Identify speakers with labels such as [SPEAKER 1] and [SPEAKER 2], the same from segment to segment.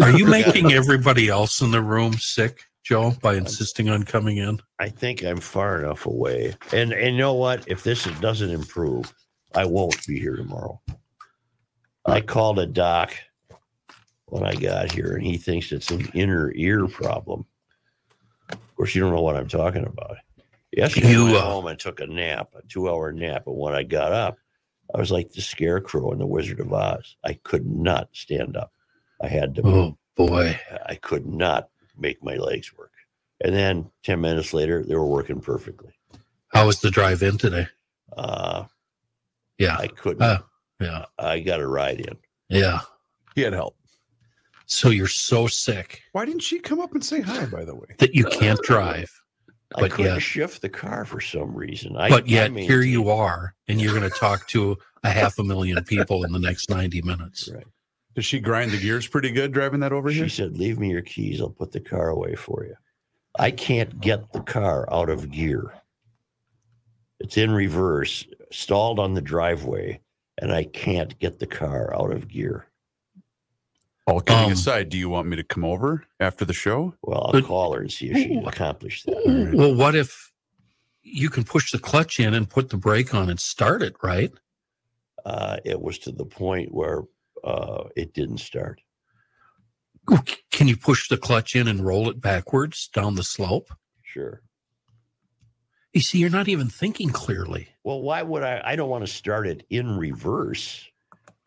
[SPEAKER 1] Are you making everybody else in the room sick, Joe, by insisting on coming in?
[SPEAKER 2] I think I'm far enough away. And and you know what? If this doesn't improve, I won't be here tomorrow. I called a doc when I got here, and he thinks it's an inner ear problem. Of course, you don't know what I'm talking about. Yesterday,
[SPEAKER 1] You,
[SPEAKER 2] I went
[SPEAKER 1] uh,
[SPEAKER 2] home and took a nap, a two-hour nap, and when I got up, I was like the Scarecrow in the Wizard of Oz. I could not stand up. I had to.
[SPEAKER 1] Oh boy.
[SPEAKER 2] I could not make my legs work. And then 10 minutes later, they were working perfectly.
[SPEAKER 1] How was the drive in today?
[SPEAKER 2] Uh,
[SPEAKER 1] Yeah.
[SPEAKER 2] I couldn't.
[SPEAKER 1] Uh. Yeah.
[SPEAKER 2] I got a ride in.
[SPEAKER 1] Yeah.
[SPEAKER 3] He had help.
[SPEAKER 1] So you're so sick
[SPEAKER 3] Why didn't she come up and say hi? By the way,
[SPEAKER 1] that you can't drive,
[SPEAKER 2] I
[SPEAKER 1] But
[SPEAKER 2] couldn't
[SPEAKER 1] yet-
[SPEAKER 2] shift the car for some reason. I,
[SPEAKER 1] but
[SPEAKER 2] I
[SPEAKER 1] yet
[SPEAKER 2] mean,
[SPEAKER 1] here you are and you're going to talk to a half a million people in the next 90 minutes.
[SPEAKER 2] Right.
[SPEAKER 3] does she grind the gears pretty good driving that over
[SPEAKER 2] She
[SPEAKER 3] here?
[SPEAKER 2] said, Leave me your keys. I'll put the car away for you. I can't get the car out of gear. It's in reverse, stalled on the driveway, and I can't get the car out of gear.
[SPEAKER 3] All kidding
[SPEAKER 1] Um,
[SPEAKER 3] aside, do you want me to come over after the show?
[SPEAKER 2] Well, I'll
[SPEAKER 1] But-
[SPEAKER 2] call her and see if she can
[SPEAKER 1] Ooh.
[SPEAKER 2] accomplish that.
[SPEAKER 3] right.
[SPEAKER 1] Well, what if you can push the clutch in and put the brake on and start it, right?
[SPEAKER 2] Uh, it was to the point where uh, it didn't start.
[SPEAKER 1] Can you push the clutch in and roll it backwards down the slope?
[SPEAKER 2] Sure.
[SPEAKER 1] You see, you're not even thinking clearly.
[SPEAKER 2] Well, why would I? I don't want to start it in reverse.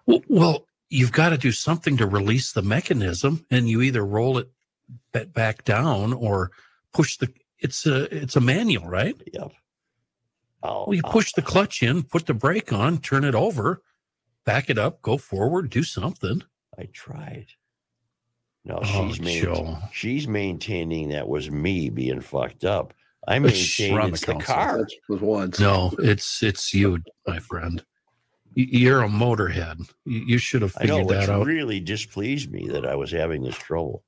[SPEAKER 1] Well, well you've got to do something to release the mechanism, and you either roll it ba- back down or push the. It's a it's a manual, right?
[SPEAKER 2] Yep. I'll,
[SPEAKER 1] Well, you
[SPEAKER 2] I'll-
[SPEAKER 1] push the clutch in, put the brake on, turn it over, back it up, go forward, do something.
[SPEAKER 2] I tried. No,
[SPEAKER 1] Oh,
[SPEAKER 2] she's main,
[SPEAKER 1] Joe.
[SPEAKER 2] she's maintaining that was me being fucked up. I
[SPEAKER 1] But sh-
[SPEAKER 2] maintain
[SPEAKER 3] we're on
[SPEAKER 2] it's
[SPEAKER 3] the
[SPEAKER 2] the,
[SPEAKER 3] council.
[SPEAKER 2] car.
[SPEAKER 4] That's was once.
[SPEAKER 1] No, it's it's you, my friend. Y- You're a motorhead. You you should have
[SPEAKER 2] I know
[SPEAKER 1] figured
[SPEAKER 2] which
[SPEAKER 1] that out.
[SPEAKER 2] really displeased me that I was having this trouble.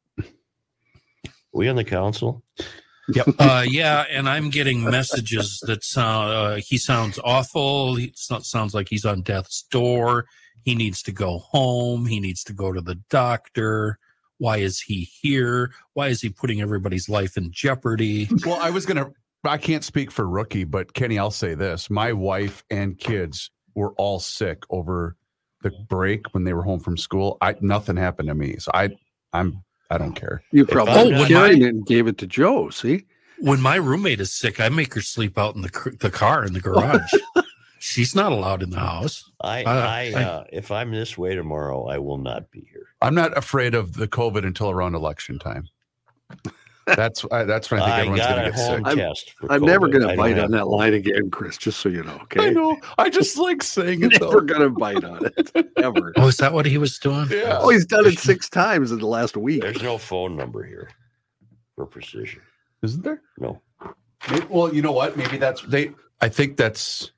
[SPEAKER 2] we on the council?
[SPEAKER 1] Uh, yeah, and I'm getting messages that sound. Uh, he sounds awful. He so- sounds like he's on death's door. He needs to go home. He needs to go to the doctor. Why is he here? Why is he putting everybody's life in jeopardy?
[SPEAKER 3] Well, I was gonna. I can't speak for rookie, but Kenny, I'll say this: my wife and kids were all sick over the break when they were home from school. I nothing happened to me, so I, I'm, I don't care.
[SPEAKER 4] You
[SPEAKER 2] I'm
[SPEAKER 4] probably
[SPEAKER 1] not-
[SPEAKER 4] carried it and gave it to Joe. See,
[SPEAKER 1] When my roommate is sick, I make her sleep out in the cr- the car in the garage. She's not allowed in the house.
[SPEAKER 2] I,
[SPEAKER 1] Uh,
[SPEAKER 2] I,
[SPEAKER 1] I-
[SPEAKER 2] uh, if I'm this way tomorrow, I will not be here.
[SPEAKER 3] I'm not afraid of the COVID until around election time. That's I, that's when I think
[SPEAKER 2] I,
[SPEAKER 3] everyone's
[SPEAKER 2] got
[SPEAKER 3] gonna
[SPEAKER 2] a
[SPEAKER 3] get sick.
[SPEAKER 2] home
[SPEAKER 4] I'm-
[SPEAKER 2] test. For
[SPEAKER 4] I'm never
[SPEAKER 2] COVID.
[SPEAKER 4] going
[SPEAKER 2] I
[SPEAKER 4] to
[SPEAKER 2] don't
[SPEAKER 4] bite
[SPEAKER 2] have
[SPEAKER 4] on that line again, Chris. Just so you know,
[SPEAKER 3] I
[SPEAKER 4] okay?
[SPEAKER 3] know. I just like saying it
[SPEAKER 4] Never
[SPEAKER 3] though.
[SPEAKER 4] going to bite on it ever.
[SPEAKER 1] Oh, is that what he was doing?
[SPEAKER 3] Yeah.
[SPEAKER 4] Oh, he's done it six times in the last week.
[SPEAKER 2] There's no phone number here for precision.
[SPEAKER 3] Isn't there?
[SPEAKER 2] No.
[SPEAKER 3] Maybe- well, you know what? Maybe that's they. I think that's.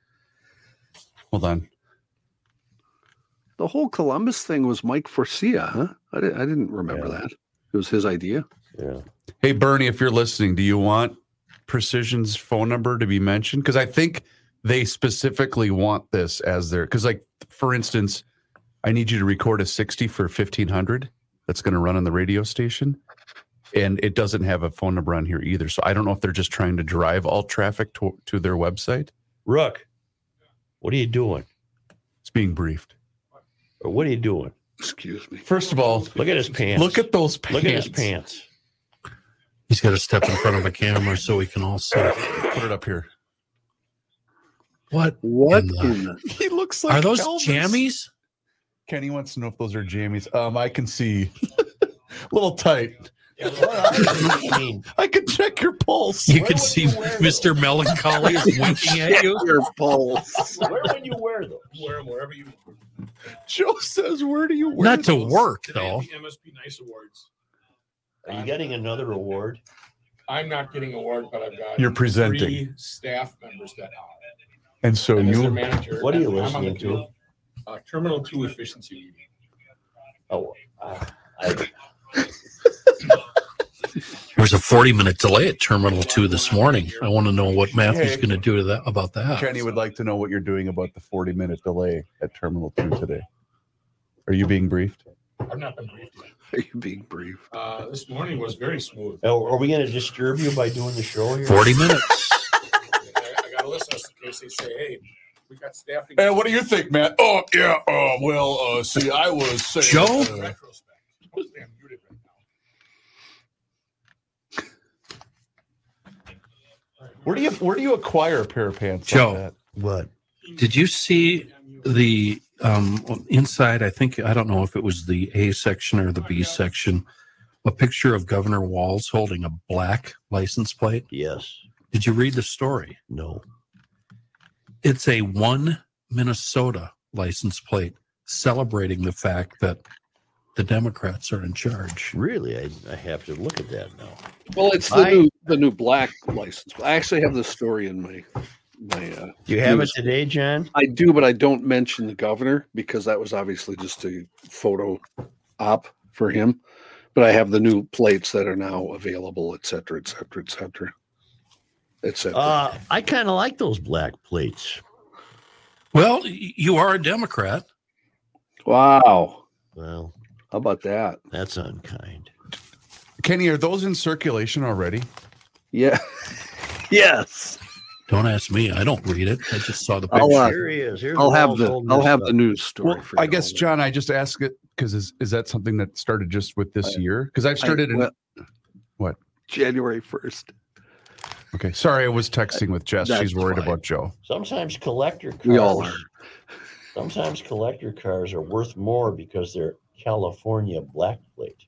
[SPEAKER 3] Hold on.
[SPEAKER 4] The whole Columbus thing was Mike Forcia, huh? I, di- I didn't remember
[SPEAKER 2] Yeah.
[SPEAKER 4] that. It was his idea.
[SPEAKER 2] Yeah.
[SPEAKER 3] Hey Bernie, if you're listening, do you want Precision's phone number to be mentioned? Because I think they specifically want this as their. Because like for instance, I need you to record a sixty for fifteen hundred. That's going to run on the radio station, and it doesn't have a phone number on here either. So I don't know if they're just trying to drive all traffic to, to their website.
[SPEAKER 2] Rook, what are you doing?
[SPEAKER 3] It's being briefed.
[SPEAKER 2] Or what are you doing?
[SPEAKER 4] Excuse me.
[SPEAKER 3] First of all,
[SPEAKER 2] Look at his pants.
[SPEAKER 3] look at those pants.
[SPEAKER 2] look at his pants.
[SPEAKER 1] He's got to step in front of a camera so we can all see.
[SPEAKER 3] Put it up here.
[SPEAKER 1] What
[SPEAKER 4] What
[SPEAKER 1] In the-
[SPEAKER 4] in the
[SPEAKER 3] He looks like
[SPEAKER 1] are those
[SPEAKER 3] Elvis.
[SPEAKER 1] jammies?
[SPEAKER 3] Kenny wants to know if those are jammies. Um, I can see a little tight.
[SPEAKER 2] I mean,
[SPEAKER 3] I can check your pulse.
[SPEAKER 1] You
[SPEAKER 2] Why
[SPEAKER 1] can
[SPEAKER 2] would
[SPEAKER 1] see
[SPEAKER 2] you wear those?
[SPEAKER 1] Mr. Melancholy is winking at you.
[SPEAKER 4] your balls?
[SPEAKER 2] where would you wear them?
[SPEAKER 5] Wear them wherever you want.
[SPEAKER 3] Joe says, "Where do you wear
[SPEAKER 1] Not to
[SPEAKER 3] those?"
[SPEAKER 1] work
[SPEAKER 5] Today
[SPEAKER 1] though.
[SPEAKER 5] at the MSP Nice Awards.
[SPEAKER 2] Are you getting another award?
[SPEAKER 5] I'm not getting an award, but I've got
[SPEAKER 3] You're presenting,
[SPEAKER 5] three staff members that
[SPEAKER 3] and so
[SPEAKER 5] and as their
[SPEAKER 3] you.
[SPEAKER 5] manager.
[SPEAKER 2] What are you
[SPEAKER 5] I'm on the
[SPEAKER 2] listening to?
[SPEAKER 5] Uh, Terminal Two Efficiency Meeting.
[SPEAKER 2] Oh, uh, I,
[SPEAKER 1] There was a 40 minute delay at Terminal 2 this morning. I want to know what Matthew's going to do to that about that.
[SPEAKER 3] Kenny would like to know what you're doing about the 40 minute delay at Terminal Two today. Are you being briefed?
[SPEAKER 5] I've not been briefed yet.
[SPEAKER 4] Are you being brief?
[SPEAKER 5] Uh, this morning was very smooth. I,
[SPEAKER 2] Now, oh, are we going to disturb you by doing the show here?
[SPEAKER 1] 40 minutes.
[SPEAKER 5] I gotta listen in case they say, hey, we got staffing.
[SPEAKER 3] And what do you think, Matt? Oh yeah. Uh, well, uh, see, I was saying,
[SPEAKER 1] Joe?
[SPEAKER 5] In
[SPEAKER 3] uh,
[SPEAKER 5] retrospect. Hopefully I'm muted right now.
[SPEAKER 3] where do you where do you acquire a pair of pants?
[SPEAKER 1] Joe.
[SPEAKER 3] Like that?
[SPEAKER 2] What?
[SPEAKER 1] Did you see the um, inside? I think, I don't know if it was the A section or the B section, a picture of Governor Walls holding a black license plate.
[SPEAKER 2] Yes.
[SPEAKER 1] Did you read the story?
[SPEAKER 2] No.
[SPEAKER 1] it's a one Minnesota license plate celebrating the fact that the Democrats are in charge.
[SPEAKER 2] Really, I, I have to look at that now.
[SPEAKER 4] Well, it's the
[SPEAKER 2] I-
[SPEAKER 4] new the new black license. I actually have the story in my my. Uh,
[SPEAKER 2] Do you have it
[SPEAKER 4] Yes.
[SPEAKER 2] today, John?
[SPEAKER 4] I do, but I don't mention the governor because that was obviously just a photo op for him. But I have the new plates that are now available, et cetera, et cetera, et cetera, et cetera.
[SPEAKER 3] Ah.
[SPEAKER 2] Uh, I kind of like those black plates.
[SPEAKER 1] Well, y- you are a Democrat.
[SPEAKER 4] wow,
[SPEAKER 2] Well,
[SPEAKER 4] how about that?
[SPEAKER 2] that's unkind.
[SPEAKER 3] Kenny, are those in circulation already?
[SPEAKER 4] Yeah, yes.
[SPEAKER 1] Don't ask me. I don't read it. I just saw the
[SPEAKER 4] I'll,
[SPEAKER 1] picture.
[SPEAKER 4] uh,
[SPEAKER 2] Here he is. Here's
[SPEAKER 4] I'll have
[SPEAKER 2] Walls
[SPEAKER 4] the
[SPEAKER 2] holding
[SPEAKER 4] I'll
[SPEAKER 2] this
[SPEAKER 4] have
[SPEAKER 2] up.
[SPEAKER 4] the news story.
[SPEAKER 3] Well,
[SPEAKER 4] for
[SPEAKER 3] I
[SPEAKER 4] you
[SPEAKER 3] guess,
[SPEAKER 4] all.
[SPEAKER 3] John, I just ask it because is, is that something that started just with this
[SPEAKER 4] I-
[SPEAKER 3] year? Because I've
[SPEAKER 4] I-
[SPEAKER 3] started. in,
[SPEAKER 4] well,
[SPEAKER 3] What?
[SPEAKER 4] January first.
[SPEAKER 3] okay, sorry, I was texting with Jess.
[SPEAKER 4] That's
[SPEAKER 3] She's worried
[SPEAKER 4] fine.
[SPEAKER 3] about Joe.
[SPEAKER 2] Sometimes collector cars.
[SPEAKER 4] We all are.
[SPEAKER 2] Sometimes collector cars are worth more because they're California black plate.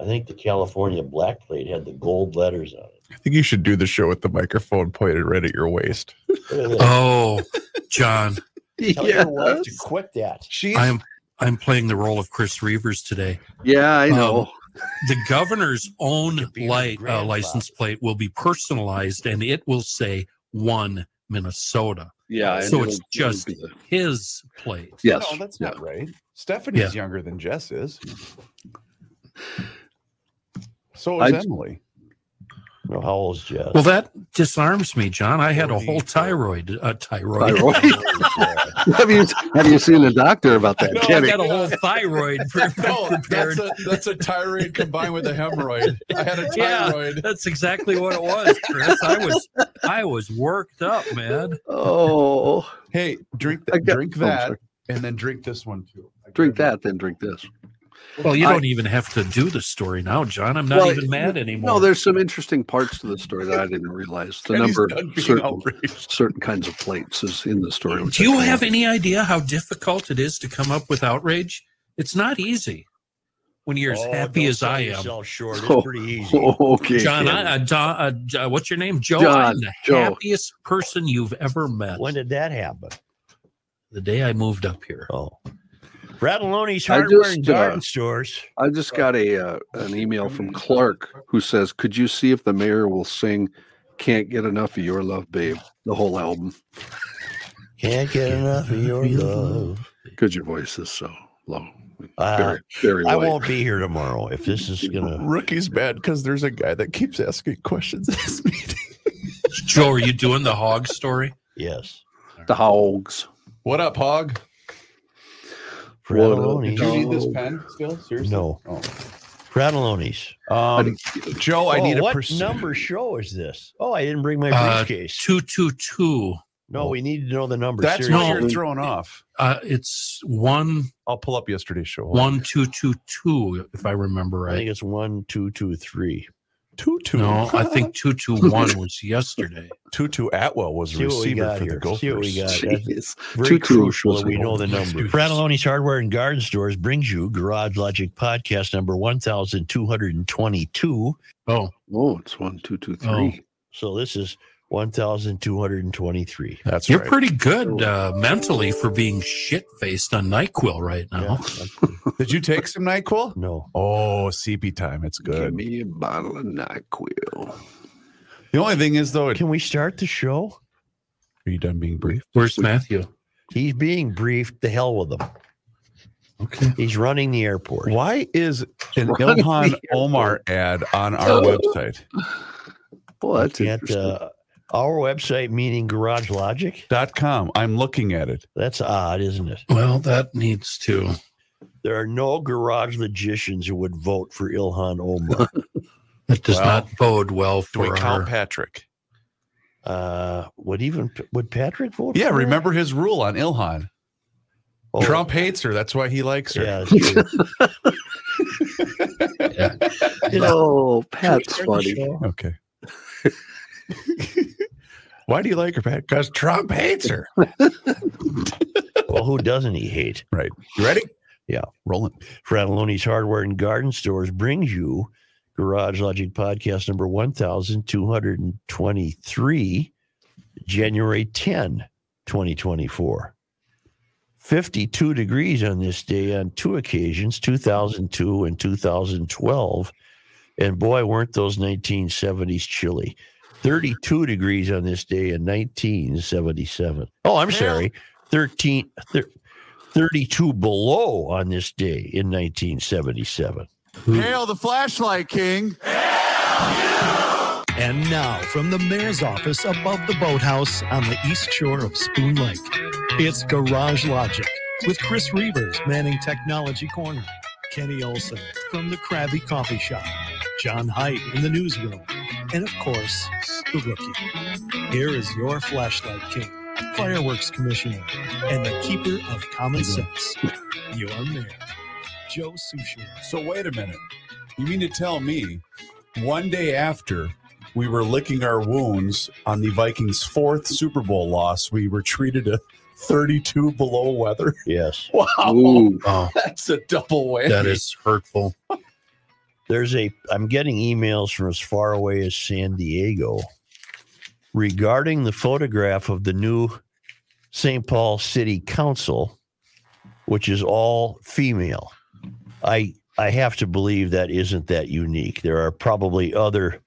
[SPEAKER 2] I think the California black plate had the gold letters on it.
[SPEAKER 3] I think you should do the show with the microphone pointed right at your waist.
[SPEAKER 2] Look at this.
[SPEAKER 1] Oh, John,
[SPEAKER 2] Tell your wife to quit that.
[SPEAKER 3] She's
[SPEAKER 1] I'm I'm playing the role of Chris Reavers today.
[SPEAKER 4] Yeah, I
[SPEAKER 1] Um,
[SPEAKER 4] know.
[SPEAKER 1] The governor's own
[SPEAKER 2] Could be your
[SPEAKER 1] light uh,
[SPEAKER 2] grandfather.
[SPEAKER 1] license plate will be personalized and it will say one Minnesota.
[SPEAKER 4] yeah, I
[SPEAKER 1] so
[SPEAKER 4] know.
[SPEAKER 1] it's
[SPEAKER 4] It'll
[SPEAKER 1] just-
[SPEAKER 4] be the-
[SPEAKER 1] His plate.
[SPEAKER 4] yes.
[SPEAKER 3] No, that's
[SPEAKER 4] yeah.
[SPEAKER 3] not right. Stephanie's
[SPEAKER 1] Yeah.
[SPEAKER 3] younger than Jess is. So
[SPEAKER 4] I-
[SPEAKER 3] is Emily.
[SPEAKER 2] No, how old's Jess?
[SPEAKER 1] Well, that disarms me, John. I had a whole thyroid, a thyroid.
[SPEAKER 4] Thyroid. have you have you seen a doctor about that?
[SPEAKER 3] No, I
[SPEAKER 1] I
[SPEAKER 4] Kenny?
[SPEAKER 1] got a whole thyroid pre-
[SPEAKER 4] Oh,
[SPEAKER 1] prepared. That's,
[SPEAKER 3] that's a tirade combined with a hemorrhoid. I had a
[SPEAKER 1] Yeah. exactly what it was, Chris. I was I was worked up, man.
[SPEAKER 4] Oh,
[SPEAKER 3] Hey, drink
[SPEAKER 4] I
[SPEAKER 3] that.
[SPEAKER 4] got-
[SPEAKER 3] drink
[SPEAKER 4] oh, I'm
[SPEAKER 3] that,
[SPEAKER 4] sorry.
[SPEAKER 3] and then drink this one too. I
[SPEAKER 4] drink
[SPEAKER 3] grabbed
[SPEAKER 4] that, then drink this.
[SPEAKER 1] Well, you
[SPEAKER 4] I-
[SPEAKER 1] don't even have to do the story now, John. I'm not
[SPEAKER 4] Well,
[SPEAKER 1] even mad anymore.
[SPEAKER 4] No, there's some interesting parts to the story that I didn't realize. The
[SPEAKER 3] it. Kenny's
[SPEAKER 4] number
[SPEAKER 3] done
[SPEAKER 4] of
[SPEAKER 3] being
[SPEAKER 4] certain,
[SPEAKER 3] outraged.
[SPEAKER 4] certain kinds of plates is in the story. which
[SPEAKER 1] do
[SPEAKER 4] I
[SPEAKER 1] you
[SPEAKER 4] found.
[SPEAKER 1] have any idea how difficult it is to come up with outrage? It's not easy when you're as
[SPEAKER 2] Oh,
[SPEAKER 1] happy
[SPEAKER 2] don't
[SPEAKER 1] as
[SPEAKER 2] sell
[SPEAKER 1] I am.
[SPEAKER 2] yourself Short. It's
[SPEAKER 4] Oh,
[SPEAKER 2] pretty easy.
[SPEAKER 4] Oh, okay,
[SPEAKER 1] John,
[SPEAKER 4] Kenny.
[SPEAKER 1] I, uh, John uh, J- what's your name? Joe. I'm
[SPEAKER 4] John,
[SPEAKER 1] the
[SPEAKER 4] Joe.
[SPEAKER 1] happiest person you've ever met.
[SPEAKER 2] When did that happen?
[SPEAKER 1] the day I moved up here.
[SPEAKER 2] Oh. Rattaloni's
[SPEAKER 4] I
[SPEAKER 2] hardware
[SPEAKER 4] just,
[SPEAKER 2] and
[SPEAKER 4] uh,
[SPEAKER 2] garden stores.
[SPEAKER 4] I just got a uh, an email from Clark who says, "Could you see if the mayor will sing Can't Get Enough of Your Love, Babe, the whole album?
[SPEAKER 2] Can't get enough of your love.
[SPEAKER 4] Because your voice is so low,
[SPEAKER 2] Uh,
[SPEAKER 4] very, very
[SPEAKER 2] I
[SPEAKER 4] white.
[SPEAKER 2] won't be here tomorrow if this is gonna.
[SPEAKER 3] Rookie's bad because there's a guy that keeps asking questions at this meeting.
[SPEAKER 1] Joe, are you doing the hog story?
[SPEAKER 2] Yes.
[SPEAKER 4] The hogs.
[SPEAKER 3] What up, Hog?
[SPEAKER 2] Fratelloni's.
[SPEAKER 3] Do you need this pen still? Seriously?
[SPEAKER 2] No.
[SPEAKER 3] Oh.
[SPEAKER 2] Fratelloni's.
[SPEAKER 3] Um, Joe, I
[SPEAKER 2] Oh,
[SPEAKER 3] need a
[SPEAKER 2] what
[SPEAKER 3] pers-
[SPEAKER 2] number show is this? Oh, I didn't bring my
[SPEAKER 1] Uh,
[SPEAKER 2] briefcase.
[SPEAKER 1] 222.
[SPEAKER 2] no, we need to know the number.
[SPEAKER 3] That's
[SPEAKER 2] seriously.
[SPEAKER 3] what
[SPEAKER 1] No.
[SPEAKER 3] you're throwing off.
[SPEAKER 1] Uh, it's one
[SPEAKER 3] I'll pull up yesterday's show. Hold on.
[SPEAKER 1] one two two two, if I remember
[SPEAKER 2] I think
[SPEAKER 1] right.
[SPEAKER 2] it's one, two, two, three.
[SPEAKER 3] two two.
[SPEAKER 1] No, I think two two one was yesterday.
[SPEAKER 3] two two Atwell was a
[SPEAKER 2] See what we
[SPEAKER 3] receiver
[SPEAKER 2] got
[SPEAKER 3] for
[SPEAKER 2] here.
[SPEAKER 3] the Gophers.
[SPEAKER 2] See what we got. That's
[SPEAKER 4] Jeez.
[SPEAKER 2] very
[SPEAKER 4] Two
[SPEAKER 2] crucial
[SPEAKER 4] crucials
[SPEAKER 2] that we
[SPEAKER 4] and
[SPEAKER 2] know
[SPEAKER 4] all.
[SPEAKER 2] the
[SPEAKER 1] Let's
[SPEAKER 2] number.
[SPEAKER 1] do this.
[SPEAKER 2] Fratelloni's Hardware and Garden Stores brings you Garage Logic Podcast number 1222.
[SPEAKER 1] Oh,
[SPEAKER 4] Oh, it's one, two, two,
[SPEAKER 2] Oh.
[SPEAKER 4] three.
[SPEAKER 2] So this is 1223.
[SPEAKER 3] That's
[SPEAKER 1] you're
[SPEAKER 3] right.
[SPEAKER 1] pretty good uh, mentally for being shit faced on Nyquil right
[SPEAKER 3] Uh-huh.
[SPEAKER 1] now.
[SPEAKER 3] Did you take some Nyquil?
[SPEAKER 2] uh, No.
[SPEAKER 3] Oh, CP time. It's
[SPEAKER 4] Give
[SPEAKER 3] good.
[SPEAKER 4] me a bottle of Nyquil.
[SPEAKER 3] The only thing is, though, it-
[SPEAKER 2] Can we start the show?
[SPEAKER 3] are you done being brief?
[SPEAKER 1] Where's Matthew?
[SPEAKER 2] He's being briefed. The hell with him.
[SPEAKER 1] Okay.
[SPEAKER 2] He's running the airport.
[SPEAKER 3] Why is an
[SPEAKER 4] Run the
[SPEAKER 3] Ilhan
[SPEAKER 4] airport.
[SPEAKER 3] Omar ad on our website?
[SPEAKER 4] Well, that's
[SPEAKER 2] At
[SPEAKER 4] interesting.
[SPEAKER 2] uh, our website, meaning Garage Logic.
[SPEAKER 3] Dot com. I'm looking at it.
[SPEAKER 2] That's odd, isn't it?
[SPEAKER 1] Well, that needs to.
[SPEAKER 2] There are no garage magicians who would vote for Ilhan Omar.
[SPEAKER 1] That does
[SPEAKER 3] Well,
[SPEAKER 1] not bode well
[SPEAKER 3] Do we
[SPEAKER 1] for
[SPEAKER 3] count
[SPEAKER 1] our.
[SPEAKER 3] Patrick?
[SPEAKER 2] uh, would even would Patrick vote?
[SPEAKER 3] Yeah,
[SPEAKER 2] for her?
[SPEAKER 3] remember his rule on Ilhan.
[SPEAKER 2] Oh,
[SPEAKER 3] Trump hates her. That's why he likes her.
[SPEAKER 2] Yeah, that's true.
[SPEAKER 4] Oh, Pat's funny.
[SPEAKER 3] Okay. why do you like her, Pat? Because Trump hates her.
[SPEAKER 2] well, who doesn't he hate?
[SPEAKER 3] You ready?
[SPEAKER 2] Yeah.
[SPEAKER 3] Rolling.
[SPEAKER 2] Fratelloni's Hardware and Garden Stores brings you Garage Logic Podcast number 1223, January 10, 2024. 52 degrees on this day on two occasions, 2002 and 2012. And boy, weren't those 1970s chilly. 32 degrees on this day in 1977. Oh, I'm sorry. 13, thir- 32 below on this day in 1977.
[SPEAKER 3] Hail the flashlight king.
[SPEAKER 6] And now, from the mayor's office above the boathouse on the east shore of Spoon Lake, it's Garage Logic with Chris Reavers manning Technology Corner, Kenny Olson from the Krabby Coffee Shop, John Hyde in the newsroom, and of course, the rookie. Here is your flashlight king, fireworks commissioner, and the keeper of common sense, your mayor, Joe Sushiro.
[SPEAKER 3] So wait a minute. You mean to tell me one day after we were licking our wounds on the Vikings' fourth Super Bowl loss, we were treated to 32 below weather?
[SPEAKER 2] Yes.
[SPEAKER 3] Wow.
[SPEAKER 4] Ooh,
[SPEAKER 1] Oh,
[SPEAKER 3] That's a double whammy.
[SPEAKER 1] that is hurtful.
[SPEAKER 2] There's a, I'm getting emails from as far away as San Diego regarding the photograph of the new St. Paul City Council, which is all female. I, I have to believe that isn't that unique. There are probably other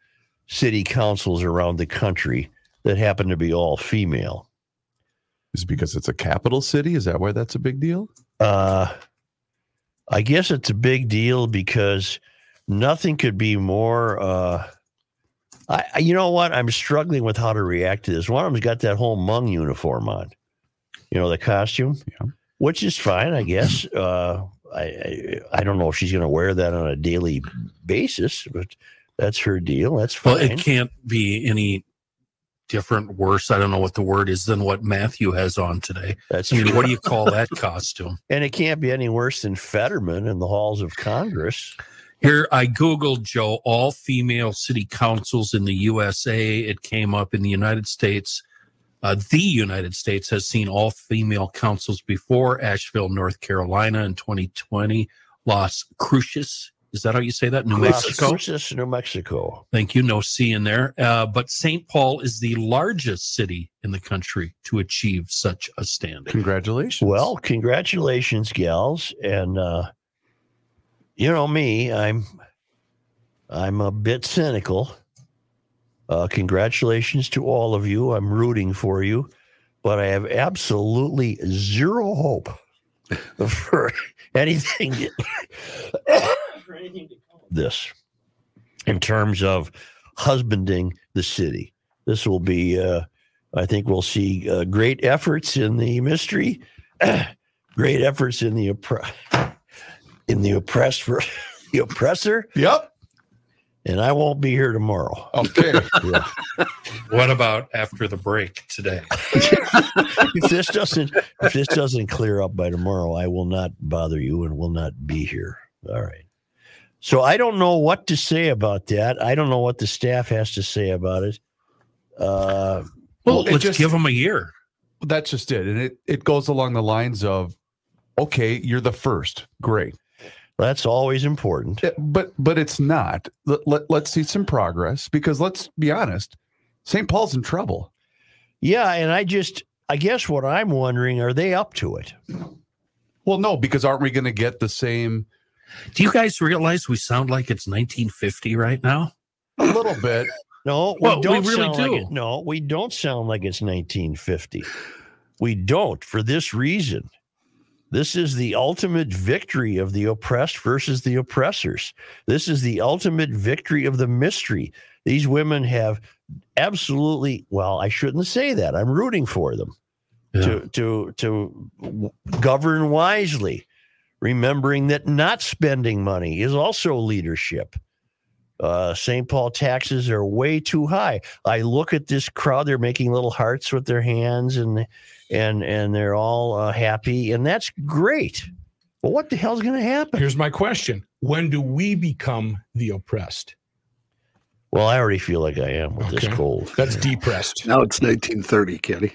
[SPEAKER 2] city councils around the country that happen to be all female.
[SPEAKER 3] Is it because it's a capital city? Is that why that's a big deal?
[SPEAKER 2] uh, I guess it's a big deal because nothing could be more. Uh, I, I- you know what? I'm struggling with how to react to this. One of them's got that whole Hmong uniform on, you know, the costume,
[SPEAKER 3] Yeah.
[SPEAKER 2] which is fine, I guess. Uh, I, I I don't know if she's going to wear that on a daily basis, but that's her deal. That's
[SPEAKER 1] Well,
[SPEAKER 2] fine.
[SPEAKER 1] it can't be any different, worse. I don't know what the word is than what Matthew has on today.
[SPEAKER 2] that's
[SPEAKER 1] I mean,
[SPEAKER 2] true.
[SPEAKER 1] what do you call that costume?
[SPEAKER 2] and it can't be any worse than Fetterman in the halls of Congress.
[SPEAKER 1] Here, I Googled Joe, all female city councils in the USA. It came up in the United States. Uh, the United States has seen all female councils before Asheville, North Carolina in 2020, Las Cruces. Is that how you say that? New
[SPEAKER 2] Las
[SPEAKER 1] Mexico.
[SPEAKER 2] Cruces, New Mexico.
[SPEAKER 1] Thank you. No C in there. Uh, but St. Paul is the largest city in the country to achieve such a standing.
[SPEAKER 3] Congratulations.
[SPEAKER 2] Well, congratulations, gals, and uh, you know me, I'm I'm a bit cynical. Uh, congratulations to all of you. I'm rooting for you, but I have absolutely zero hope for anything for anything to come of this in terms of husbanding the city. This will be. Uh, I think we'll see uh, great efforts in the mystery great efforts in the oppre- in the oppressed for the oppressor,
[SPEAKER 3] yep.
[SPEAKER 2] and I won't be here tomorrow.
[SPEAKER 3] Okay.
[SPEAKER 1] What about after the break today?
[SPEAKER 2] If this doesn't if this doesn't clear up by tomorrow, I will not bother you and will not be here. All right. So I don't know what to say about that. I don't know what the staff has to say about it. Uh,
[SPEAKER 1] Well,
[SPEAKER 3] Well, it
[SPEAKER 1] let's
[SPEAKER 3] just-
[SPEAKER 1] give them a year.
[SPEAKER 3] that's just it. And it, it goes along the lines of, okay, you're the first. Great.
[SPEAKER 2] that's always important.
[SPEAKER 3] Yeah, but but it's not. Let, let, let's see some progress because let's be honest, St. Paul's in trouble.
[SPEAKER 2] Yeah, and I just I guess what I'm wondering are they up to it?
[SPEAKER 3] Well, no, because aren't we going to get the same
[SPEAKER 1] Do you guys realize we sound like it's 1950 right now?
[SPEAKER 3] a little bit?
[SPEAKER 2] No, we
[SPEAKER 1] Well, we
[SPEAKER 2] don't
[SPEAKER 1] really
[SPEAKER 2] sound
[SPEAKER 1] do.
[SPEAKER 2] like it. No, we don't sound like it's 1950. We don't for this reason. This is the ultimate victory of the oppressed versus the oppressors. This is the ultimate victory of the mystery. These women have absolutely, well, I shouldn't say that. I'm rooting for them
[SPEAKER 1] Yeah.
[SPEAKER 2] to to to w- govern wisely remembering that not spending money is also leadership. Uh, St. Paul taxes are way too high. I look at this crowd; they're making little hearts with their hands, and and and they're all uh, happy, and that's great. But what the hell's going to happen?
[SPEAKER 7] Here's my question When do we become the oppressed?
[SPEAKER 2] Well, I already feel like I am with this
[SPEAKER 7] Okay.
[SPEAKER 2] cold.
[SPEAKER 7] That's depressed.
[SPEAKER 4] Now it's 1930, Kenny.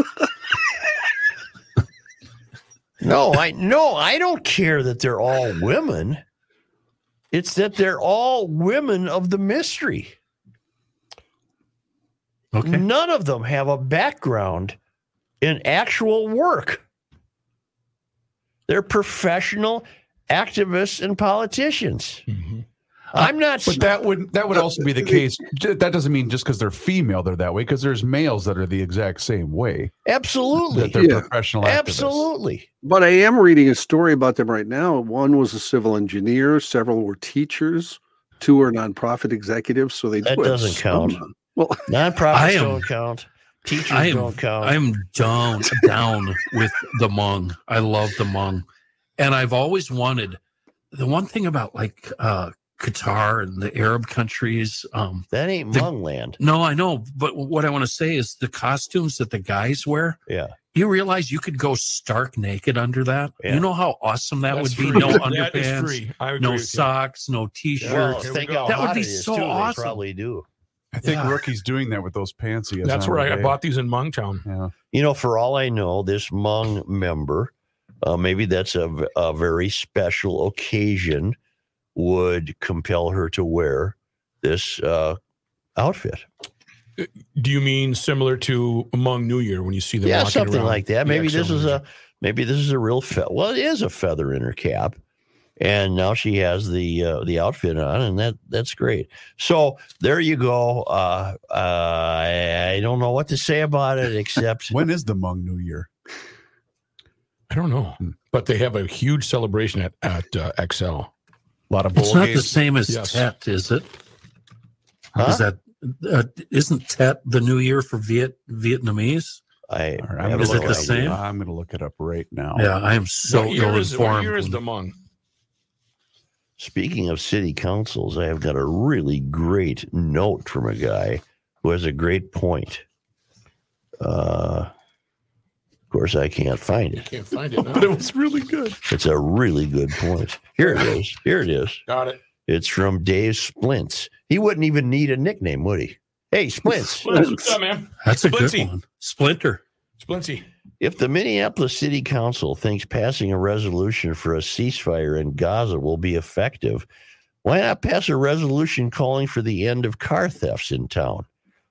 [SPEAKER 2] No, I no, I don't care that they're all women. It's that they're all women of the mystery.
[SPEAKER 7] Mm.
[SPEAKER 1] Okay.
[SPEAKER 2] None of them have a background in actual work. They're professional activists and politicians.
[SPEAKER 1] Mm-hmm.
[SPEAKER 7] Mhm.
[SPEAKER 2] I'm
[SPEAKER 1] Uh,
[SPEAKER 2] not
[SPEAKER 3] But that would that would also be the case. J- That doesn't mean just because they're female they're that way. Because there's males that are the exact same way. That
[SPEAKER 2] absolutely,
[SPEAKER 3] they're
[SPEAKER 4] Yeah.
[SPEAKER 3] professional. activists.
[SPEAKER 2] absolutely.
[SPEAKER 4] But I am reading a story about them right now. One was a civil engineer, several were teachers, two were nonprofit executives. So they
[SPEAKER 2] That
[SPEAKER 4] do have
[SPEAKER 2] doesn't count.
[SPEAKER 4] some- uh,
[SPEAKER 1] I
[SPEAKER 2] Nonprofits
[SPEAKER 1] am-
[SPEAKER 2] don't count. Teachers
[SPEAKER 1] I am-
[SPEAKER 2] don't count.
[SPEAKER 1] I'm down down with the Hmong. I love the Hmong, and I've always wanted. The one thing about like uh, Qatar and the Arab countries, um,
[SPEAKER 2] that ain't
[SPEAKER 1] the-
[SPEAKER 2] Hmong land.
[SPEAKER 1] no, I know, but what I want to say is the costumes that the guys wear.
[SPEAKER 2] Yeah.
[SPEAKER 1] You realize you could go stark naked under that.
[SPEAKER 2] Yeah.
[SPEAKER 1] You know how awesome that
[SPEAKER 7] That's
[SPEAKER 1] would be.
[SPEAKER 7] free.
[SPEAKER 1] No
[SPEAKER 7] That is
[SPEAKER 1] underpants,
[SPEAKER 7] free. I agree
[SPEAKER 1] no
[SPEAKER 7] with you.
[SPEAKER 1] socks, no t-shirts.
[SPEAKER 2] Well,
[SPEAKER 7] Here we
[SPEAKER 2] think
[SPEAKER 7] go.
[SPEAKER 2] how
[SPEAKER 1] That would
[SPEAKER 2] hot
[SPEAKER 1] be
[SPEAKER 2] it is,
[SPEAKER 1] so
[SPEAKER 2] too. They
[SPEAKER 1] awesome.
[SPEAKER 2] probably do.
[SPEAKER 3] I think
[SPEAKER 1] Yeah.
[SPEAKER 3] rookie's doing that with those pants. He has
[SPEAKER 7] That's
[SPEAKER 3] on
[SPEAKER 7] where I, I
[SPEAKER 3] today.
[SPEAKER 7] bought these in Mongtown.
[SPEAKER 3] Yeah.
[SPEAKER 2] You know, for all I know, this Hmong member, uh, maybe that's a, v- a very special occasion, would compel her to wear this uh, outfit.
[SPEAKER 7] Do you mean similar to Hmong New Year when you see them
[SPEAKER 2] yeah,
[SPEAKER 7] walking
[SPEAKER 2] something
[SPEAKER 7] around?
[SPEAKER 2] like that.
[SPEAKER 7] the
[SPEAKER 2] Maybe this is
[SPEAKER 7] external
[SPEAKER 2] a maybe this is a real fe- well, it is a feather in her cap, and now she has the uh, the outfit on, and that that's great. So there you go. Uh, uh, I, I don't know what to say about it except
[SPEAKER 3] When is the Hmong New Year?
[SPEAKER 7] I don't know, but they have a huge celebration at at uh, XL.
[SPEAKER 3] A lot of bowl
[SPEAKER 1] It's not the
[SPEAKER 3] games.
[SPEAKER 1] same as
[SPEAKER 7] Yes.
[SPEAKER 1] Tet, is it?
[SPEAKER 2] Huh?
[SPEAKER 1] Is that uh, isn't Tet the New Year for Viet Vietnamese?
[SPEAKER 2] I,
[SPEAKER 3] All right,
[SPEAKER 2] have
[SPEAKER 3] I'm gonna
[SPEAKER 1] Is it
[SPEAKER 2] no
[SPEAKER 3] look
[SPEAKER 1] the
[SPEAKER 2] idea.
[SPEAKER 1] same?
[SPEAKER 3] I'm going to look it up right now.
[SPEAKER 2] Oh.
[SPEAKER 1] Yeah, I am so
[SPEAKER 7] what year
[SPEAKER 1] ill
[SPEAKER 7] is, what
[SPEAKER 1] informed.
[SPEAKER 7] year is the Hmong?
[SPEAKER 2] Speaking of city councils, I have got a really great note from a guy who has a great point. Uh, of course, I can't find it.
[SPEAKER 7] Can't find it.
[SPEAKER 3] But it
[SPEAKER 7] Now.
[SPEAKER 3] was really good.
[SPEAKER 2] It's a really good point. Here it is. Here it is.
[SPEAKER 7] Got it.
[SPEAKER 2] It's from Dave Splints. He wouldn't even need a nickname, would he? Hey, Splints.
[SPEAKER 7] Well, what's up, man?
[SPEAKER 1] That's a
[SPEAKER 7] Splinty.
[SPEAKER 1] good one. Splinter.
[SPEAKER 7] Splinty.
[SPEAKER 2] If the Minneapolis City Council thinks passing a resolution for a ceasefire in Gaza will be effective, why not pass a resolution calling for the end of car thefts in town?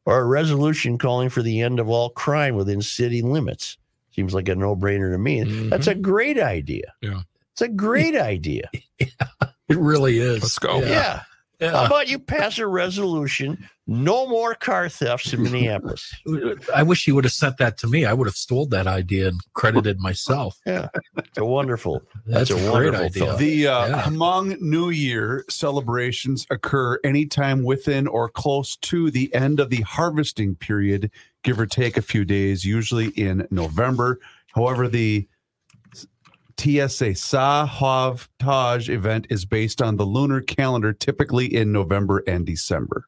[SPEAKER 2] Or a resolution calling for the end of all crime within city limits? Seems like a no brainer to me. That's
[SPEAKER 1] Mm-hmm.
[SPEAKER 2] a great idea.
[SPEAKER 7] Yeah.
[SPEAKER 2] It's a great idea.
[SPEAKER 1] It really is.
[SPEAKER 7] Let's go.
[SPEAKER 1] Yeah.
[SPEAKER 2] yeah. How
[SPEAKER 1] Yeah.
[SPEAKER 2] about you pass a resolution? No more car thefts in Minneapolis.
[SPEAKER 1] I wish he would have sent that to me. I would have stole that idea and credited myself.
[SPEAKER 2] It's a wonderful.
[SPEAKER 1] That's,
[SPEAKER 2] That's a
[SPEAKER 1] a great
[SPEAKER 2] wonderful
[SPEAKER 1] idea.
[SPEAKER 2] thought.
[SPEAKER 3] The uh,
[SPEAKER 1] Yeah.
[SPEAKER 3] Hmong New Year celebrations occur anytime within or close to the end of the harvesting period, give or take a few days, usually in November. However, the TSA Sa Hav Taj event is based on the lunar calendar, typically in November and December.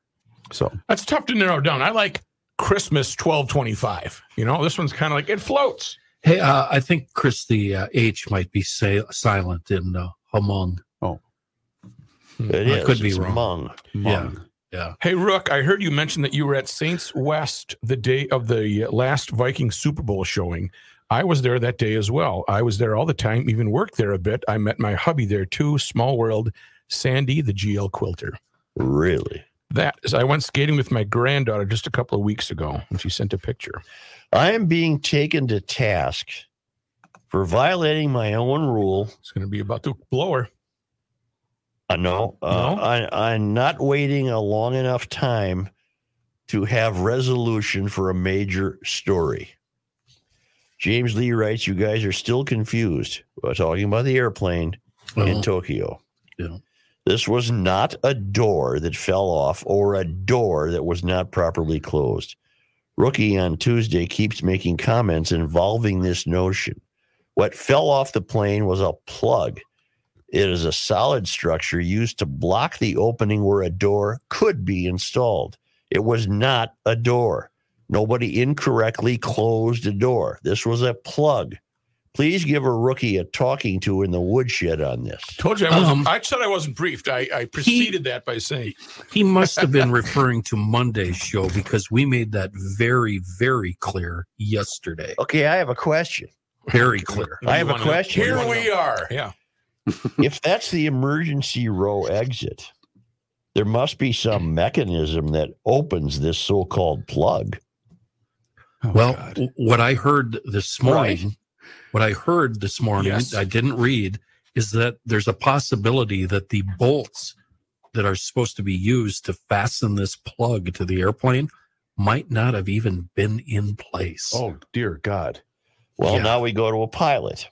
[SPEAKER 3] So
[SPEAKER 7] That's tough to narrow down. I like Christmas 1225. You know, this one's kind of like it floats.
[SPEAKER 1] Hey, uh, I think Chris the uh, H might be say, silent in uh, Hmong.
[SPEAKER 2] It
[SPEAKER 1] Hmm. I
[SPEAKER 2] is.
[SPEAKER 1] could be
[SPEAKER 2] It's
[SPEAKER 1] wrong.
[SPEAKER 2] Hmong.
[SPEAKER 1] Yeah.
[SPEAKER 3] Hmong.
[SPEAKER 7] Hey, Rook, I heard you mention that you were at Saints West the day of the last Viking Super Bowl showing. I was there that day as well. I was there all the time, even worked there a bit. I met my hubby there too, small world, Sandy, the GL quilter.
[SPEAKER 2] Really?
[SPEAKER 7] That is, I went skating with my granddaughter just a couple of weeks ago, and she sent a picture.
[SPEAKER 2] I am being taken to task for violating my own rule.
[SPEAKER 7] It's going to be about to blow her.
[SPEAKER 2] Uh, no, uh,
[SPEAKER 7] No?
[SPEAKER 2] I, I'm not waiting a long enough time to have resolution for a major story. James Lee writes, "You guys are still confused. We're talking about the airplane in
[SPEAKER 1] Well,
[SPEAKER 2] Tokyo.
[SPEAKER 1] yeah.
[SPEAKER 2] This was not a door that fell off or a door that was not properly closed. Rookie on Tuesday keeps making comments involving this notion. What fell off the plane was a plug. It is a solid structure used to block the opening where a door could be installed. It was not a door. Nobody incorrectly closed a door. This was a plug. Please give a rookie a talking to in the woodshed on this.
[SPEAKER 7] Told you I wasn't.
[SPEAKER 1] Um,
[SPEAKER 7] I said I wasn't briefed. I, I preceded that by saying
[SPEAKER 1] He must have been referring to Monday's show because we made that very, very clear yesterday.
[SPEAKER 3] Oh,
[SPEAKER 2] Okay, I have a question.
[SPEAKER 1] Very clear.
[SPEAKER 2] I have a
[SPEAKER 7] wanna-
[SPEAKER 2] question.
[SPEAKER 7] Here we are. Yeah.
[SPEAKER 2] if that's the emergency row exit, there must be some mechanism that opens this so-called plug.
[SPEAKER 3] Oh,
[SPEAKER 1] well,
[SPEAKER 3] God.
[SPEAKER 1] w- what I heard this morning, what I heard this morning,
[SPEAKER 7] Yes.
[SPEAKER 1] I didn't read, is that there's a possibility that the bolts that are supposed to be used to fasten this plug to the airplane might not have even been in place.
[SPEAKER 3] oh dear God.
[SPEAKER 2] Well,
[SPEAKER 1] Yeah.
[SPEAKER 2] now we go to a pilot.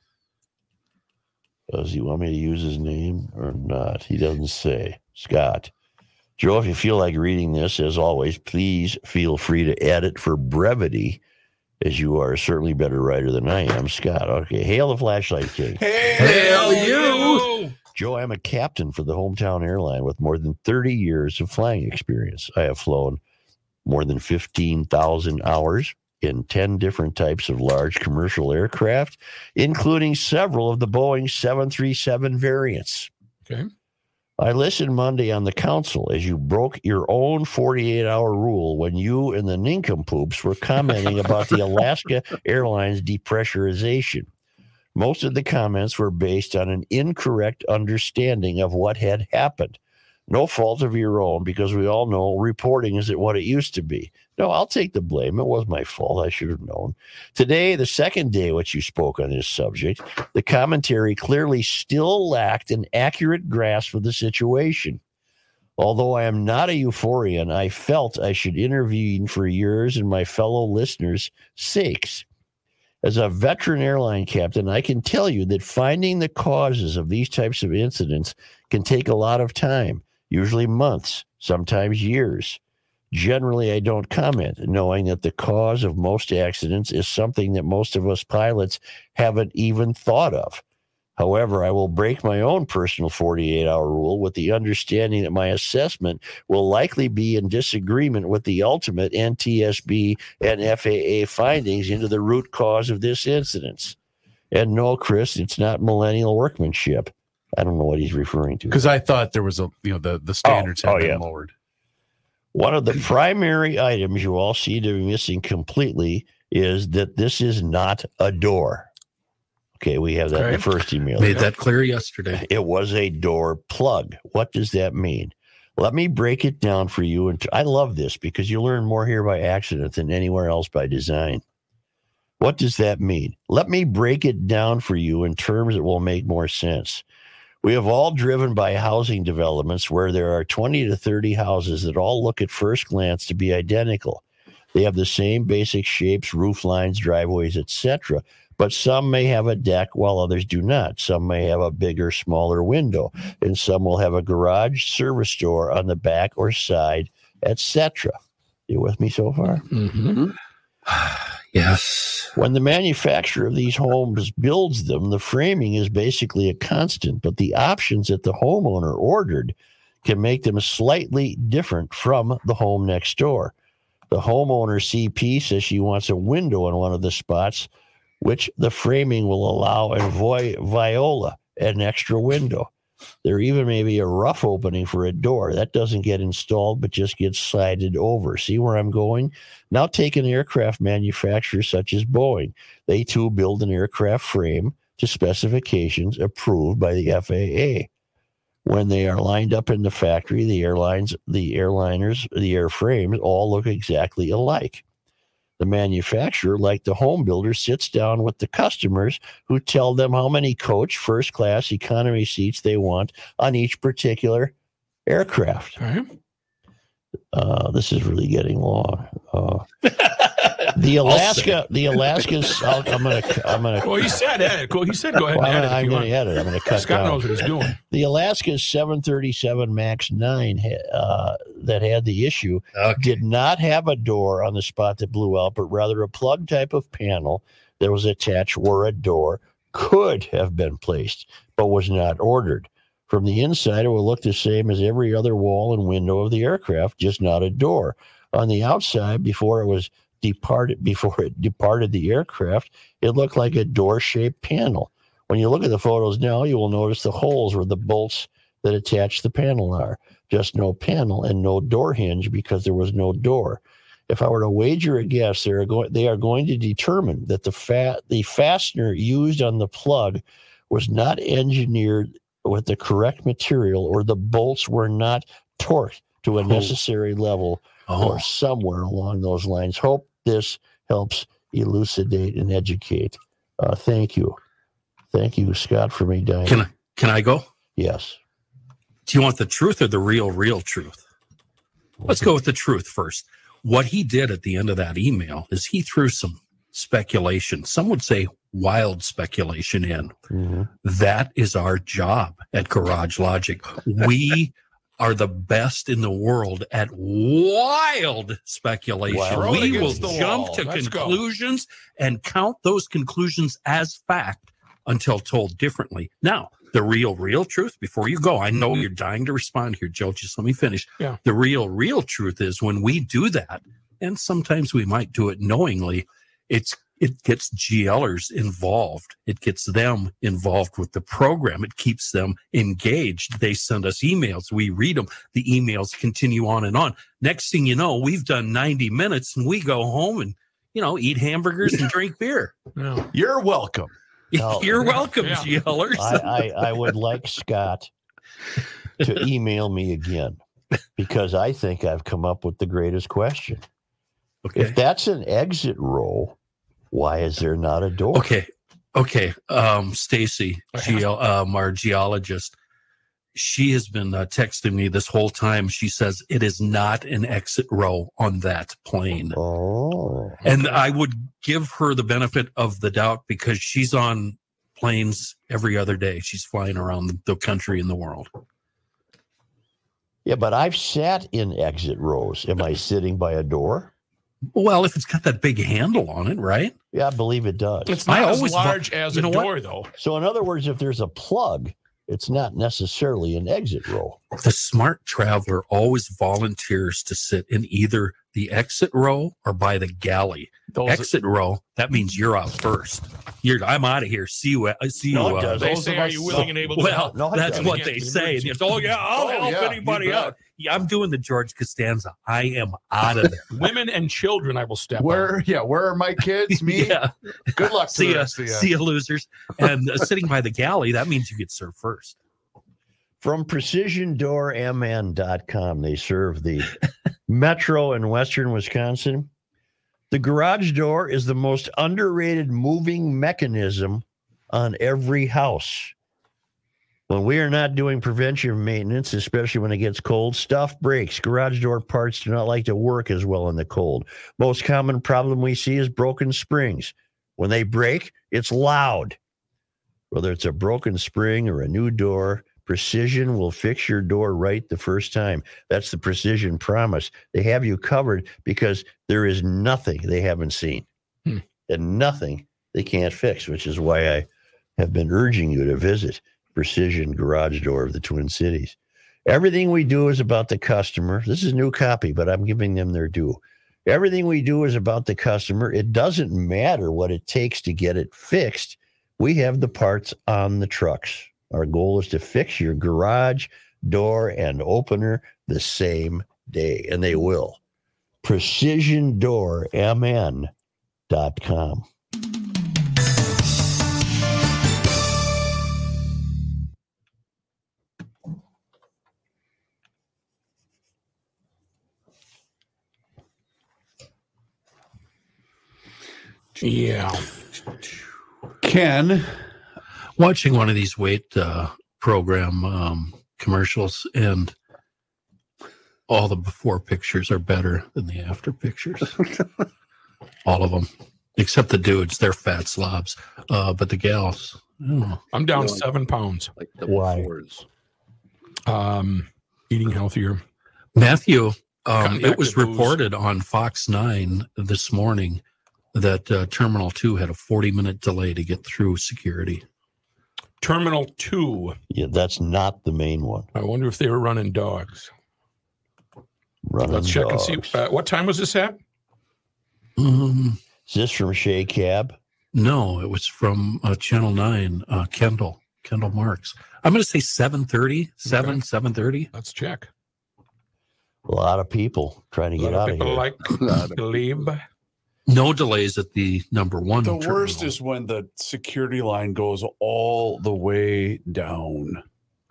[SPEAKER 2] Does he want me to use his name or not? He doesn't say. Scott. Joe, if you feel like reading this, as always, please feel free to edit for brevity, as you are certainly a better writer than I am. Scott. Okay. Hail the flashlight king.
[SPEAKER 7] Hail you!
[SPEAKER 2] Joe, I'm a captain for the hometown airline with more than 30 years of flying experience. I have flown more than 15,000 hours in 10 different types of large commercial aircraft, including several of the Boeing 737 variants.
[SPEAKER 7] Okay.
[SPEAKER 2] I listened Monday on the council as you broke your own 48 hour rule when you and the nincompoops were commenting about the Alaska Airlines depressurization. Most of the comments were based on an incorrect understanding of what had happened. No fault of your own, because we all know reporting isn't what it used to be. No, I'll take the blame. It was my fault. I should have known. Today, the second day which you spoke on this subject, the commentary clearly still lacked an accurate grasp of the situation. Although I am not a euphorian, I felt I should intervene for yours and my fellow listeners' sakes. As a veteran airline captain, I can tell you that finding the causes of these types of incidents can take a lot of time, usually months, sometimes years. Generally, I don't comment, knowing that the cause of most accidents is something that most of us pilots haven't even thought of. However, I will break my own personal 48 hour rule with the understanding that my assessment will likely be in disagreement with the ultimate NTSB and FAA findings into the root cause of this incident. And no, Chris, it's not millennial workmanship. I don't know what he's referring to.
[SPEAKER 3] Because I thought there was a you know the the standards
[SPEAKER 2] oh,
[SPEAKER 3] had been
[SPEAKER 2] yeah.
[SPEAKER 3] lowered.
[SPEAKER 2] One of the primary items you all see to be missing completely is that this is not a door. Okay, we have that in the
[SPEAKER 7] Okay.
[SPEAKER 2] first email.
[SPEAKER 1] Made that clear yesterday.
[SPEAKER 2] It was a door plug. What does that mean? Let me break it down for you. And I love this because you learn more here by accident than anywhere else by design. What does that mean? Let me break it down for you in terms that will make more sense. We have all driven by housing developments where there are 20 to 30 houses that all look at first glance to be identical. They have the same basic shapes, roof lines, driveways, etc but some may have a deck while others do not. Some may have a bigger, smaller window, and some will have a garage, service door on the back or side, etc. You with me so far?
[SPEAKER 3] Mm-hmm.
[SPEAKER 1] yes.
[SPEAKER 2] When the manufacturer of these homes builds them, the framing is basically a constant, but the options that the homeowner ordered can make them slightly different from the home next door. The homeowner CP says she wants a window in one of the spots, which the framing will allow in Vi- Viola an extra window. There even may be a rough opening for a door that doesn't get installed but just gets slided over. See where I'm going? Now take an aircraft manufacturer such as Boeing. They too build an aircraft frame to specifications approved by the FAA. When they are lined up in the factory, the airlines, the airliners, the airframes all look exactly alike. The manufacturer, like the home builder, sits down with the customers who tell them how many coach, first class, economy seats they want on each particular aircraft.
[SPEAKER 7] Okay.
[SPEAKER 2] Uh, this is really getting long. Uh, the Alaska, the Alaska's. I'll, I'm gonna, I'm gonna,
[SPEAKER 7] Well, he said edit. Well, he said go ahead
[SPEAKER 2] well, I'm,
[SPEAKER 7] and edit.
[SPEAKER 2] gonna,
[SPEAKER 7] if
[SPEAKER 2] I'm
[SPEAKER 7] you
[SPEAKER 2] gonna
[SPEAKER 7] want.
[SPEAKER 2] edit. I'm gonna cut
[SPEAKER 7] Scott
[SPEAKER 2] down.
[SPEAKER 7] knows what he's doing.
[SPEAKER 2] The Alaska 737 Max 9 ha- uh, that had the issue
[SPEAKER 1] Okay.
[SPEAKER 2] did not have a door on the spot that blew out, but rather a plug type of panel that was attached where a door could have been placed, but was not ordered. From the inside, it will look the same as every other wall and window of the aircraft, just not a door. On the outside, before it was departed, before it departed the aircraft, it looked like a door-shaped panel. When you look at the photos now, you will notice the holes where the bolts that attach the panel are. Just no panel and no door hinge because there was no door. If I were to wager a guess, they are going they are going to determine that the fat the fastener used on the plug was not engineered with the correct material or the bolts were not torqued to a necessary level
[SPEAKER 1] Oh,
[SPEAKER 2] or somewhere along those lines. Hope this helps elucidate and educate. Uh, thank you. Thank you, Scott, for me dying.
[SPEAKER 1] can I can I go?
[SPEAKER 2] yes.
[SPEAKER 1] Do you want the truth or the real, real truth? Let's go with the truth first. What he did at the end of that email is he threw some speculation. Some would say wild speculation in.
[SPEAKER 2] Mhm.
[SPEAKER 1] That is our job at Garage Logic. We are the best in the world at wild speculation.
[SPEAKER 2] Wow. Throw it
[SPEAKER 1] We will
[SPEAKER 2] against
[SPEAKER 7] the
[SPEAKER 1] jump
[SPEAKER 7] wall.
[SPEAKER 1] to
[SPEAKER 7] Let's go.
[SPEAKER 1] conclusions and count those conclusions as fact until told differently. Now, the real, real truth before you go, I know
[SPEAKER 7] Mhm.
[SPEAKER 1] you're dying to respond here, Joe. Just let me finish.
[SPEAKER 7] Yeah.
[SPEAKER 1] The real, real truth is when we do that, and sometimes we might do it knowingly, it's it gets GLers involved. It gets them involved with the program. It keeps them engaged. They send us emails. We read them. The emails continue on and on. Next thing you know, we've done 90 minutes and we go home and, you know, eat hamburgers and drink beer.
[SPEAKER 7] No.
[SPEAKER 3] You're welcome.
[SPEAKER 2] No.
[SPEAKER 1] You're welcome,
[SPEAKER 7] Yeah.
[SPEAKER 1] GLers.
[SPEAKER 2] I, I, I would like Scott to email me again because I think I've come up with the greatest question.
[SPEAKER 1] okay.
[SPEAKER 2] If that's an exit roll, why is there not a door?
[SPEAKER 1] Okay. Okay. Um, Stacy, ge- um, our geologist, she has been uh, texting me this whole time. She says it is not an exit row on that plane.
[SPEAKER 2] Oh,
[SPEAKER 1] And I would give her the benefit of the doubt because she's on planes every other day. She's flying around the, the country and the world.
[SPEAKER 2] yeah, but I've sat in exit rows. Am I sitting by a door?
[SPEAKER 1] Well, if it's got that big handle on it, right?
[SPEAKER 2] Yeah, I believe it does.
[SPEAKER 7] It's
[SPEAKER 1] I
[SPEAKER 7] not as
[SPEAKER 1] always-
[SPEAKER 7] large as
[SPEAKER 1] you
[SPEAKER 7] a
[SPEAKER 1] know what?
[SPEAKER 7] door, though.
[SPEAKER 2] So, in other words, if there's a plug, it's not necessarily an exit roll.
[SPEAKER 1] The smart traveler always volunteers to sit in either the exit row or by the galley.
[SPEAKER 7] Those,
[SPEAKER 1] exit row, that means you're out first. You're I'm out of here. See you. I see you.
[SPEAKER 2] No, it
[SPEAKER 1] uh,
[SPEAKER 2] doesn't.
[SPEAKER 7] they
[SPEAKER 2] those
[SPEAKER 7] say,
[SPEAKER 2] of
[SPEAKER 7] "Are
[SPEAKER 2] us-
[SPEAKER 7] you willing and able to?"
[SPEAKER 1] well,
[SPEAKER 2] No, it
[SPEAKER 1] that's
[SPEAKER 2] doesn't.
[SPEAKER 1] what they say. And it's, oh yeah, I'll
[SPEAKER 7] Oh,
[SPEAKER 1] help
[SPEAKER 7] yeah, you
[SPEAKER 1] anybody
[SPEAKER 7] bet.
[SPEAKER 1] out. Yeah, I'm doing the George Costanza. I am out of there.
[SPEAKER 7] women and children, I will step. on.
[SPEAKER 3] Where? Yeah. Where are my kids? Me.
[SPEAKER 1] yeah.
[SPEAKER 3] Good luck. To
[SPEAKER 1] See
[SPEAKER 3] the
[SPEAKER 1] ya.
[SPEAKER 3] rest of ya.
[SPEAKER 1] See ya, losers. And uh, sitting by the galley, that means you get served first.
[SPEAKER 2] From precisiondoormn.com, they serve the metro in western Wisconsin. The garage door is the most underrated moving mechanism on every house. When we are not doing preventive maintenance, especially when it gets cold, stuff breaks. Garage door parts do not like to work as well in the cold. Most common problem we see is broken springs. When they break, it's loud. Whether it's a broken spring or a new door, Precision will fix your door right the first time. That's the Precision promise. They have you covered because there is nothing they haven't seen
[SPEAKER 7] Hmm.
[SPEAKER 2] and nothing they can't fix, which is why I have been urging you to visit Precision Garage Door of the Twin Cities. Everything we do is about the customer. This is a new copy, but I'm giving them their due. Everything we do is about the customer. It doesn't matter what it takes to get it fixed. We have the parts on the trucks. Our goal is to fix your garage door and opener the same day, and they will. PrecisionDoorMN.com.
[SPEAKER 7] Yeah.
[SPEAKER 3] Ken.
[SPEAKER 1] watching one of these weight uh, program um, commercials and all the before pictures are better than the after pictures all of them except the dudes they're fat slobs uh, but the gals oh. I don't know.
[SPEAKER 7] I'm down
[SPEAKER 4] No.
[SPEAKER 7] seven pounds.
[SPEAKER 4] Like the
[SPEAKER 2] Why?
[SPEAKER 4] befores.
[SPEAKER 7] Um, eating healthier.
[SPEAKER 1] matthew
[SPEAKER 7] Come
[SPEAKER 1] um,
[SPEAKER 7] back
[SPEAKER 1] it was
[SPEAKER 7] to booze.
[SPEAKER 1] reported on fox 9 this morning that uh, Terminal 2 had a 40 minute delay to get through security.
[SPEAKER 7] Terminal 2.
[SPEAKER 2] Yeah, that's not the main one.
[SPEAKER 7] I wonder if they were running dogs.
[SPEAKER 2] Running
[SPEAKER 7] Let's check
[SPEAKER 2] dogs.
[SPEAKER 7] and see. Uh, what time was this at?
[SPEAKER 1] Um,
[SPEAKER 2] Is this from Shea Cab?
[SPEAKER 1] no, it was from uh, Channel 9, uh, Kendall, Kendall Marks. I'm going to say 7.30, 7, 7.30.
[SPEAKER 7] Let's check.
[SPEAKER 2] A lot of people trying to
[SPEAKER 7] A
[SPEAKER 2] get
[SPEAKER 7] lot
[SPEAKER 2] out
[SPEAKER 7] of
[SPEAKER 2] of
[SPEAKER 7] people
[SPEAKER 2] here.
[SPEAKER 7] like to leave.
[SPEAKER 1] No delays at the number one.
[SPEAKER 3] The worst
[SPEAKER 1] terminal.
[SPEAKER 3] is when the security line goes all the way down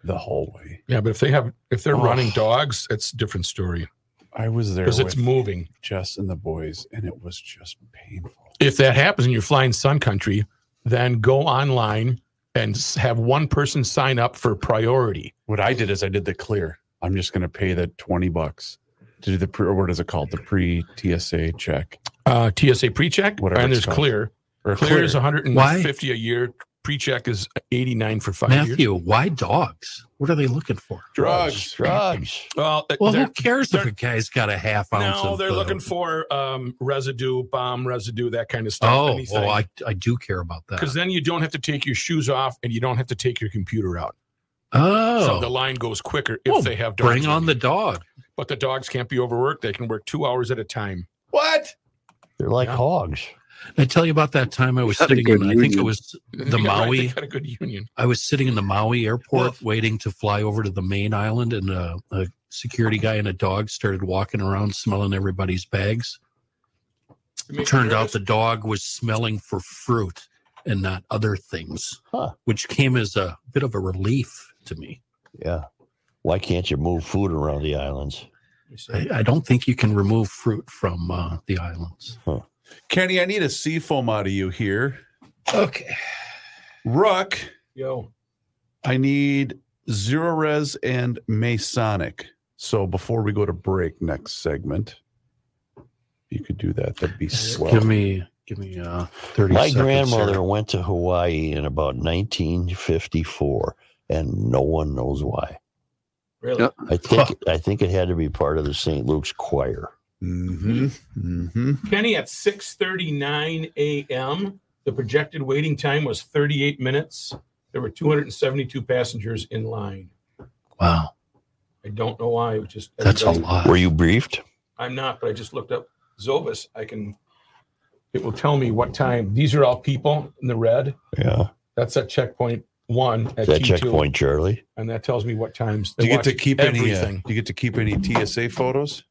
[SPEAKER 3] the hallway.
[SPEAKER 7] Yeah, but if they have if they're
[SPEAKER 3] Oh.
[SPEAKER 7] running dogs, it's a different story
[SPEAKER 3] I was there
[SPEAKER 7] because it's
[SPEAKER 3] with
[SPEAKER 7] moving.
[SPEAKER 3] Jess and the boys, and it was just painful.
[SPEAKER 7] If that happens and you're flying Sun Country, then go online and s- have one person sign up for priority.
[SPEAKER 3] What I did is I did the clear. I'm just going to pay the 20 bucks to do the pre, or what is it called? The pre TSA check.
[SPEAKER 7] Uh, TSA pre-check
[SPEAKER 3] Whatever
[SPEAKER 7] and
[SPEAKER 3] it's
[SPEAKER 7] there's
[SPEAKER 3] called.
[SPEAKER 7] clear.
[SPEAKER 3] Or
[SPEAKER 7] clear. is 150 a year. Pre-check is 89 for five years.
[SPEAKER 1] Matthew, why dogs? What are they looking for?
[SPEAKER 3] drugs.
[SPEAKER 2] Drugs.
[SPEAKER 7] Well, th-
[SPEAKER 1] Well,
[SPEAKER 7] they're-
[SPEAKER 1] who cares if
[SPEAKER 7] they're-
[SPEAKER 1] a guy's got a half ounce?
[SPEAKER 7] no,
[SPEAKER 1] of,
[SPEAKER 7] they're
[SPEAKER 1] uh,
[SPEAKER 7] looking for um, residue, bomb residue, that kind of stuff.
[SPEAKER 1] Oh,
[SPEAKER 7] anything.
[SPEAKER 1] well, I, I do care about
[SPEAKER 7] because
[SPEAKER 1] that.
[SPEAKER 7] then you don't have to take your shoes off and you don't have to take your computer out. So
[SPEAKER 1] Oh,
[SPEAKER 7] the line goes quicker if
[SPEAKER 1] Well,
[SPEAKER 7] they have dogs.
[SPEAKER 1] bring
[SPEAKER 7] in
[SPEAKER 1] on the
[SPEAKER 7] it.
[SPEAKER 1] dog.
[SPEAKER 7] but the dogs can't be overworked. They can work two hours at a time.
[SPEAKER 3] What?
[SPEAKER 2] They're like
[SPEAKER 7] Yeah.
[SPEAKER 2] hogs.
[SPEAKER 1] Did I tell you about that time I was
[SPEAKER 4] That's a
[SPEAKER 1] sitting
[SPEAKER 4] good
[SPEAKER 1] in, I think it
[SPEAKER 4] union.
[SPEAKER 1] was
[SPEAKER 7] They
[SPEAKER 1] the
[SPEAKER 7] got- right,
[SPEAKER 1] Maui.
[SPEAKER 7] They got a good union.
[SPEAKER 1] I was sitting in the Maui airport waiting to fly over to the main island, and a, a security guy and a dog started walking around smelling everybody's bags.
[SPEAKER 7] It makes
[SPEAKER 1] Turned
[SPEAKER 7] me
[SPEAKER 1] out
[SPEAKER 7] nervous.
[SPEAKER 1] the dog was smelling for fruit and not other things,
[SPEAKER 2] Huh.
[SPEAKER 1] which came as a bit of a relief to me.
[SPEAKER 2] Yeah. Why can't you move food around the islands?
[SPEAKER 1] I, I don't think you can remove fruit from uh, the islands.
[SPEAKER 3] Kenny, I need a seafoam out of you here.
[SPEAKER 1] Okay.
[SPEAKER 3] Rook,
[SPEAKER 7] yo.
[SPEAKER 3] I need Zero Res and Masonic. So before we go to break next segment, you could do that. That'd be swell.
[SPEAKER 1] Give me, give me uh, thirty.
[SPEAKER 2] My
[SPEAKER 1] seconds
[SPEAKER 2] grandmother
[SPEAKER 1] here.
[SPEAKER 2] went to Hawaii in about 1954, and no one knows why.
[SPEAKER 5] Really?
[SPEAKER 4] Yep.
[SPEAKER 2] I think I think it had to be part of the St. Luke's choir.
[SPEAKER 3] Mm-hmm. Mm-hmm.
[SPEAKER 7] Penny at 6:39 a.m. The projected waiting time was 38 minutes. There were 272 passengers in line.
[SPEAKER 1] Wow,
[SPEAKER 7] I don't know why. It was just
[SPEAKER 1] that's a
[SPEAKER 7] everybody-
[SPEAKER 1] lot.
[SPEAKER 2] Were you briefed?
[SPEAKER 7] I'm not, but I just looked up Zobus. I can. It will tell me what time. These are all people in the red.
[SPEAKER 2] Yeah.
[SPEAKER 7] That's at checkpoint one at
[SPEAKER 2] Is that
[SPEAKER 7] T2,
[SPEAKER 2] checkpoint, Charlie?
[SPEAKER 7] and that tells me what times.
[SPEAKER 3] Do
[SPEAKER 7] they
[SPEAKER 3] you get to
[SPEAKER 7] watch
[SPEAKER 3] keep any? Uh, do
[SPEAKER 7] everything?
[SPEAKER 3] you get to keep any TSA photos?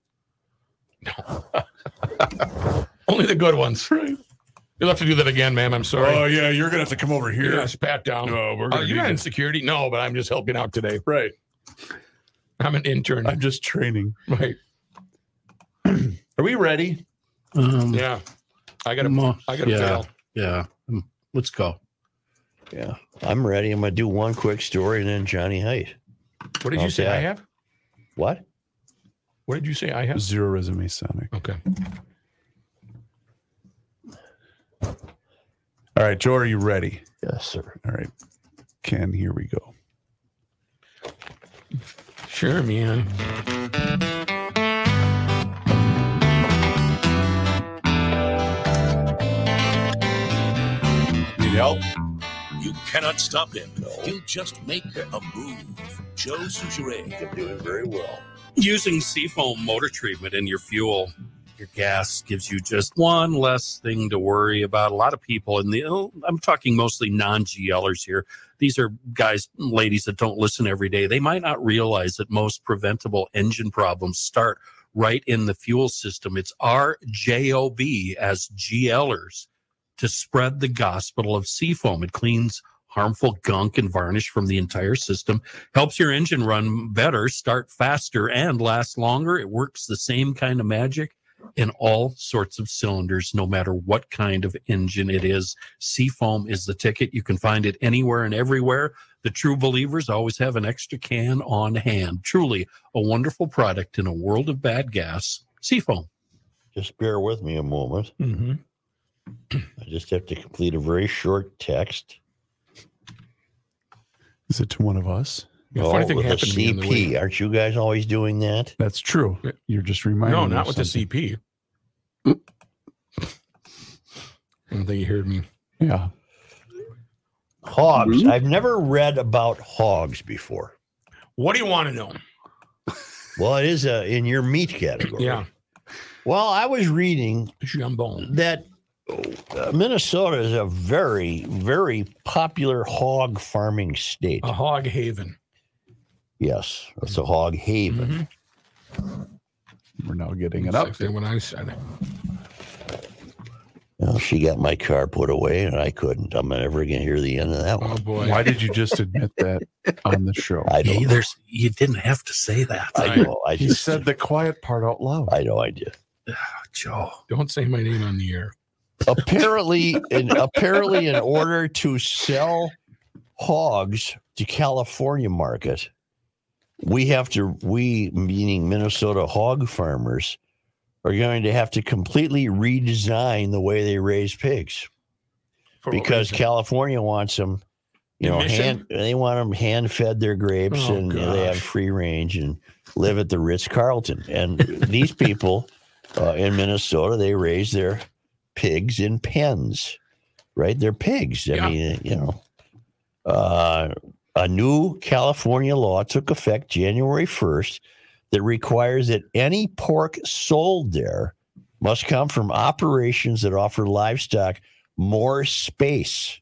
[SPEAKER 7] Only the good ones. You'll have to do that again, ma'am. I'm sorry.
[SPEAKER 3] Oh, yeah, you're gonna have to come over
[SPEAKER 7] Yes, pat down.
[SPEAKER 3] No, we're
[SPEAKER 7] Oh, you're not in security? No, but I'm just helping out today.
[SPEAKER 3] right.
[SPEAKER 7] I'm an intern.
[SPEAKER 3] I'm just training.
[SPEAKER 7] right.
[SPEAKER 3] Are we ready?
[SPEAKER 1] Um,
[SPEAKER 7] Yeah. I got a.
[SPEAKER 1] I'm, uh,
[SPEAKER 7] I got a
[SPEAKER 1] yeah,
[SPEAKER 7] fail.
[SPEAKER 1] yeah. Mm, Let's go.
[SPEAKER 2] Yeah. I'm ready. I'm gonna do one quick story and then Johnny Height.
[SPEAKER 7] What did you say?
[SPEAKER 2] Okay.
[SPEAKER 7] I have.
[SPEAKER 2] What?
[SPEAKER 7] What did you say? I have.
[SPEAKER 3] Zero resume Sonic.
[SPEAKER 7] Okay.
[SPEAKER 3] All right, Joe, are you ready?
[SPEAKER 2] Yes, sir.
[SPEAKER 3] All right, Ken, here we go.
[SPEAKER 7] Sure, man.
[SPEAKER 3] Need help?
[SPEAKER 5] You cannot stop him. You just make a move. Joe Souchere.
[SPEAKER 2] You're doing very well.
[SPEAKER 1] Using seafoam motor treatment in your fuel, your gas gives you just one less thing to worry about. A lot of people, and the oh, I'm talking mostly non-GLers here. These are guys, ladies that don't listen every day. They might not realize that most preventable engine problems start right in the fuel system. It's RJOB as GLers to spread the gospel of seafoam. It cleans harmful gunk and varnish from the entire system helps your engine run better, start faster, and last longer. It works the same kind of magic in all sorts of cylinders, no matter what kind of engine it is. Seafoam is the ticket. You can find it anywhere and everywhere. The true believers always have an extra can on hand. Truly a wonderful product in a world of bad gas. Seafoam.
[SPEAKER 2] Just bear with me a moment.
[SPEAKER 7] Mm-hmm.
[SPEAKER 2] I just have to complete a very short text.
[SPEAKER 3] Is it to one of us?
[SPEAKER 7] The funny
[SPEAKER 2] Oh,
[SPEAKER 7] thing
[SPEAKER 2] with a
[SPEAKER 7] happened to me on the way-
[SPEAKER 2] CP. Aren't you guys always doing that?
[SPEAKER 3] That's true. You're just reminding.
[SPEAKER 7] No,
[SPEAKER 3] me
[SPEAKER 7] not
[SPEAKER 3] of
[SPEAKER 7] with
[SPEAKER 3] something.
[SPEAKER 7] the CP. I don't think you heard me. Yeah.
[SPEAKER 2] Hogs.
[SPEAKER 7] Mm-hmm.
[SPEAKER 4] Mhm.
[SPEAKER 2] I've never read about hogs before.
[SPEAKER 7] What do you want to know?
[SPEAKER 2] Well, it is uh in your meat category.
[SPEAKER 7] Yeah.
[SPEAKER 2] Well, I was reading
[SPEAKER 7] Jambone.
[SPEAKER 2] that uh, Minnesota is a very, very popular hog farming state.
[SPEAKER 7] A hog haven.
[SPEAKER 2] Yes, it's a hog haven.
[SPEAKER 7] Mhm.
[SPEAKER 3] We're now getting it up.
[SPEAKER 7] Exactly What I said.
[SPEAKER 2] Well, she got my car put away, and I couldn't. I'm never going to hear the end of that one.
[SPEAKER 7] Oh boy.
[SPEAKER 3] Why did you just admit that on the show?
[SPEAKER 2] I
[SPEAKER 1] Yeah,
[SPEAKER 2] don't. know.
[SPEAKER 1] there's you didn't have to say that,
[SPEAKER 2] I know. I
[SPEAKER 3] He
[SPEAKER 2] just
[SPEAKER 3] said the quiet part out loud.
[SPEAKER 2] I know. I did.
[SPEAKER 1] Joe.
[SPEAKER 7] Don't say my name on the air.
[SPEAKER 2] apparently in apparently in order to sell hogs to California market, we have to we meaning Minnesota hog farmers are going to have to completely redesign the way they raise pigs
[SPEAKER 7] For what
[SPEAKER 2] because
[SPEAKER 7] reason?
[SPEAKER 2] California wants them you know
[SPEAKER 7] Emission?
[SPEAKER 2] hand they want them hand fed their grapes
[SPEAKER 7] Oh,
[SPEAKER 2] and they have
[SPEAKER 7] gosh.
[SPEAKER 2] free range and live at the Ritz Carlton and these people uh, in Minnesota they raise their pigs in pens, right? They're pigs. I
[SPEAKER 7] Yeah.
[SPEAKER 2] mean, you know. Uh, a new California law took effect January 1st that requires that any pork sold there must come from operations that offer livestock more space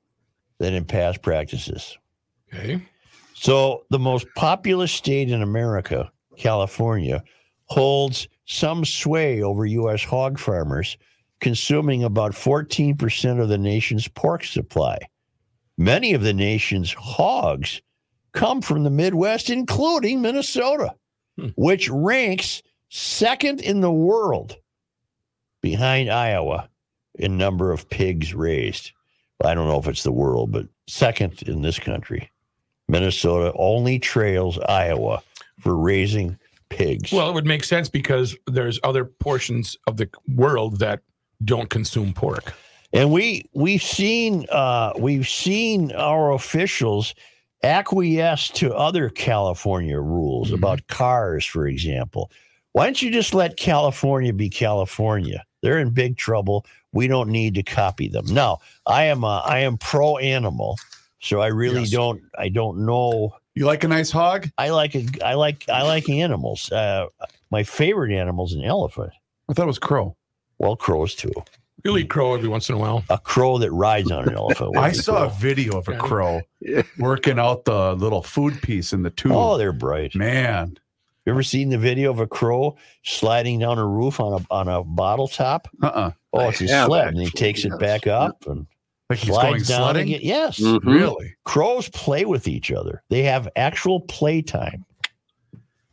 [SPEAKER 2] than in past practices.
[SPEAKER 7] okay.
[SPEAKER 2] So, the most populous state in America, California, holds some sway over U.S. hog farmers, consuming about 14% of the nation's pork supply. Many of the nation's hogs come from the Midwest, including Minnesota,
[SPEAKER 7] Hmm.
[SPEAKER 2] which ranks second in the world behind Iowa in number of pigs raised. I don't know if it's the world, but second in this country. Minnesota only trails Iowa for raising pigs.
[SPEAKER 7] Well, it would make sense because there's other portions of the world that don't consume pork.
[SPEAKER 2] And we we've seen uh, we've seen our officials acquiesce to other California rules
[SPEAKER 7] Mhm.
[SPEAKER 3] Mm-hmm.
[SPEAKER 2] about cars, for example. Why don't you just let California be California? They're in big trouble. We don't need to copy them. Now, I am uh, I am pro animal, so I really
[SPEAKER 7] Yes.
[SPEAKER 2] don't I don't know.
[SPEAKER 3] You like a nice hog?
[SPEAKER 2] I like it. I like I like animals. Uh, my favorite animal is an elephant.
[SPEAKER 3] I thought it was crow.
[SPEAKER 2] Well, crows too.
[SPEAKER 7] You'll
[SPEAKER 2] Mm.
[SPEAKER 7] eat crow every once in a while.
[SPEAKER 2] A crow that rides on an elephant. would
[SPEAKER 3] I
[SPEAKER 2] be
[SPEAKER 3] saw a
[SPEAKER 2] cool.
[SPEAKER 3] video of a
[SPEAKER 7] Yeah.
[SPEAKER 3] crow
[SPEAKER 4] Yeah.
[SPEAKER 3] working out the little food piece in the tube.
[SPEAKER 2] Oh, they're bright.
[SPEAKER 3] Man,
[SPEAKER 2] You ever seen the video of a crow sliding down a roof on a on a bottle top?
[SPEAKER 3] uh uh
[SPEAKER 2] Oh,
[SPEAKER 4] I
[SPEAKER 2] it's a
[SPEAKER 4] have
[SPEAKER 2] sled, and he
[SPEAKER 4] actually,
[SPEAKER 2] takes it
[SPEAKER 4] yes. Mm.
[SPEAKER 2] back up and
[SPEAKER 3] Like he's going
[SPEAKER 2] slides down
[SPEAKER 3] sledding?
[SPEAKER 2] again. Yes,
[SPEAKER 3] Mm-hmm. Really?
[SPEAKER 2] crows play with each other. They have actual playtime.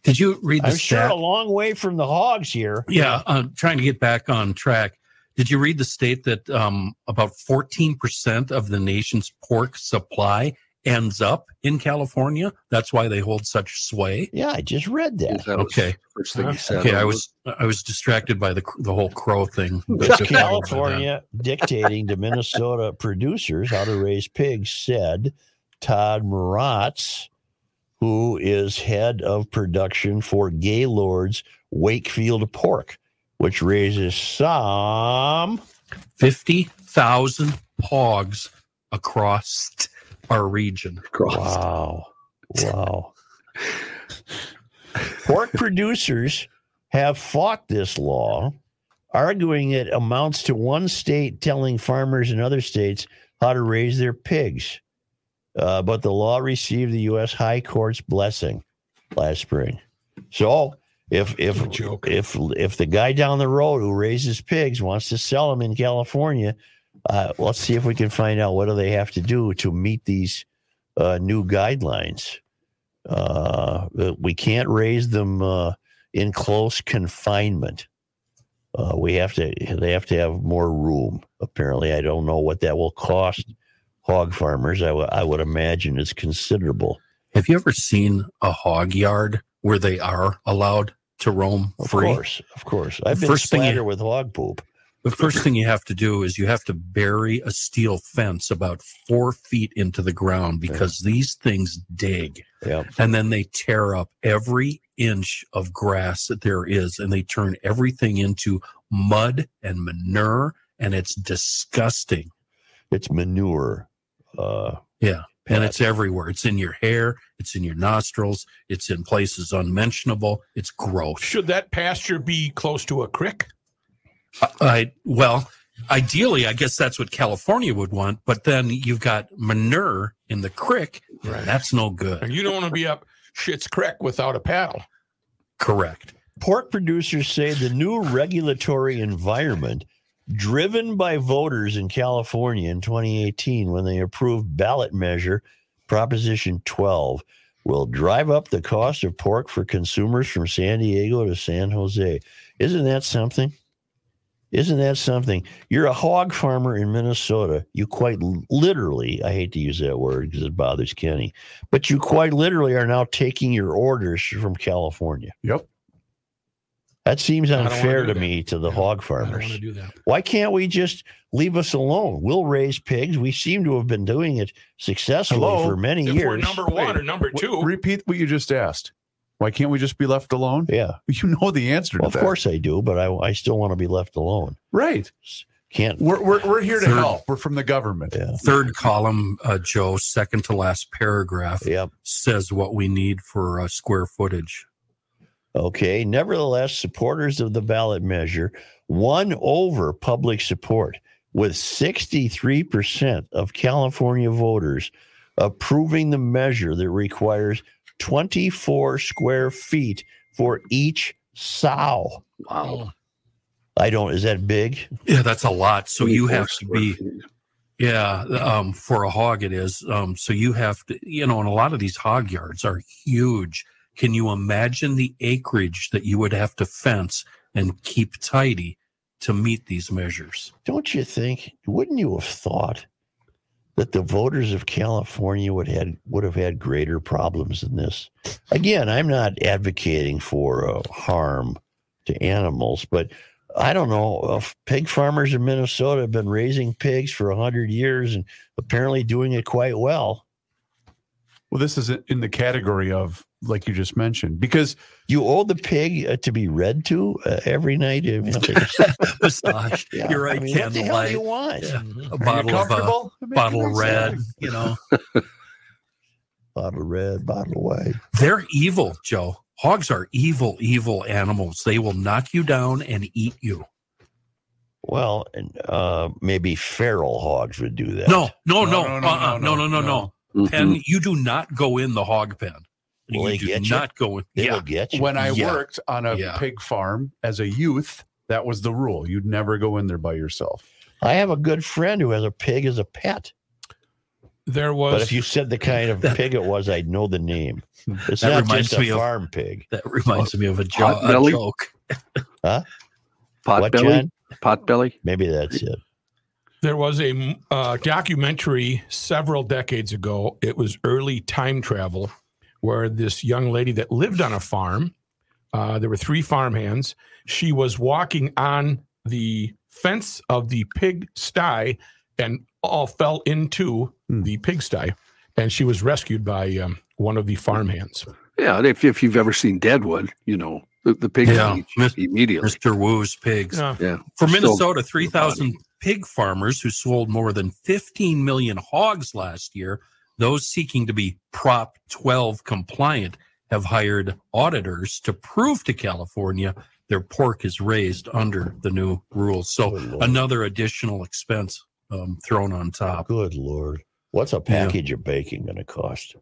[SPEAKER 1] Did you read the
[SPEAKER 2] I'm sure
[SPEAKER 1] stat?
[SPEAKER 2] a long way from the hogs here.
[SPEAKER 1] Yeah, I'm trying to get back on track. Did you read the state that um, about 14% of the nation's pork supply ends up in California? That's why they hold such sway.
[SPEAKER 2] Yeah, I just read that.
[SPEAKER 4] That was
[SPEAKER 1] Okay.
[SPEAKER 4] the First thing he said.
[SPEAKER 1] Okay, I was I was distracted by the the whole crow thing. But
[SPEAKER 2] It's
[SPEAKER 1] just-
[SPEAKER 2] California dictating to Minnesota producers how to raise pigs, said Todd Moratz, who is head of production for Gaylord's Wakefield Pork, which raises some.
[SPEAKER 1] 50,000 hogs across our region.
[SPEAKER 4] Cross.
[SPEAKER 2] Wow. Wow. Pork producers have fought this law, arguing it amounts to one state telling farmers in other states how to raise their pigs. Uh, but the law received the U.S. High Court's blessing last spring. So if if
[SPEAKER 7] What a joke.
[SPEAKER 2] if if the guy down the road who raises pigs wants to sell them in California, uh, let's see if we can find out what do they have to do to meet these uh, new guidelines. Uh, that we can't raise them uh, in close confinement. Uh, we have to. They have to have more room. Apparently, I don't know what that will cost hog farmers. I would- I would imagine it's considerable.
[SPEAKER 1] Have you ever seen a hog yard where they are allowed to roam
[SPEAKER 2] Of
[SPEAKER 1] free?
[SPEAKER 2] course, of course. I've been
[SPEAKER 1] First thing you-
[SPEAKER 2] splattered with hog poop.
[SPEAKER 1] The first thing you have to do is you have to bury a steel fence about four feet into the ground because these things dig
[SPEAKER 2] Yep.
[SPEAKER 1] and then they tear up every inch of grass that there is and they turn everything into mud and manure and it's disgusting.
[SPEAKER 2] It's manure. Uh,
[SPEAKER 1] Yeah. And it's everywhere. It's in your hair, it's in your nostrils, it's in places unmentionable. It's gross.
[SPEAKER 7] Should that pasture be close to a creek?
[SPEAKER 1] I well, ideally, I guess that's what California would want, but then you've got manure in the crick. and That's no good.
[SPEAKER 7] You don't want to be up shit's creek without a paddle.
[SPEAKER 1] Correct.
[SPEAKER 2] Pork producers say the new regulatory environment, driven by voters in California in 2018 when they approved ballot measure Proposition 12, will drive up the cost of pork for consumers from San Diego to San Jose. Isn't that something? Isn't that something? You're a hog farmer in Minnesota. You quite l- literally, I hate to use that word because it bothers Kenny, but you quite literally are now taking your orders from California.
[SPEAKER 7] Yep.
[SPEAKER 2] That seems
[SPEAKER 7] don't wanna
[SPEAKER 2] unfair
[SPEAKER 7] do
[SPEAKER 2] to
[SPEAKER 7] that.
[SPEAKER 2] me to the
[SPEAKER 7] Yeah,
[SPEAKER 2] hog
[SPEAKER 7] I don't want to
[SPEAKER 2] farmers.
[SPEAKER 7] do that.
[SPEAKER 2] Why can't we just leave us alone? We'll raise pigs. We seem to have been doing it successfully
[SPEAKER 3] Hello?
[SPEAKER 2] for many
[SPEAKER 7] If we're
[SPEAKER 2] years.
[SPEAKER 7] number one or number
[SPEAKER 3] W-
[SPEAKER 7] two,
[SPEAKER 3] Repeat what you just asked. Why can't we just be left alone?
[SPEAKER 2] yeah,
[SPEAKER 3] You know the answer to
[SPEAKER 2] well, of
[SPEAKER 3] that.
[SPEAKER 2] course I do, but I, I still want to be left alone.
[SPEAKER 3] Right.
[SPEAKER 2] Can't.
[SPEAKER 3] We're, we're, we're here to
[SPEAKER 1] Third.
[SPEAKER 3] help. We're from the government.
[SPEAKER 2] Yeah.
[SPEAKER 1] Third column, uh, Joe, second to last paragraph
[SPEAKER 2] Yep.
[SPEAKER 1] says what we need for uh, square footage.
[SPEAKER 2] Okay. Nevertheless, supporters of the ballot measure won over public support, with 63% of California voters approving the measure that requires 24 square feet for each sow.
[SPEAKER 4] Wow.
[SPEAKER 1] Oh,
[SPEAKER 2] I don't, is that big?
[SPEAKER 1] Yeah, that's a lot. So you
[SPEAKER 4] 24
[SPEAKER 1] have to
[SPEAKER 4] square
[SPEAKER 1] be.
[SPEAKER 4] feet.
[SPEAKER 1] Yeah, um, for a hog it is. Um, so you have to, you know, and a lot of these hog yards are huge. Can you imagine the acreage that you would have to fence and keep tidy to meet these measures?
[SPEAKER 2] Don't you think, wouldn't you have thought? That the voters of California would had would have had greater problems than this. Again, I'm not advocating for uh, harm to animals, but I don't know. Uh, pig farmers in Minnesota have been raising pigs for hundred years and apparently doing it quite well.
[SPEAKER 3] Well, this is in the category of, like you just mentioned, because
[SPEAKER 2] You owe the pig uh, to be read to uh, every night. I mean,
[SPEAKER 1] Massage,
[SPEAKER 2] yeah,
[SPEAKER 1] you're right,
[SPEAKER 2] I mean, what the hell do you
[SPEAKER 1] candlelight,
[SPEAKER 2] want? Mm-hmm.
[SPEAKER 1] Yeah. a
[SPEAKER 3] are you
[SPEAKER 1] bottle of uh,
[SPEAKER 3] comfortable? It makes
[SPEAKER 1] bottle of
[SPEAKER 3] no
[SPEAKER 1] red,
[SPEAKER 3] sense.
[SPEAKER 1] you know.
[SPEAKER 2] Bottle of red, bottle of white.
[SPEAKER 1] They're evil, Joe. Hogs are evil, evil animals. They will knock you down and eat you.
[SPEAKER 2] Well, and uh, maybe feral hogs would do that.
[SPEAKER 1] No, no,
[SPEAKER 3] No,
[SPEAKER 1] no,
[SPEAKER 3] no,
[SPEAKER 1] uh-uh, no, uh-uh,
[SPEAKER 3] no, no,
[SPEAKER 1] no, no, no,
[SPEAKER 3] no.
[SPEAKER 1] no.
[SPEAKER 4] Mhm.
[SPEAKER 1] Pen, you do not go in the hog pen.
[SPEAKER 2] Will Mm. they
[SPEAKER 1] you do
[SPEAKER 2] get you?
[SPEAKER 1] not go in.
[SPEAKER 2] they
[SPEAKER 1] yeah.
[SPEAKER 2] will get you.
[SPEAKER 3] When I
[SPEAKER 1] Yeah.
[SPEAKER 3] worked on a
[SPEAKER 1] Yeah.
[SPEAKER 3] pig farm as a youth, that was the rule. You'd never go in there by yourself.
[SPEAKER 2] I have a good friend who has a pig as a pet.
[SPEAKER 7] there was.
[SPEAKER 2] But if you said the kind of pig it was, I'd know the name. It's
[SPEAKER 1] That
[SPEAKER 2] not
[SPEAKER 1] reminds
[SPEAKER 2] just a
[SPEAKER 1] me of-
[SPEAKER 2] farm pig.
[SPEAKER 1] That reminds me of a, jo-
[SPEAKER 4] Hot
[SPEAKER 1] a
[SPEAKER 4] belly?
[SPEAKER 1] joke.
[SPEAKER 4] Pot
[SPEAKER 2] what,
[SPEAKER 4] belly?
[SPEAKER 2] John?
[SPEAKER 4] Pot belly?
[SPEAKER 2] Maybe that's it.
[SPEAKER 7] There was a uh, documentary several decades ago. It was early time travel, where this young lady that lived on a farm, uh, there were three farmhands. She was walking on the fence of the pig sty and all fell into
[SPEAKER 3] Hmm.
[SPEAKER 7] the pigsty, and she was rescued by um, one of the farmhands.
[SPEAKER 4] Yeah. and If, if you've ever seen Deadwood, you know, the, the pig
[SPEAKER 1] Yeah.
[SPEAKER 4] eat
[SPEAKER 1] Mis-
[SPEAKER 4] immediately.
[SPEAKER 1] Mr. Woo's pigs.
[SPEAKER 7] Uh,
[SPEAKER 1] For
[SPEAKER 4] Still
[SPEAKER 1] Minnesota, 3,000 pig farmers who sold more than 15 million hogs last year, those seeking to be Prop 12 compliant have hired auditors to prove to California their pork is raised under the new rules. So
[SPEAKER 2] Good lord.
[SPEAKER 1] another additional expense um, thrown on top.
[SPEAKER 2] Good lord. What's a package of bacon going to cost?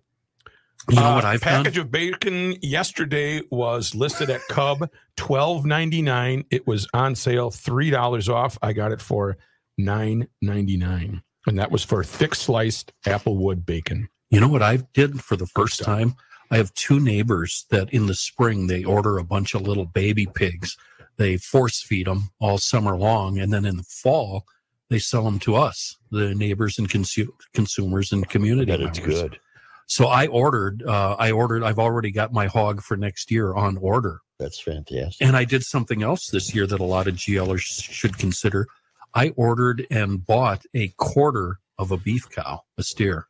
[SPEAKER 1] You know
[SPEAKER 7] Uh,
[SPEAKER 1] what I've done?
[SPEAKER 7] package of bacon yesterday was listed at Cub twelve ninety nine. It was on sale three dollars off. I got it for nine ninety nine, and that was for thick sliced applewood bacon.
[SPEAKER 1] You know what I did for the first time? I have two neighbors that in the spring they order a bunch of little baby pigs. They force feed them all summer long, and then in the fall they sell them to us, the neighbors and consu- consumers and
[SPEAKER 2] I
[SPEAKER 1] community
[SPEAKER 2] bet it's
[SPEAKER 1] members.
[SPEAKER 2] good.
[SPEAKER 1] So I ordered. Uh, I ordered. I've already got my hog for next year on order.
[SPEAKER 2] That's fantastic.
[SPEAKER 1] And I did something else this year that a lot of GLers should consider. I ordered and bought a quarter of a beef cow, a steer.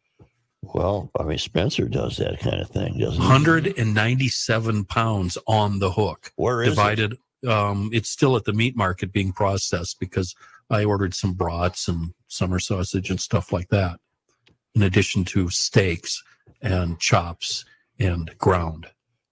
[SPEAKER 2] Well, I mean, Spencer does that kind of thing, doesn't he?
[SPEAKER 1] 197 pounds on the hook
[SPEAKER 2] Where is it?
[SPEAKER 1] divided um it's still at the meat market being processed because I ordered some brats and summer sausage and stuff like that, in addition to steaks and chops and ground.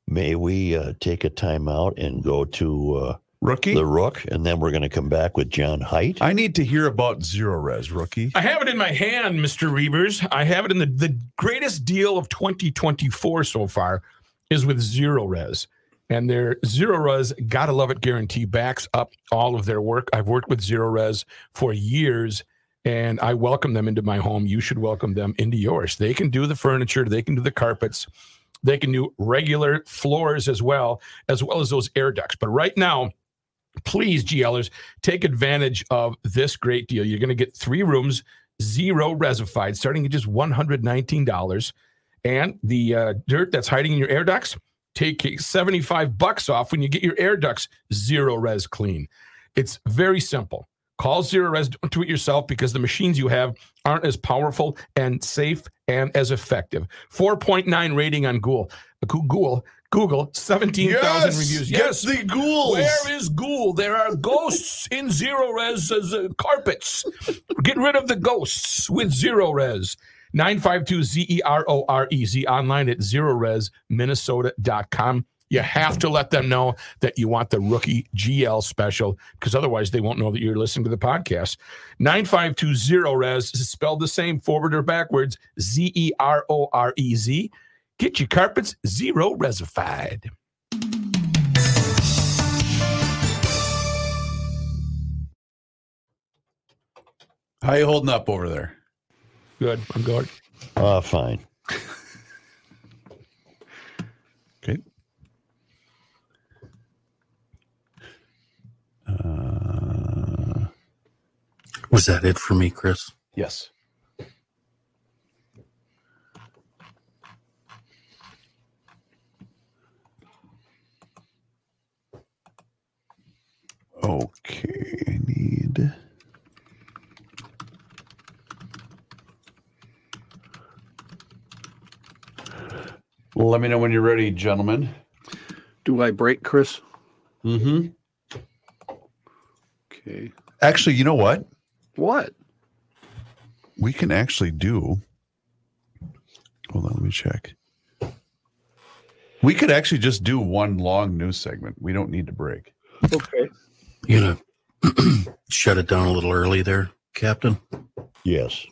[SPEAKER 2] May we uh, take a time out and go to uh,
[SPEAKER 3] Rookie?
[SPEAKER 2] the Rook, and then we're going to come back with John Height.
[SPEAKER 3] I need to hear about Zero Res, Rookie.
[SPEAKER 7] I have it in my hand, Mr. Reavers. I have it in the, the greatest deal of 2024 so far is with Zero Res. And their Zero Res Gotta Love It guarantee backs up all of their work. I've worked with Zero Res for years and I welcome them into my home. You should welcome them into yours. They can do the furniture, they can do the carpets, they can do regular floors as well, as well as those air ducts. But right now, please, GLers, take advantage of this great deal. You're going to get three rooms, zero resified, starting at just $119. And the uh, dirt that's hiding in your air ducts, take 75 bucks off when you get your air ducts zero res clean. It's very simple. Call Zero Res, don't do it yourself because the machines you have aren't as powerful and safe and as effective. 4.9 rating on Google. Google, Google, 17,000 reviews.
[SPEAKER 3] the ghouls.
[SPEAKER 7] Where is ghoul? There are ghosts in zero res as, uh, carpets. Get rid of the ghosts with zero res. 952 Z E R O R E Z online at zeroresminnesota.com. You have to let them know that you want the rookie GL special because otherwise they won't know that you're listening to the podcast. 9520 res is spelled the same forward or backwards Z E R O R E Z. Get your carpets zero resified.
[SPEAKER 3] How you holding up over there?
[SPEAKER 7] Good. I'm good.
[SPEAKER 2] Uh, fine.
[SPEAKER 3] Okay. Uh,
[SPEAKER 1] Was that it for me, Chris?
[SPEAKER 3] yes. Okay, I need. Let me know when you're ready, gentlemen.
[SPEAKER 4] Do I break, Chris?
[SPEAKER 3] Mm-hmm.
[SPEAKER 4] Okay.
[SPEAKER 3] Actually, you know what?
[SPEAKER 4] What?
[SPEAKER 3] we can actually do. Hold on, let me check. We could actually just do one long news segment. We don't need to break.
[SPEAKER 4] Okay.
[SPEAKER 1] You know, shut it down a little early there, Captain.
[SPEAKER 2] Yes.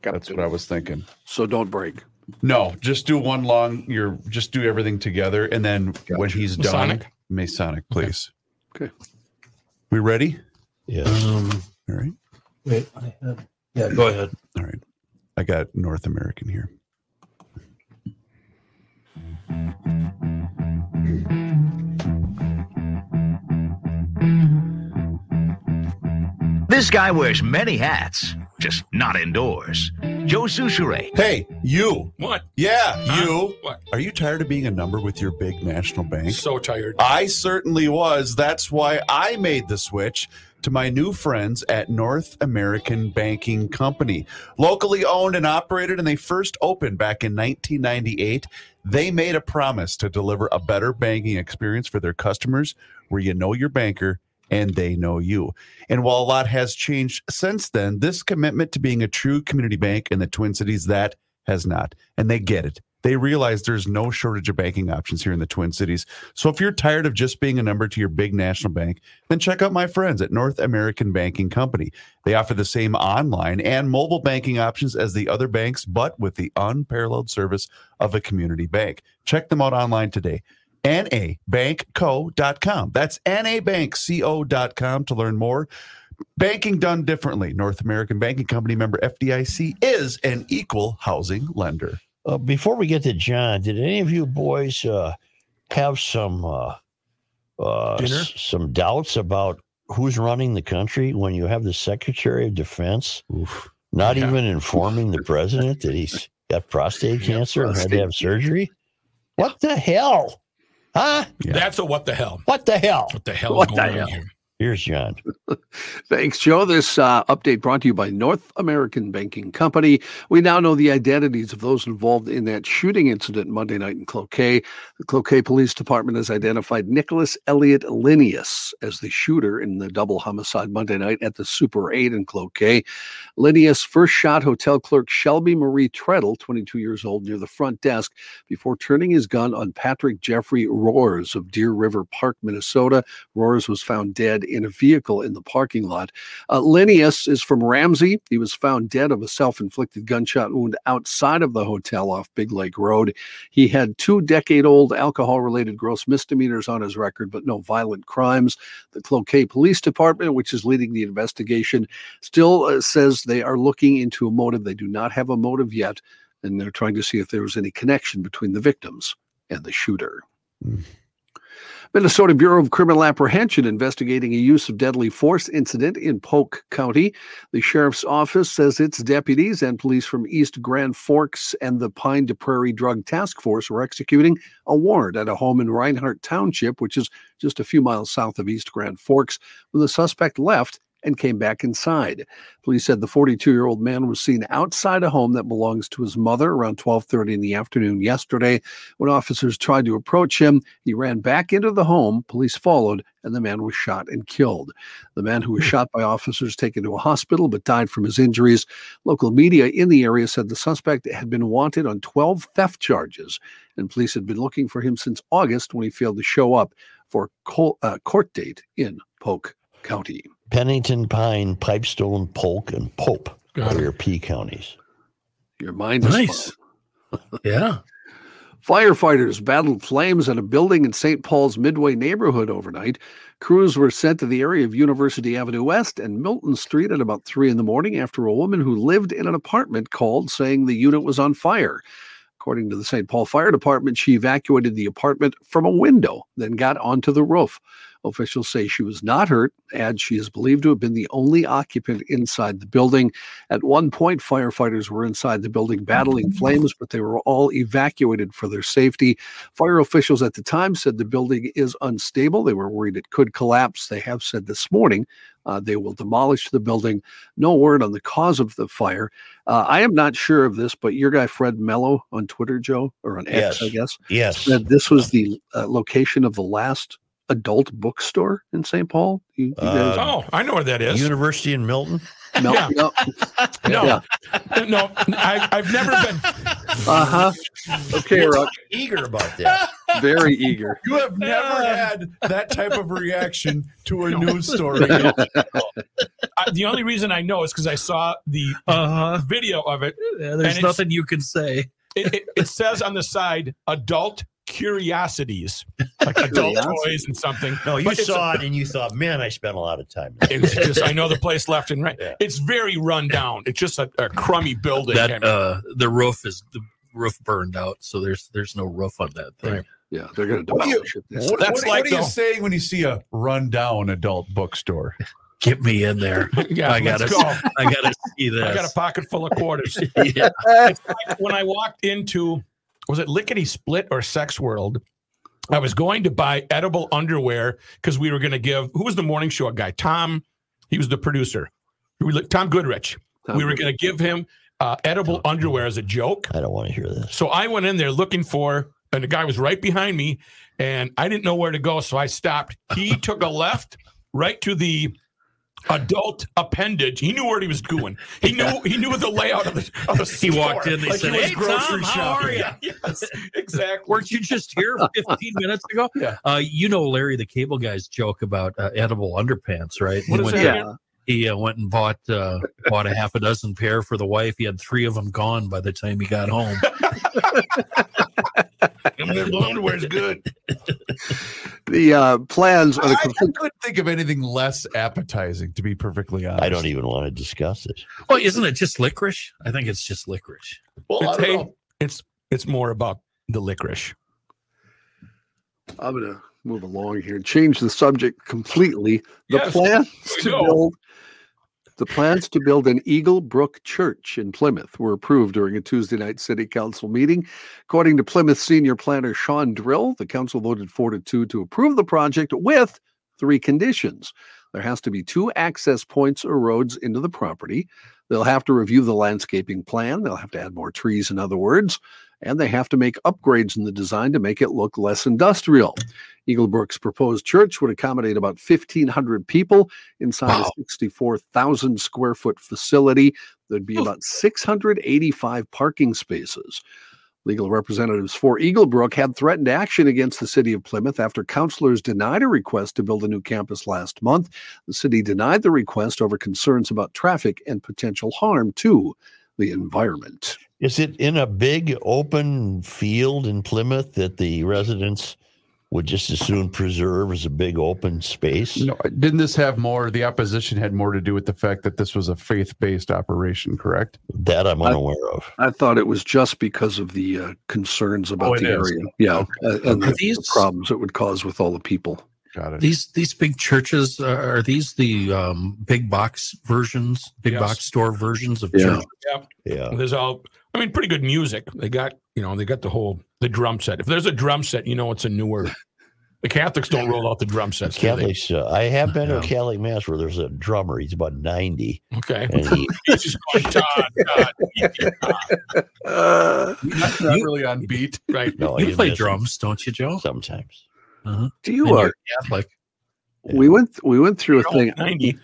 [SPEAKER 4] Got
[SPEAKER 3] That's
[SPEAKER 4] it.
[SPEAKER 3] what I was thinking.
[SPEAKER 4] So don't break.
[SPEAKER 3] No, just do one long. You're just do everything together, and then when he's
[SPEAKER 7] Masonic?
[SPEAKER 3] done, Masonic, please.
[SPEAKER 4] Okay.
[SPEAKER 3] We ready?
[SPEAKER 2] Yes.
[SPEAKER 1] Um,
[SPEAKER 3] All right.
[SPEAKER 1] wait, I have. Yeah, go ahead.
[SPEAKER 3] All right. I got North American here.
[SPEAKER 8] This guy wears many hats, just not indoors. Joe Souchere.
[SPEAKER 3] Hey, you.
[SPEAKER 7] What?
[SPEAKER 3] Yeah,
[SPEAKER 7] Huh?
[SPEAKER 3] you.
[SPEAKER 7] What?
[SPEAKER 3] Are you tired of being a number with your big national bank?
[SPEAKER 7] So tired.
[SPEAKER 3] I certainly was. That's why I made the switch to my new friends at North American Banking Company. Locally owned and operated, and they first opened back in 1998. They made a promise to deliver a better banking experience for their customers where you know your banker and they know you. And while a lot has changed since then, this commitment to being a true community bank in the Twin Cities that has not. And they get it. They realize there's no shortage of banking options here in the Twin Cities. So if you're tired of just being a number to your big national bank, then check out my friends at North American Banking Company. They offer the same online and mobile banking options as the other banks, but with the unparalleled service of a community bank. Check them out online today. NABankCo.com. That's NABankCo.com to learn more. Banking done differently. North American Banking Company member FDIC is an equal housing lender.
[SPEAKER 2] Uh, before we get to John, did any of you boys uh, have some uh, uh,
[SPEAKER 7] Dinner?
[SPEAKER 2] s- some doubts about who's running the country when you have the Secretary of Defense not
[SPEAKER 7] Yeah.
[SPEAKER 2] even informing the president that he's got prostate cancer and had to
[SPEAKER 4] prostate.
[SPEAKER 2] have surgery? What the hell? Huh?
[SPEAKER 3] Yeah.
[SPEAKER 7] That's a what the hell.
[SPEAKER 2] What the hell?
[SPEAKER 7] What the hell
[SPEAKER 2] What
[SPEAKER 7] is
[SPEAKER 2] the
[SPEAKER 7] going
[SPEAKER 2] hell?
[SPEAKER 7] on here?
[SPEAKER 2] Here's John.
[SPEAKER 4] Thanks, Joe. This uh, update brought to you by North American Banking Company. We now know the identities of those involved in that shooting incident Monday night in Cloquet. The Cloquet Police Department has identified Nicholas Elliott Linnaeus as the shooter in the double homicide Monday night at the Super 8 in Cloquet. Linnaeus first shot hotel clerk Shelby Marie Treadle, 22 years old, near the front desk before turning his gun on Patrick Jeffrey Roars of Deer River Park, Minnesota. Roars was found dead in a vehicle in the parking lot. Uh, Linnaeus is from Ramsey. He was found dead of a self inflicted gunshot wound outside of the hotel off Big Lake Road. He had two decade old alcohol related gross misdemeanors on his record, but no violent crimes. The Cloquet Police Department, which is leading the investigation, still uh, says they are looking into a motive. They do not have a motive yet, and they're trying to see if there was any connection between the victims and the shooter. Minnesota Bureau of Criminal Apprehension investigating a use of deadly force incident in Polk County. The sheriff's office says its deputies and police from East Grand Forks and the Pine to Prairie Drug Task Force were executing a warrant at a home in Reinhardt Township, which is just a few miles south of East Grand Forks, when the suspect left and came back inside. Police said the 42-year-old man was seen outside a home that belongs to his mother around 12:30 in the afternoon yesterday. When officers tried to approach him, he ran back into the home. Police followed and the man was shot and killed. The man who was shot by officers taken to a hospital but died from his injuries. Local media in the area said the suspect had been wanted on 12 theft charges and police had been looking for him since August when he failed to show up for col- uh, court date in Polk County.
[SPEAKER 2] Pennington Pine, Pipestone, Polk, and Pope
[SPEAKER 7] Got
[SPEAKER 2] are
[SPEAKER 7] it.
[SPEAKER 2] your P counties.
[SPEAKER 4] Your mind is
[SPEAKER 1] Nice.
[SPEAKER 4] fine.
[SPEAKER 1] Yeah.
[SPEAKER 4] Firefighters battled flames at a building in St. Paul's Midway neighborhood overnight. Crews were sent to the area of University Avenue West and Milton Street at about 3 in the morning after a woman who lived in an apartment called saying the unit was on fire. According to the St. Paul Fire Department, she evacuated the apartment from a window, then got onto the roof. Officials say she was not hurt, and she is believed to have been the only occupant inside the building. At one point, firefighters were inside the building battling flames, but they were all evacuated for their safety. Fire officials at the time said the building is unstable. They were worried it could collapse. They have said this morning uh, they will demolish the building. No word on the cause of the fire. Uh, I am not sure of this, but your guy Fred Mello on Twitter, Joe, or on X,
[SPEAKER 2] Yes.
[SPEAKER 4] I guess,
[SPEAKER 2] Yes.
[SPEAKER 4] said this was the uh, location of the last adult bookstore in St. Paul. You, you guys
[SPEAKER 7] Oh, I know where that is.
[SPEAKER 2] University in Milton.
[SPEAKER 4] Mel-
[SPEAKER 7] yeah.
[SPEAKER 4] no,
[SPEAKER 7] no,
[SPEAKER 4] yeah.
[SPEAKER 7] no, I, I've never been.
[SPEAKER 4] Uh huh. Okay, Rock.
[SPEAKER 2] Eager about that.
[SPEAKER 4] Very eager.
[SPEAKER 7] You have never had that type of reaction to a news story. I, the only reason I know is because I saw the
[SPEAKER 1] Uh huh.
[SPEAKER 7] video of it. And
[SPEAKER 1] There's
[SPEAKER 7] it's-
[SPEAKER 1] nothing you can say.
[SPEAKER 7] It, it, it says on the side, "adult curiosities," like adult
[SPEAKER 4] Curiosities.
[SPEAKER 7] toys and something.
[SPEAKER 2] No, you
[SPEAKER 7] But it's-
[SPEAKER 2] saw it and you thought, man, I spent a lot of time. there."
[SPEAKER 7] It's just I know the place left and right.
[SPEAKER 2] Yeah.
[SPEAKER 7] It's very run down. It's just a, a crummy building.
[SPEAKER 1] That uh, the roof is the roof burned out, so there's there's no roof on that thing.
[SPEAKER 7] Right.
[SPEAKER 4] Yeah, they're going to
[SPEAKER 3] What do you-
[SPEAKER 4] demolish it. This
[SPEAKER 3] What,
[SPEAKER 7] That's
[SPEAKER 3] what-
[SPEAKER 7] like
[SPEAKER 3] what are you
[SPEAKER 7] the-
[SPEAKER 3] saying when you see a rundown adult bookstore?
[SPEAKER 1] Get me in there.
[SPEAKER 7] yeah,
[SPEAKER 1] I gotta
[SPEAKER 7] let's go.
[SPEAKER 1] I gotta see this.
[SPEAKER 7] I got a pocket full of quarters.
[SPEAKER 1] yeah.
[SPEAKER 7] when I walked into was it Lickety Split or Sex World? I was going to buy edible underwear because we were going to give who was the morning show guy? Tom, he was the producer. We look- Tom Goodrich.
[SPEAKER 4] Tom
[SPEAKER 7] we were going to give him uh, edible underwear as a joke.
[SPEAKER 2] I don't want to hear this.
[SPEAKER 7] So I went in there looking for, and the guy was right behind me, and I didn't know where to go, so I stopped. He took a left, right to the adult appendage. He knew where he was going. He knew he knew the layout of the. Of the
[SPEAKER 1] He walked
[SPEAKER 7] store,
[SPEAKER 1] in, they
[SPEAKER 7] like
[SPEAKER 1] said,
[SPEAKER 7] was
[SPEAKER 1] "Hey, Tom,
[SPEAKER 7] grocery
[SPEAKER 1] how are
[SPEAKER 7] shopping." Yes, exactly.
[SPEAKER 1] Weren't you just here 15 minutes ago?
[SPEAKER 7] Yeah.
[SPEAKER 1] Uh, you know Larry the Cable Guy's joke about uh, edible underpants, right?
[SPEAKER 7] What
[SPEAKER 1] he
[SPEAKER 7] is
[SPEAKER 1] went,
[SPEAKER 7] that?
[SPEAKER 1] down-
[SPEAKER 4] yeah.
[SPEAKER 1] he uh, went and bought uh, bought a half a dozen pair for the wife. He had three of them gone by the time he got home.
[SPEAKER 3] Edible underwear is good.
[SPEAKER 4] The uh, plans are
[SPEAKER 3] I,
[SPEAKER 4] the
[SPEAKER 3] I
[SPEAKER 4] complete.
[SPEAKER 3] couldn't think of anything less appetizing, to be perfectly honest.
[SPEAKER 2] I don't even want to discuss it.
[SPEAKER 1] Well, isn't it just licorice? I think it's just licorice.
[SPEAKER 3] Well, I
[SPEAKER 7] It's,
[SPEAKER 3] don't
[SPEAKER 7] hey,
[SPEAKER 3] know.
[SPEAKER 7] it's it's more about the licorice.
[SPEAKER 4] I'm going to move along here and change the subject completely. The
[SPEAKER 7] Yes,
[SPEAKER 4] plans
[SPEAKER 7] we
[SPEAKER 4] to
[SPEAKER 7] go.
[SPEAKER 4] build the plans to build an Eagle Brook Church in Plymouth were approved during a Tuesday night city council meeting. According to Plymouth senior planner Sean Drill, the council voted four to two to approve the project with three conditions. There has to be two access points or roads into the property. They'll have to review the landscaping plan. They'll have to add more trees, in other words, and they have to make upgrades in the design to make it look less industrial. Eaglebrook's proposed church would accommodate about 1,500 people inside
[SPEAKER 1] Wow.
[SPEAKER 4] a 64,000 square foot facility. There'd be about 685 parking spaces. Legal representatives for Eaglebrook had threatened action against the city of Plymouth after counselors denied a request to build a new campus last month. The city denied the request over concerns about traffic and potential harm to the environment.
[SPEAKER 2] Is it in a big open field in Plymouth that the residents would just as soon preserve as a big open space?
[SPEAKER 3] No, didn't this have more? The opposition had more to do with the fact that this was a faith-based operation, correct?
[SPEAKER 2] That I'm
[SPEAKER 4] I-
[SPEAKER 2] unaware of.
[SPEAKER 4] I thought it was just because of the uh, concerns about
[SPEAKER 3] it
[SPEAKER 4] the
[SPEAKER 3] is.
[SPEAKER 4] area. Yeah. uh, And
[SPEAKER 1] Are
[SPEAKER 4] the, the
[SPEAKER 1] these-
[SPEAKER 4] problems it would cause with all the people.
[SPEAKER 3] Got it.
[SPEAKER 1] These these big churches uh, are, are these the um, big box versions, big
[SPEAKER 7] Yes.
[SPEAKER 1] box store versions of
[SPEAKER 4] Yeah.
[SPEAKER 1] churches?
[SPEAKER 2] Yeah.
[SPEAKER 7] There's all, I mean, pretty good music. They got, you know, they got the whole the drum set. If there's a drum set, you know it's a newer. The Catholics don't roll out the drum sets. do they?
[SPEAKER 2] Catholics, uh, I have been to a
[SPEAKER 1] Yeah.
[SPEAKER 2] Catholic mass where there's a drummer. He's about 90.
[SPEAKER 7] Okay.
[SPEAKER 2] And he,
[SPEAKER 7] It's just going, "Todd, Todd."
[SPEAKER 4] Uh,
[SPEAKER 3] Not not really on beat.
[SPEAKER 7] Right.
[SPEAKER 2] no,
[SPEAKER 1] you
[SPEAKER 2] he
[SPEAKER 1] play
[SPEAKER 2] misses
[SPEAKER 1] drums, don't you, Joe?
[SPEAKER 2] sometimes.
[SPEAKER 4] do
[SPEAKER 1] And
[SPEAKER 4] you
[SPEAKER 1] you're
[SPEAKER 4] are?
[SPEAKER 1] Catholic.
[SPEAKER 4] We went we went through a thing
[SPEAKER 7] 90.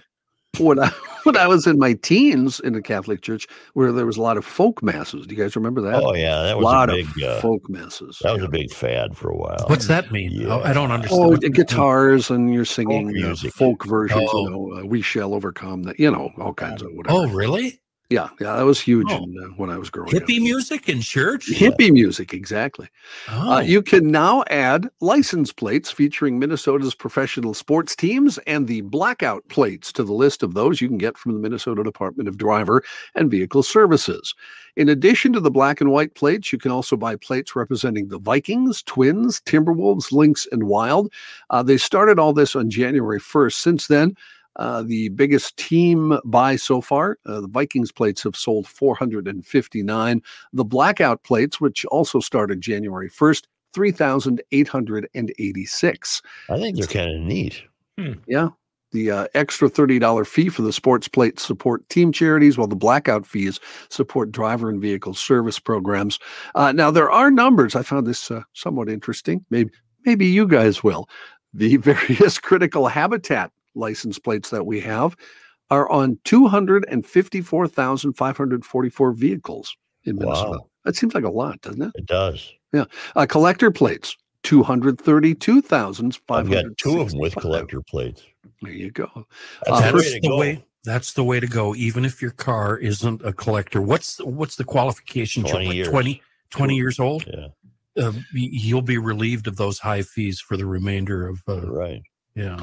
[SPEAKER 4] when I when I was in my teens in the Catholic Church where there was a lot of folk masses. Do you guys remember that?
[SPEAKER 2] Oh, yeah. That
[SPEAKER 4] a
[SPEAKER 2] was
[SPEAKER 4] lot
[SPEAKER 2] a big,
[SPEAKER 4] of
[SPEAKER 2] uh,
[SPEAKER 4] folk masses.
[SPEAKER 2] that was a big fad for a while.
[SPEAKER 1] What's that mean?
[SPEAKER 2] Yeah.
[SPEAKER 1] I I don't understand.
[SPEAKER 4] Oh,
[SPEAKER 1] What-
[SPEAKER 4] the guitars and you're singing uh,
[SPEAKER 2] music.
[SPEAKER 4] folk versions.
[SPEAKER 1] Oh.
[SPEAKER 4] You know, uh, we shall overcome that. You know, all kinds of whatever.
[SPEAKER 1] Oh, really?
[SPEAKER 4] yeah, yeah, that was huge
[SPEAKER 1] Oh.
[SPEAKER 4] in, uh, when I was growing up.
[SPEAKER 1] Hippie music in church?
[SPEAKER 4] Hippie music, exactly.
[SPEAKER 1] Oh,
[SPEAKER 4] Uh, you can now add license plates featuring Minnesota's professional sports teams and the blackout plates to the list of those you can get from the Minnesota Department of Driver and Vehicle Services. In addition to the black and white plates, you can also buy plates representing the Vikings, Twins, Timberwolves, Lynx, and Wild. Uh, they started all this on January 1st. Since then, uh, the biggest team buy so far, uh, the Vikings plates have sold 459. The blackout plates, which also started January 1st, 3,886.
[SPEAKER 2] I think they're kind of neat.
[SPEAKER 4] The uh, extra $30 fee for the sports plates support team charities, while the blackout fees support driver and vehicle service programs. Uh, now, there are numbers. I found this uh, somewhat interesting. Maybe, maybe you guys will. The various critical habitat license plates that we have are on 254,544 vehicles in Minnesota.
[SPEAKER 2] Wow.
[SPEAKER 4] That seems like a lot, doesn't it?
[SPEAKER 2] It does.
[SPEAKER 4] Uh, collector plates, two hundred thirty-two thousand
[SPEAKER 2] I've
[SPEAKER 4] five
[SPEAKER 2] got
[SPEAKER 4] hundred.
[SPEAKER 2] two of them with um, collector plates.
[SPEAKER 4] There you go.
[SPEAKER 2] That's
[SPEAKER 4] Uh,
[SPEAKER 2] the way
[SPEAKER 1] that's
[SPEAKER 2] to
[SPEAKER 1] the
[SPEAKER 2] go.
[SPEAKER 1] way. That's the way to go. Even if your car isn't a collector, what's what's the qualification? Joe?
[SPEAKER 2] 20 years.
[SPEAKER 1] 20, 20 years old.
[SPEAKER 2] Yeah,
[SPEAKER 1] Uh, y- you'll be relieved of those high fees for the remainder of. Uh,
[SPEAKER 2] right.
[SPEAKER 1] yeah.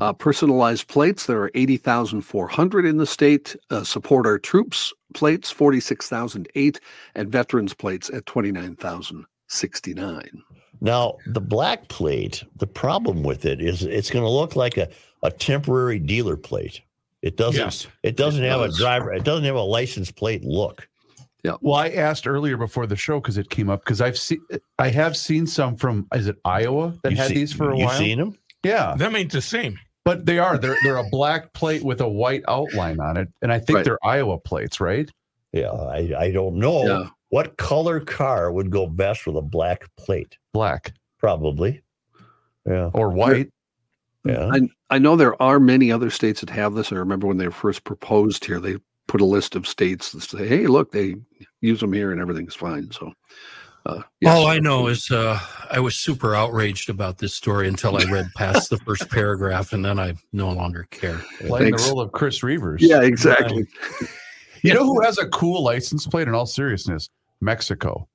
[SPEAKER 4] Uh, personalized plates, there are eighty thousand four hundred in the state. Uh, support our troops plates, forty-six thousand eight, and veterans plates at twenty-nine thousand sixty-nine.
[SPEAKER 2] Now, the black plate, the problem with it is it's going to look like a, a temporary dealer plate. It doesn't
[SPEAKER 7] Yes.
[SPEAKER 2] it doesn't
[SPEAKER 4] It
[SPEAKER 2] have
[SPEAKER 4] does.
[SPEAKER 2] a driver it doesn't have a license plate look.
[SPEAKER 3] Well, I asked earlier before the show because it came up because I've seen I have seen some from is it Iowa that
[SPEAKER 2] You
[SPEAKER 3] had
[SPEAKER 2] see-
[SPEAKER 3] these for a
[SPEAKER 2] you
[SPEAKER 3] while.
[SPEAKER 2] seen them?
[SPEAKER 3] Yeah,
[SPEAKER 7] Them ain't the same.
[SPEAKER 3] but they are they're they're a black plate with a white outline on it, and I think
[SPEAKER 4] Right.
[SPEAKER 3] they're Iowa plates, right?
[SPEAKER 2] Yeah, I, I don't know
[SPEAKER 4] Yeah.
[SPEAKER 2] what color car would go best with a black plate.
[SPEAKER 3] Black
[SPEAKER 2] Probably. Yeah.
[SPEAKER 3] or white.
[SPEAKER 2] Yeah.
[SPEAKER 4] I, I know there are many other states that have this. I remember when they were first proposed here, they put a list of states that say, "Hey, look, they use them here, and everything's fine." So, uh, yes.
[SPEAKER 1] All I know is uh, I was super outraged about this story until I read past the first paragraph, and then I no longer care.
[SPEAKER 3] Playing
[SPEAKER 4] Thanks.
[SPEAKER 3] the role of Chris Reavers.
[SPEAKER 4] yeah, exactly.
[SPEAKER 3] You know who has a cool license plate in all seriousness? Mexico.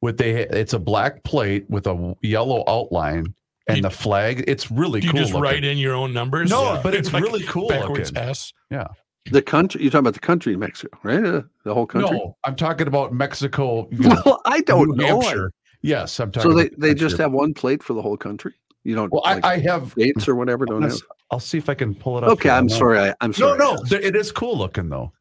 [SPEAKER 3] With they it's a black plate with a yellow outline and
[SPEAKER 7] You-
[SPEAKER 3] the flag. It's really
[SPEAKER 7] Do you
[SPEAKER 3] cool.
[SPEAKER 7] just
[SPEAKER 3] looking.
[SPEAKER 7] write in your own numbers?
[SPEAKER 3] No, but it's
[SPEAKER 7] like
[SPEAKER 3] really cool
[SPEAKER 7] Backwards
[SPEAKER 3] looking.
[SPEAKER 7] S.
[SPEAKER 4] The country you're talking about the country, Mexico, right? Uh, the whole country.
[SPEAKER 3] No, I'm talking about Mexico. you know,
[SPEAKER 4] Well, I
[SPEAKER 3] New
[SPEAKER 4] don't know.
[SPEAKER 3] Hampshire. Yes, I'm talking
[SPEAKER 4] So they,
[SPEAKER 3] about
[SPEAKER 4] they just
[SPEAKER 3] Hampshire.
[SPEAKER 4] have one plate for the whole country. You don't
[SPEAKER 3] Well,
[SPEAKER 4] like,
[SPEAKER 3] I, I have
[SPEAKER 4] dates or whatever. Don't have.
[SPEAKER 3] I'll see if I can pull it up.
[SPEAKER 4] Okay,
[SPEAKER 3] here.
[SPEAKER 4] I'm
[SPEAKER 3] No.
[SPEAKER 4] sorry. I, I'm
[SPEAKER 3] No,
[SPEAKER 4] sorry.
[SPEAKER 3] no, th- it is cool looking though.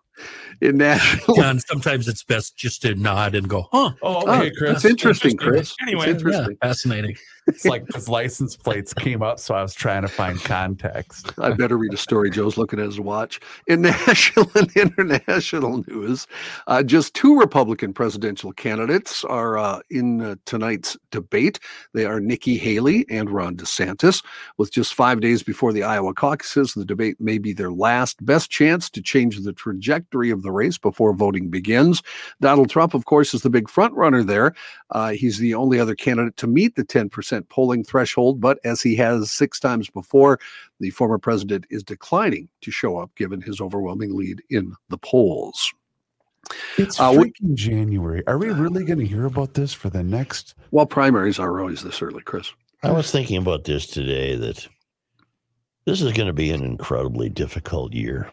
[SPEAKER 4] in Nashville.
[SPEAKER 1] John, sometimes it's best just to nod and go, huh?
[SPEAKER 3] Oh,
[SPEAKER 4] Oh,
[SPEAKER 3] okay, Chris.
[SPEAKER 4] That's interesting, Chris.
[SPEAKER 7] Anyway,
[SPEAKER 4] it's
[SPEAKER 1] Yeah,
[SPEAKER 4] interesting.
[SPEAKER 1] fascinating.
[SPEAKER 3] It's like his license plates came up, so I was trying to find context.
[SPEAKER 4] I better read a story. Joe's looking at his watch. In national and international news, uh, just two Republican presidential candidates are uh, in uh, tonight's debate. They are Nikki Haley and Ron DeSantis. With just five days before the Iowa caucuses, the debate may be their last best chance to change the trajectory of the race before voting begins. Donald Trump, of course, is the big front runner there. Uh, he's the only other candidate to meet the 10% polling threshold, but as he has six times before, the former president is declining to show up given his overwhelming lead in the polls.
[SPEAKER 3] It's
[SPEAKER 4] Uh, we-
[SPEAKER 3] freaking January. Are we really going to hear about this for the next?
[SPEAKER 4] While primaries are always this early, Chris.
[SPEAKER 2] I was thinking about this today that this is going to be an incredibly difficult year.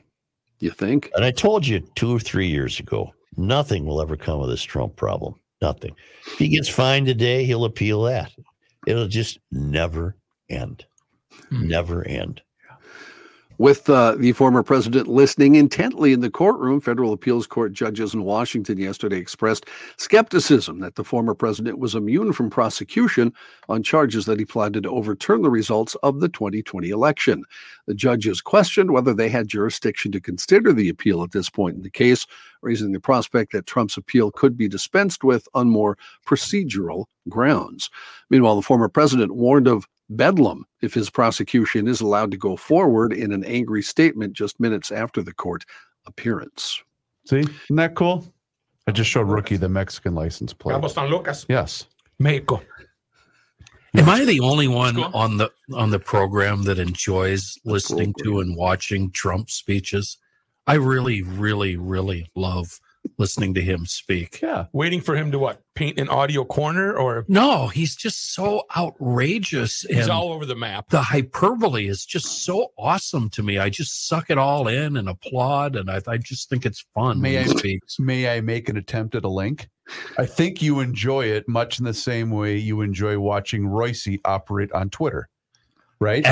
[SPEAKER 4] You think?
[SPEAKER 2] And I told you two or three years ago, nothing will ever come of this Trump problem. Nothing. If he gets fined today, he'll appeal that. It'll just never end.
[SPEAKER 1] Hmm.
[SPEAKER 2] Never end.
[SPEAKER 4] With uh, the former president listening intently in the courtroom, federal appeals court judges in Washington yesterday expressed skepticism that the former president was immune from prosecution on charges that he plotted to overturn the results of the 2020 election. The judges questioned whether they had jurisdiction to consider the appeal at this point in the case, raising the prospect that Trump's appeal could be dispensed with on more procedural grounds. Meanwhile, the former president warned of bedlam if his prosecution is allowed to go forward in an angry statement just minutes after the court appearance.
[SPEAKER 3] See, isn't that cool? I just showed Rookie the Mexican license plate.
[SPEAKER 7] Vamos San Lucas,
[SPEAKER 3] Yes.
[SPEAKER 7] Mexico.
[SPEAKER 1] Am I the only one
[SPEAKER 7] Score?
[SPEAKER 1] on the on the program that enjoys listening to and watching Trump speeches? I really, really, really love listening to him speak.
[SPEAKER 3] Yeah.
[SPEAKER 7] Waiting for him to what? Paint an audio corner or
[SPEAKER 1] No, he's just so outrageous
[SPEAKER 7] he's
[SPEAKER 1] and
[SPEAKER 7] all over the map.
[SPEAKER 1] the hyperbole is just so awesome to me. I just suck it all in and applaud, and I, I just think it's fun
[SPEAKER 3] May
[SPEAKER 1] when he
[SPEAKER 3] I-
[SPEAKER 1] speaks.
[SPEAKER 3] May I make an attempt at a link? I think you enjoy it much in the same way you enjoy watching Royce operate on Twitter, right?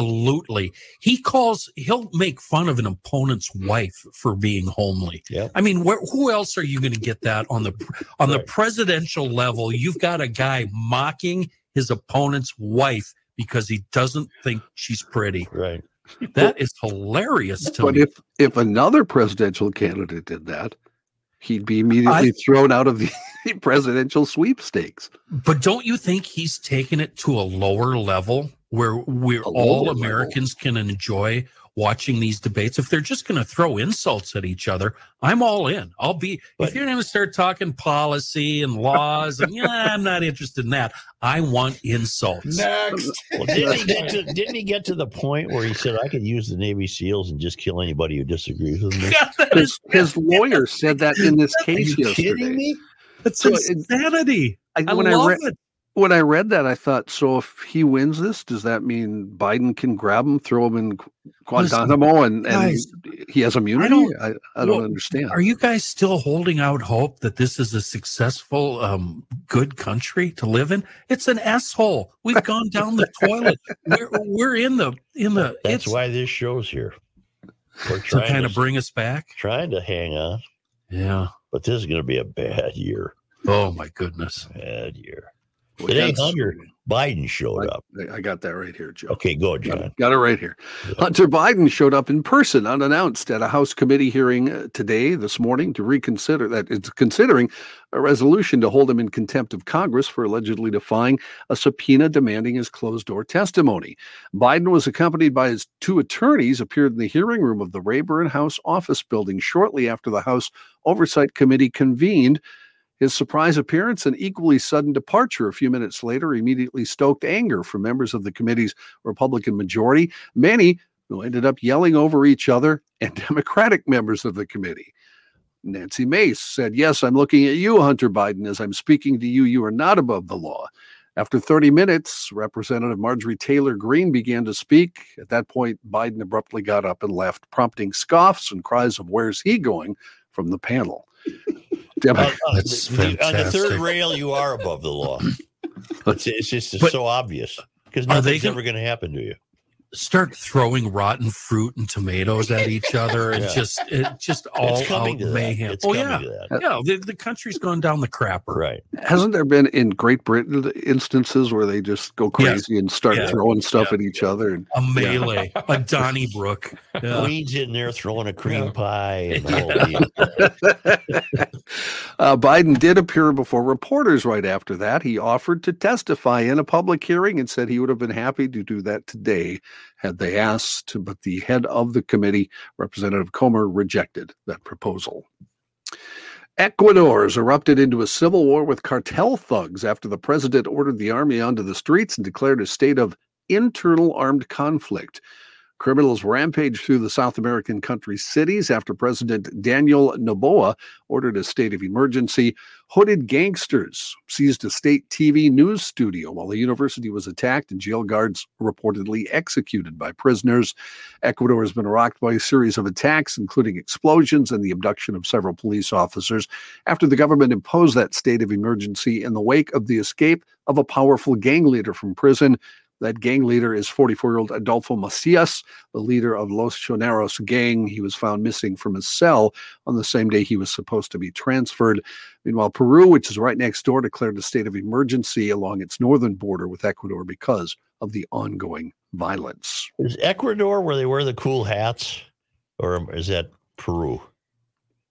[SPEAKER 1] Absolutely, he calls. He'll make fun of an opponent's wife for being homely.
[SPEAKER 2] Yep.
[SPEAKER 1] I mean, where, who else are you going to get that on the on the presidential level? You've got a guy mocking his opponent's wife because he doesn't think she's pretty.
[SPEAKER 2] Right.
[SPEAKER 1] That is hilarious to
[SPEAKER 4] But
[SPEAKER 1] me.
[SPEAKER 4] if if another presidential candidate did that, he'd be immediately thrown out of the presidential sweepstakes.
[SPEAKER 1] But don't you think he's taken it to a lower level where we're
[SPEAKER 4] A lower
[SPEAKER 1] all
[SPEAKER 4] level.
[SPEAKER 1] Americans can enjoy watching these debates? If they're just going to throw insults at each other, I'm all in. I'll be,
[SPEAKER 2] But-
[SPEAKER 1] if you're going to start talking policy and laws, and yeah, I'm not interested in that. I want insults.
[SPEAKER 7] Next.
[SPEAKER 2] Well, didn't, he get to, didn't he get to the point where he said, I could use the Navy SEALs and just kill anybody who disagrees with me?
[SPEAKER 1] God, that
[SPEAKER 4] His,
[SPEAKER 1] is,
[SPEAKER 4] his lawyer said that in this
[SPEAKER 2] Are
[SPEAKER 4] case
[SPEAKER 2] you
[SPEAKER 4] yesterday.
[SPEAKER 2] kidding me?
[SPEAKER 1] that's
[SPEAKER 4] So it-
[SPEAKER 1] insanity.
[SPEAKER 4] I,
[SPEAKER 1] I
[SPEAKER 4] when I
[SPEAKER 1] love
[SPEAKER 4] read
[SPEAKER 1] it.
[SPEAKER 4] when I read that, I thought, so if he wins this, does that mean Biden can grab him, throw him in Gu-
[SPEAKER 1] Listen,
[SPEAKER 4] Guantanamo, and, and
[SPEAKER 1] guys,
[SPEAKER 4] he has immunity? I
[SPEAKER 1] don't-
[SPEAKER 4] I, don't
[SPEAKER 1] well,
[SPEAKER 4] understand.
[SPEAKER 1] Are you guys still holding out hope that this is a successful, um, good country to live in? It's an asshole. We've gone down the toilet. We're, we're in the in the.
[SPEAKER 2] That's
[SPEAKER 1] it's
[SPEAKER 2] why this show's here. We're
[SPEAKER 1] to
[SPEAKER 2] trying
[SPEAKER 1] kind of
[SPEAKER 2] to-
[SPEAKER 1] bring us back.
[SPEAKER 2] trying to hang on,
[SPEAKER 1] Yeah.
[SPEAKER 2] but this is going to be a bad year.
[SPEAKER 1] Oh my goodness.
[SPEAKER 2] Bad year.
[SPEAKER 4] Well,
[SPEAKER 2] It ain't
[SPEAKER 4] that's-
[SPEAKER 2] Hunter Biden showed up.
[SPEAKER 4] I- I got that right here, Joe.
[SPEAKER 2] Okay, go,
[SPEAKER 4] Got
[SPEAKER 2] John.
[SPEAKER 4] it, got it right here. Hunter Biden showed up in person, unannounced, at a House committee hearing uh, today, this morning, to reconsider that it's considering a resolution to hold him in contempt of Congress for allegedly defying a subpoena demanding his closed door testimony. Biden was accompanied by his two attorneys, appeared in the hearing room of the Rayburn House office building shortly after the House Oversight Committee convened. His surprise appearance and equally sudden departure a few minutes later immediately stoked anger from members of the committee's Republican majority, many who ended up yelling over each other and Democratic members of the committee. Nancy Mace said, Yes, I'm looking at you, Hunter Biden. As I'm speaking to you, you are not above the law. After 30 minutes, Representative Marjorie Taylor Greene began to speak. At that point, Biden abruptly got up and left, prompting scoffs and cries of, Where's he going? from the panel. Demo-
[SPEAKER 2] Uh, uh,
[SPEAKER 1] That's
[SPEAKER 2] the- the- on the third
[SPEAKER 1] fantastic.
[SPEAKER 2] rail, you are above the law. It's, it's just
[SPEAKER 1] But-
[SPEAKER 2] so obvious because
[SPEAKER 1] Are they
[SPEAKER 2] nothing's
[SPEAKER 1] gonna-
[SPEAKER 2] ever going to happen to you.
[SPEAKER 1] start throwing rotten fruit and tomatoes at each other and
[SPEAKER 2] Yeah.
[SPEAKER 1] just it just all
[SPEAKER 2] it's coming
[SPEAKER 1] out
[SPEAKER 2] to
[SPEAKER 1] mayhem.
[SPEAKER 2] that. It's
[SPEAKER 1] oh
[SPEAKER 2] coming
[SPEAKER 1] yeah,
[SPEAKER 2] to that.
[SPEAKER 1] yeah. The, the country's gone down the crapper.
[SPEAKER 2] Right.
[SPEAKER 4] Hasn't there been in Great Britain the instances where they just go
[SPEAKER 1] Yes.
[SPEAKER 4] crazy and start
[SPEAKER 1] Yeah.
[SPEAKER 4] throwing stuff at each other? And
[SPEAKER 1] A melee, a Donnybrook. Yeah.
[SPEAKER 2] Queen's in there throwing a cream
[SPEAKER 7] Yeah.
[SPEAKER 2] pie and the whole deal.
[SPEAKER 4] uh, Biden did appear before reporters right after that. He offered to testify in a public hearing and said he would have been happy to do that today had they asked, but the head of the committee, Representative Comer, rejected that proposal. Ecuador has erupted into a civil war with cartel thugs after the president ordered the army onto the streets and declared a state of internal armed conflict. Criminals rampage through the South American country's cities after President Daniel Noboa ordered a state of emergency. Hooded gangsters seized a state TV news studio while the university was attacked and jail guards reportedly executed by prisoners. Ecuador has been rocked by a series of attacks, including explosions and the abduction of several police officers, after the government imposed that state of emergency in the wake of the escape of a powerful gang leader from prison. That gang leader is 44 year old Adolfo Macias, the leader of Los Choneros gang. He was found missing from his cell on the same day he was supposed to be transferred. Meanwhile, Peru, which is right next door, declared a state of emergency along its northern border with Ecuador because of the ongoing violence.
[SPEAKER 2] Is Ecuador where they wear the cool hats, or is that Peru?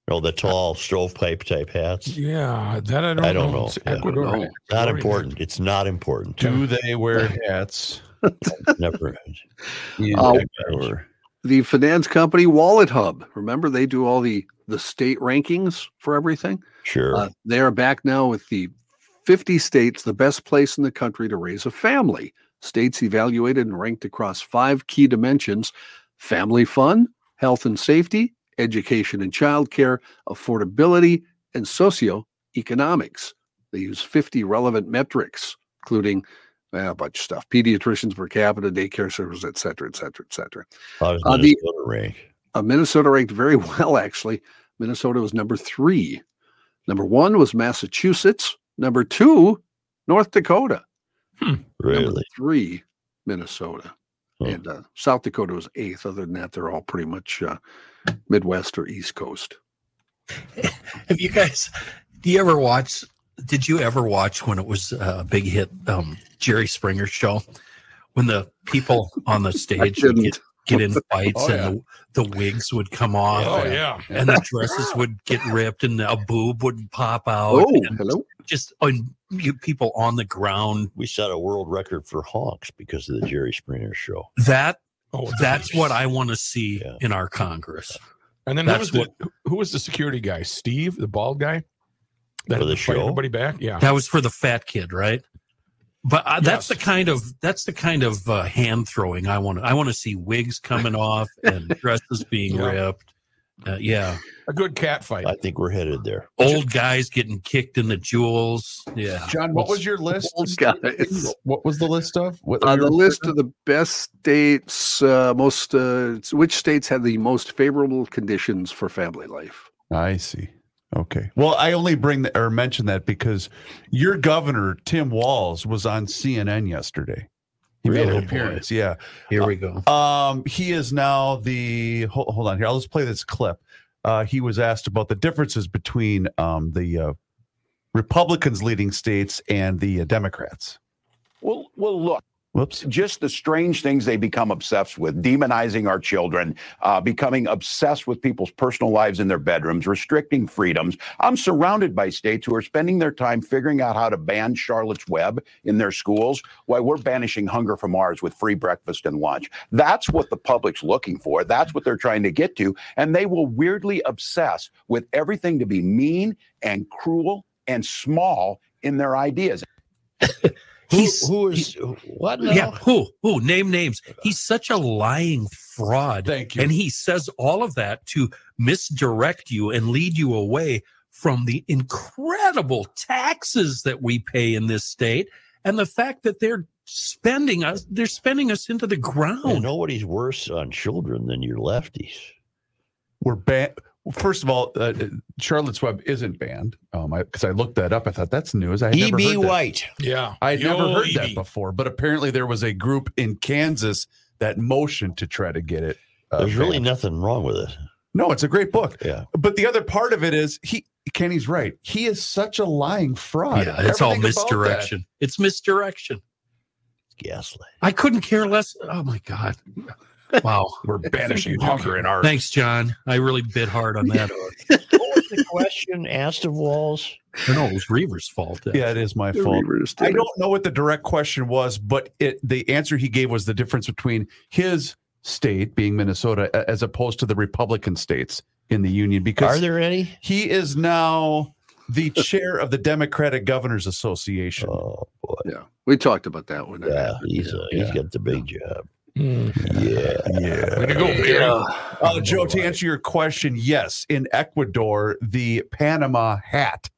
[SPEAKER 2] No, the tall stovepipe type hats.
[SPEAKER 7] Yeah, that I don't.
[SPEAKER 2] I don't know.
[SPEAKER 7] It's
[SPEAKER 2] I don't
[SPEAKER 7] Ecuador.
[SPEAKER 4] know.
[SPEAKER 2] Not
[SPEAKER 7] Ecuadorian.
[SPEAKER 2] important. It's not important.
[SPEAKER 3] Do they wear hats?
[SPEAKER 2] Never.
[SPEAKER 3] in
[SPEAKER 4] Oh.
[SPEAKER 3] Ecuador?
[SPEAKER 4] the finance company Wallet Hub. Remember, they do all the the state rankings for everything.
[SPEAKER 2] Sure.
[SPEAKER 4] Uh, they are back now with the 50 states, the best place in the country to raise a family. States evaluated and ranked across five key dimensions: family fun, health and safety, education and childcare, affordability, and socioeconomics. They use 50 relevant metrics, including uh, a bunch of stuff: pediatricians per capita, daycare services, et cetera, et cetera, et cetera.
[SPEAKER 2] How does
[SPEAKER 4] uh, the-
[SPEAKER 2] Minnesota rank?
[SPEAKER 4] Uh, Minnesota ranked very well, actually. Minnesota was number three. Number one was Massachusetts. Number two, North Dakota. Number
[SPEAKER 2] Really?
[SPEAKER 4] three, Minnesota.
[SPEAKER 2] Huh.
[SPEAKER 4] And uh, South Dakota was eighth. Other than that, they're all pretty much uh, Midwest or East Coast.
[SPEAKER 1] Have you guys? Do you ever watch? Did you ever watch when it was a big hit, um, Jerry Springer show, when the people on the
[SPEAKER 4] I
[SPEAKER 1] stage would
[SPEAKER 4] didn't.
[SPEAKER 1] get, get in fights
[SPEAKER 7] Oh,
[SPEAKER 1] and the, the wigs would come off,
[SPEAKER 7] Oh
[SPEAKER 1] and,
[SPEAKER 7] yeah.
[SPEAKER 1] and the dresses would get ripped, and a boob would pop out,
[SPEAKER 4] Oh,
[SPEAKER 1] and
[SPEAKER 4] hello.
[SPEAKER 1] just and you people on the ground.
[SPEAKER 2] We set a world record for honks because of the Jerry Springer show.
[SPEAKER 1] That
[SPEAKER 7] Oh,
[SPEAKER 1] that's what I want to see
[SPEAKER 2] Yeah.
[SPEAKER 1] in our Congress.
[SPEAKER 7] And then who was
[SPEAKER 1] That's
[SPEAKER 7] the who was the security guy? Steve, the bald guy.
[SPEAKER 2] For the
[SPEAKER 7] had to fight
[SPEAKER 2] show?
[SPEAKER 7] Everybody back. Yeah.
[SPEAKER 1] That was for the fat kid, right? But uh, that's the
[SPEAKER 7] Yes.
[SPEAKER 1] kind of that's the kind of uh, hand throwing I want. to I want to see wigs coming off and dresses being
[SPEAKER 7] Yeah.
[SPEAKER 1] ripped. Uh, yeah,
[SPEAKER 7] A good cat fight.
[SPEAKER 2] I think we're headed there.
[SPEAKER 1] old guys getting kicked in the jewels. Yeah,
[SPEAKER 3] John, what was your list?
[SPEAKER 4] Old guys.
[SPEAKER 3] What was the list of? What,
[SPEAKER 4] Uh, the list of the best states, uh, most uh, which states had the most favorable conditions for family life?
[SPEAKER 3] I see. Okay. Well, I only bring that or mention that because your governor Tim Walls was on CNN yesterday. He made
[SPEAKER 1] Really?
[SPEAKER 3] an appearance. Yeah.
[SPEAKER 1] here
[SPEAKER 4] Uh,
[SPEAKER 1] we go.
[SPEAKER 3] Um, he is now the hold, hold on here. I'll just play this clip. Uh, he was asked about the differences between um, the uh, Republicans leading states and the uh, Democrats.
[SPEAKER 9] Well, well, look,
[SPEAKER 3] Whoops.
[SPEAKER 9] just the strange things they become obsessed with, demonizing our children, uh, becoming obsessed with people's personal lives in their bedrooms, restricting freedoms. I'm surrounded by states who are spending their time figuring out how to ban Charlotte's Web in their schools while we're banishing hunger from ours with free breakfast and lunch. That's what the public's looking for. That's what they're trying to get to. And they will weirdly obsess with everything to be mean and cruel and small in their ideas.
[SPEAKER 2] Who,
[SPEAKER 1] He's-
[SPEAKER 2] who is what now?
[SPEAKER 1] Yeah, who who name names? He's such a lying fraud.
[SPEAKER 3] Thank you.
[SPEAKER 1] And he says all of that to misdirect you and lead you away from the incredible taxes that we pay in this state and the fact that they're spending us they're spending us into the
[SPEAKER 2] And
[SPEAKER 1] ground.
[SPEAKER 2] nobody's worse on children than your lefties.
[SPEAKER 3] We're banned. First of all, uh, Charlotte's Web isn't banned. Um, because I, looked that up. I thought that's news. I had never
[SPEAKER 1] E
[SPEAKER 3] heard
[SPEAKER 2] E.B.
[SPEAKER 3] that.
[SPEAKER 2] White.
[SPEAKER 7] yeah.
[SPEAKER 3] I had never
[SPEAKER 7] Yo,
[SPEAKER 3] heard that
[SPEAKER 7] Evie.
[SPEAKER 3] before, but apparently there was a group in Kansas that motion to try to get it. uh,
[SPEAKER 2] There's really
[SPEAKER 3] banned.
[SPEAKER 2] nothing wrong with it.
[SPEAKER 3] no. It's a great book.
[SPEAKER 2] Yeah.
[SPEAKER 3] But the other part of it is he Kenny's right. He is such a lying fraud.
[SPEAKER 1] Yeah, it's all
[SPEAKER 3] Everything about that.
[SPEAKER 1] misdirection. It's misdirection.
[SPEAKER 2] Gaslight.
[SPEAKER 1] I couldn't care less. Oh my god! Wow.
[SPEAKER 7] We're banishing hunger in our
[SPEAKER 1] Thanks, John. I really bit hard on that.
[SPEAKER 2] What was the question asked of Walls?
[SPEAKER 1] no, it was Reaver's fault.
[SPEAKER 3] Yeah, it is my
[SPEAKER 4] The
[SPEAKER 3] fault.
[SPEAKER 4] Reavers did
[SPEAKER 3] I
[SPEAKER 4] it.
[SPEAKER 3] don't know what the direct question was, but it the answer he gave was the difference between his state being Minnesota a- as opposed to the Republican states in the union because
[SPEAKER 2] Are there any?
[SPEAKER 3] he is now the chair of the Democratic Governors Association.
[SPEAKER 2] Oh boy.
[SPEAKER 4] Yeah, we talked about that one.
[SPEAKER 2] Yeah, he's uh, he's got the big job. Yeah.
[SPEAKER 3] yeah.
[SPEAKER 7] Hmm. Way to go, Barry.
[SPEAKER 3] Uh, Joe, to answer your question, yes, in Ecuador, the Panama hat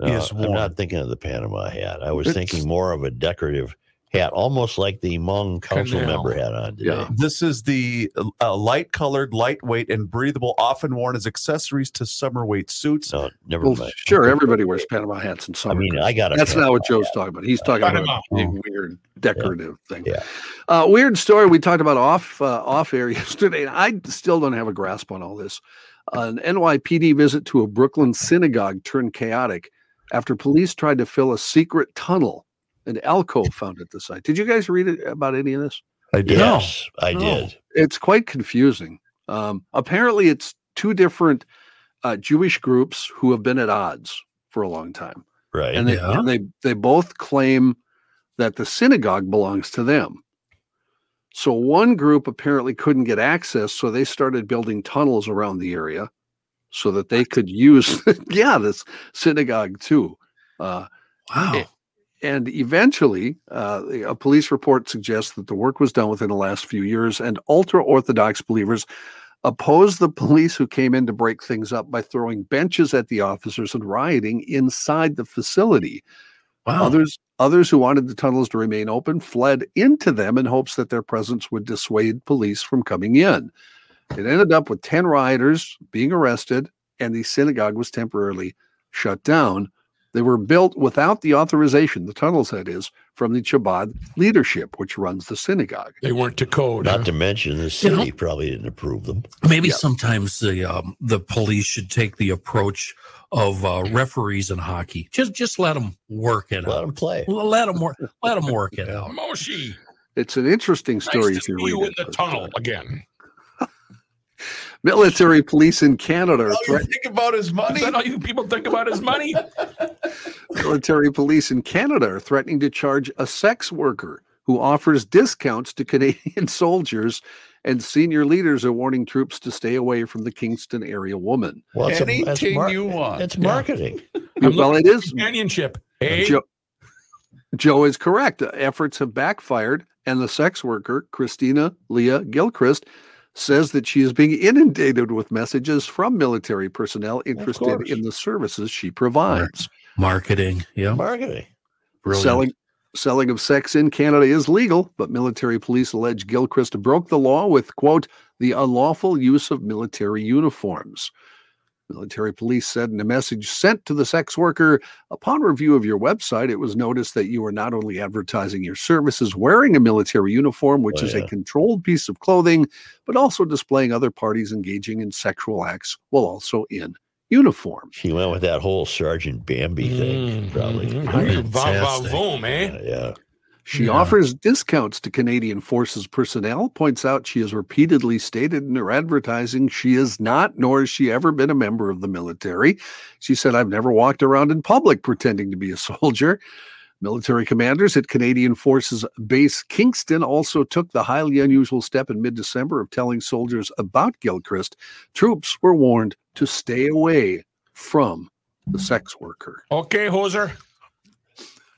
[SPEAKER 2] No,
[SPEAKER 3] Yes,
[SPEAKER 2] Uh, I'm
[SPEAKER 3] Warren.
[SPEAKER 2] not thinking of the Panama hat. I was
[SPEAKER 3] It's-
[SPEAKER 2] thinking more of a decorative hat, almost like the Hmong council
[SPEAKER 7] Canal.
[SPEAKER 2] member had on today.
[SPEAKER 4] Yeah.
[SPEAKER 3] This is the uh, light colored, lightweight, and breathable, often worn as accessories to summer weight suits.
[SPEAKER 2] No, never
[SPEAKER 4] Well,
[SPEAKER 2] mind.
[SPEAKER 4] sure, everybody wears Panama hats in
[SPEAKER 2] I
[SPEAKER 4] summer.
[SPEAKER 2] mean, I got a
[SPEAKER 4] That's
[SPEAKER 2] Pan-
[SPEAKER 4] not what Joe's talking about. He's talking
[SPEAKER 7] Talking
[SPEAKER 4] about a big, weird decorative thing.
[SPEAKER 2] Yeah.
[SPEAKER 4] Uh, weird story we talked about off uh, off air yesterday. And I still don't have a grasp on all this. An NYPD visit to a Brooklyn synagogue turned chaotic after police tried to fill a secret tunnel. An alcove found at the site. Did you guys read it, about any of this?
[SPEAKER 3] I
[SPEAKER 2] Yes, I
[SPEAKER 1] No.
[SPEAKER 2] did.
[SPEAKER 4] it's quite confusing. Um, apparently, it's two different uh, Jewish groups who have been at odds for a long time,
[SPEAKER 2] Right.
[SPEAKER 4] and they
[SPEAKER 1] Yeah.
[SPEAKER 4] and they they both claim that the synagogue belongs to them. So one group apparently couldn't get access, so they started building tunnels around the area so that they could use yeah this synagogue too. Uh,
[SPEAKER 1] Wow.
[SPEAKER 4] and eventually, uh, a police report suggests that the work was done within the last few years, and ultra Orthodox believers opposed the police who came in to break things up by throwing benches at the officers and rioting inside the facility.
[SPEAKER 1] Wow.
[SPEAKER 4] Others, others who wanted the tunnels to remain open fled into them in hopes that their presence would dissuade police from coming in. It ended up with 10 rioters being arrested, and the synagogue was temporarily shut down. They were built without the authorization, the tunnels, that is, from the Chabad leadership, which runs the synagogue.
[SPEAKER 7] They weren't to code. huh?
[SPEAKER 2] Not to mention the city
[SPEAKER 1] know-
[SPEAKER 2] probably didn't approve them.
[SPEAKER 1] Maybe
[SPEAKER 4] Yeah.
[SPEAKER 1] sometimes the um, the police should take the approach of uh, referees in hockey. Just just let them work it
[SPEAKER 2] Let
[SPEAKER 1] out.
[SPEAKER 2] them play.
[SPEAKER 1] Well, Let them work. Let them work it out.
[SPEAKER 7] Moshi,
[SPEAKER 4] It's an interesting story
[SPEAKER 7] nice
[SPEAKER 4] if
[SPEAKER 7] to
[SPEAKER 4] you
[SPEAKER 7] see
[SPEAKER 4] read
[SPEAKER 7] you in
[SPEAKER 4] it,
[SPEAKER 7] the
[SPEAKER 4] but,
[SPEAKER 7] tunnel
[SPEAKER 4] uh,
[SPEAKER 7] again.
[SPEAKER 4] Military police in Canada
[SPEAKER 7] Oh,
[SPEAKER 4] are threatening.
[SPEAKER 3] think about his money?
[SPEAKER 7] Is that all you people think about is money?
[SPEAKER 4] Military police in Canada are threatening to charge a sex worker who offers discounts to Canadian soldiers, and senior leaders are warning troops to stay away from the Kingston area woman.
[SPEAKER 2] Well, it's, a, it's,
[SPEAKER 3] Anything
[SPEAKER 2] mar-
[SPEAKER 3] you want.
[SPEAKER 2] it's marketing.
[SPEAKER 7] I'm
[SPEAKER 4] well, it is.
[SPEAKER 7] Companionship. Eh?
[SPEAKER 4] Joe, Joe is correct. Uh, Efforts have backfired, and the sex worker, Christina Leah Gilchrist, says that she is being inundated with messages from military personnel interested
[SPEAKER 2] course.
[SPEAKER 4] in the services she provides.
[SPEAKER 1] Marketing. Yeah.
[SPEAKER 2] Marketing.
[SPEAKER 4] Selling selling of sex in Canada is legal, but military police allege Gilchrist broke the law with quote the unlawful use of military uniforms. Military police said in a message sent to the sex worker, upon review of your website, it was noticed that you are not only advertising your services wearing a military uniform, which
[SPEAKER 2] Oh,
[SPEAKER 4] is
[SPEAKER 2] yeah.
[SPEAKER 4] a controlled piece of clothing, but also displaying other parties engaging in sexual acts while also in uniform.
[SPEAKER 2] She went with that whole Sergeant Bambi thing,
[SPEAKER 1] Mm-hmm.
[SPEAKER 7] Mm,
[SPEAKER 2] probably.
[SPEAKER 7] mm,
[SPEAKER 1] Probably
[SPEAKER 7] mm. Va- va-
[SPEAKER 1] fantastic.
[SPEAKER 7] voom, eh?
[SPEAKER 2] Yeah, yeah.
[SPEAKER 4] She
[SPEAKER 1] Yeah.
[SPEAKER 4] offers discounts to Canadian Forces personnel, points out she has repeatedly stated in her advertising she is not, nor has she ever been a member of the military. She said, I've never walked around in public pretending to be a soldier. Military commanders at Canadian Forces Base Kingston also took the highly unusual step in mid December of telling soldiers about Gilchrist. Troops were warned to stay away from the sex worker.
[SPEAKER 7] Okay, hoser.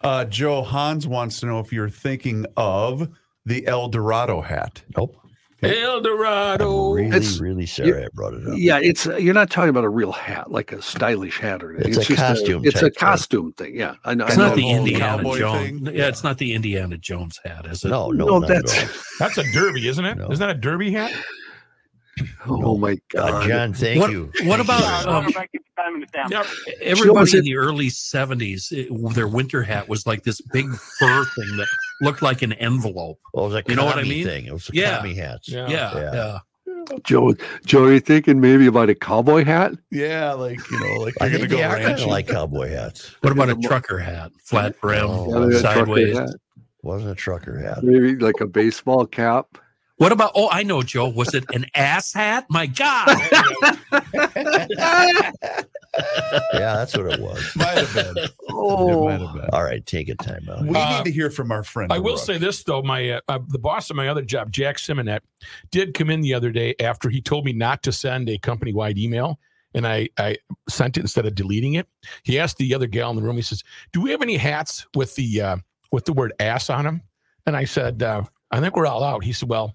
[SPEAKER 3] Uh, Joe Hans wants to know if you're thinking of the El Dorado hat.
[SPEAKER 2] Nope.
[SPEAKER 7] El
[SPEAKER 2] I'm
[SPEAKER 7] Dorado.
[SPEAKER 2] really,
[SPEAKER 4] It's-
[SPEAKER 2] really sorry I brought it up.
[SPEAKER 4] Yeah, it's uh, you're not talking about a real hat, like a stylish hat or anything.
[SPEAKER 2] It's a
[SPEAKER 4] just
[SPEAKER 2] costume
[SPEAKER 4] it's a
[SPEAKER 2] type thing.
[SPEAKER 4] costume thing. Yeah, I know.
[SPEAKER 1] It's
[SPEAKER 4] I
[SPEAKER 1] not
[SPEAKER 4] know.
[SPEAKER 1] the
[SPEAKER 3] whole
[SPEAKER 1] Indiana
[SPEAKER 3] cowboy
[SPEAKER 1] Jones.
[SPEAKER 3] thing.
[SPEAKER 1] Yeah, it's not the Indiana Jones hat, is it?
[SPEAKER 2] No, no,
[SPEAKER 4] No,
[SPEAKER 2] not at
[SPEAKER 4] that's-
[SPEAKER 2] all.
[SPEAKER 7] That's a derby, isn't it?
[SPEAKER 2] No.
[SPEAKER 7] not that a derby hat?
[SPEAKER 4] Oh my
[SPEAKER 2] Uh,
[SPEAKER 4] god!
[SPEAKER 2] John, thank
[SPEAKER 1] what,
[SPEAKER 2] you.
[SPEAKER 1] What about um,
[SPEAKER 7] Yeah.
[SPEAKER 1] everybody
[SPEAKER 4] Jones-
[SPEAKER 1] in the early '70s? It, their winter hat was like this big fur thing that looked like an envelope.
[SPEAKER 2] Well, it was a
[SPEAKER 1] You know what I
[SPEAKER 2] commie
[SPEAKER 1] mean?
[SPEAKER 2] thing. It was a
[SPEAKER 1] Yeah.
[SPEAKER 2] commie hats.
[SPEAKER 7] Yeah.
[SPEAKER 1] Yeah,
[SPEAKER 2] Yeah.
[SPEAKER 1] yeah.
[SPEAKER 4] Joe, Joe, are you thinking maybe about a cowboy hat?
[SPEAKER 3] Yeah, like you know, like
[SPEAKER 2] I
[SPEAKER 3] you're gonna
[SPEAKER 2] think
[SPEAKER 3] go
[SPEAKER 2] they are kind
[SPEAKER 3] ranch.
[SPEAKER 2] of like cowboy hats.
[SPEAKER 1] What about a trucker hat? Flat brim,
[SPEAKER 2] Oh,
[SPEAKER 4] they got trucker
[SPEAKER 1] sideways.
[SPEAKER 4] hat.
[SPEAKER 2] Wasn't a trucker hat.
[SPEAKER 4] Maybe like a baseball cap.
[SPEAKER 1] What about? Oh, I know, Joe. Was it an ass hat? My God.
[SPEAKER 2] Yeah, that's what it was.
[SPEAKER 3] might have been. It
[SPEAKER 4] Oh,
[SPEAKER 3] might have been.
[SPEAKER 2] All right, take a time out.
[SPEAKER 3] Oh. We
[SPEAKER 7] Uh,
[SPEAKER 3] need to hear from our friend.
[SPEAKER 7] I will
[SPEAKER 3] Rook.
[SPEAKER 7] say this though, my uh, uh, the boss of my other job, Jack Simonet, did come in the other day after he told me not to send a company wide email, and I I sent it instead of deleting it. He asked the other gal in the room. He says, "Do we have any hats with the uh, with the word ass on them?" And I said, uh, "I think we're all out." He said, "Well,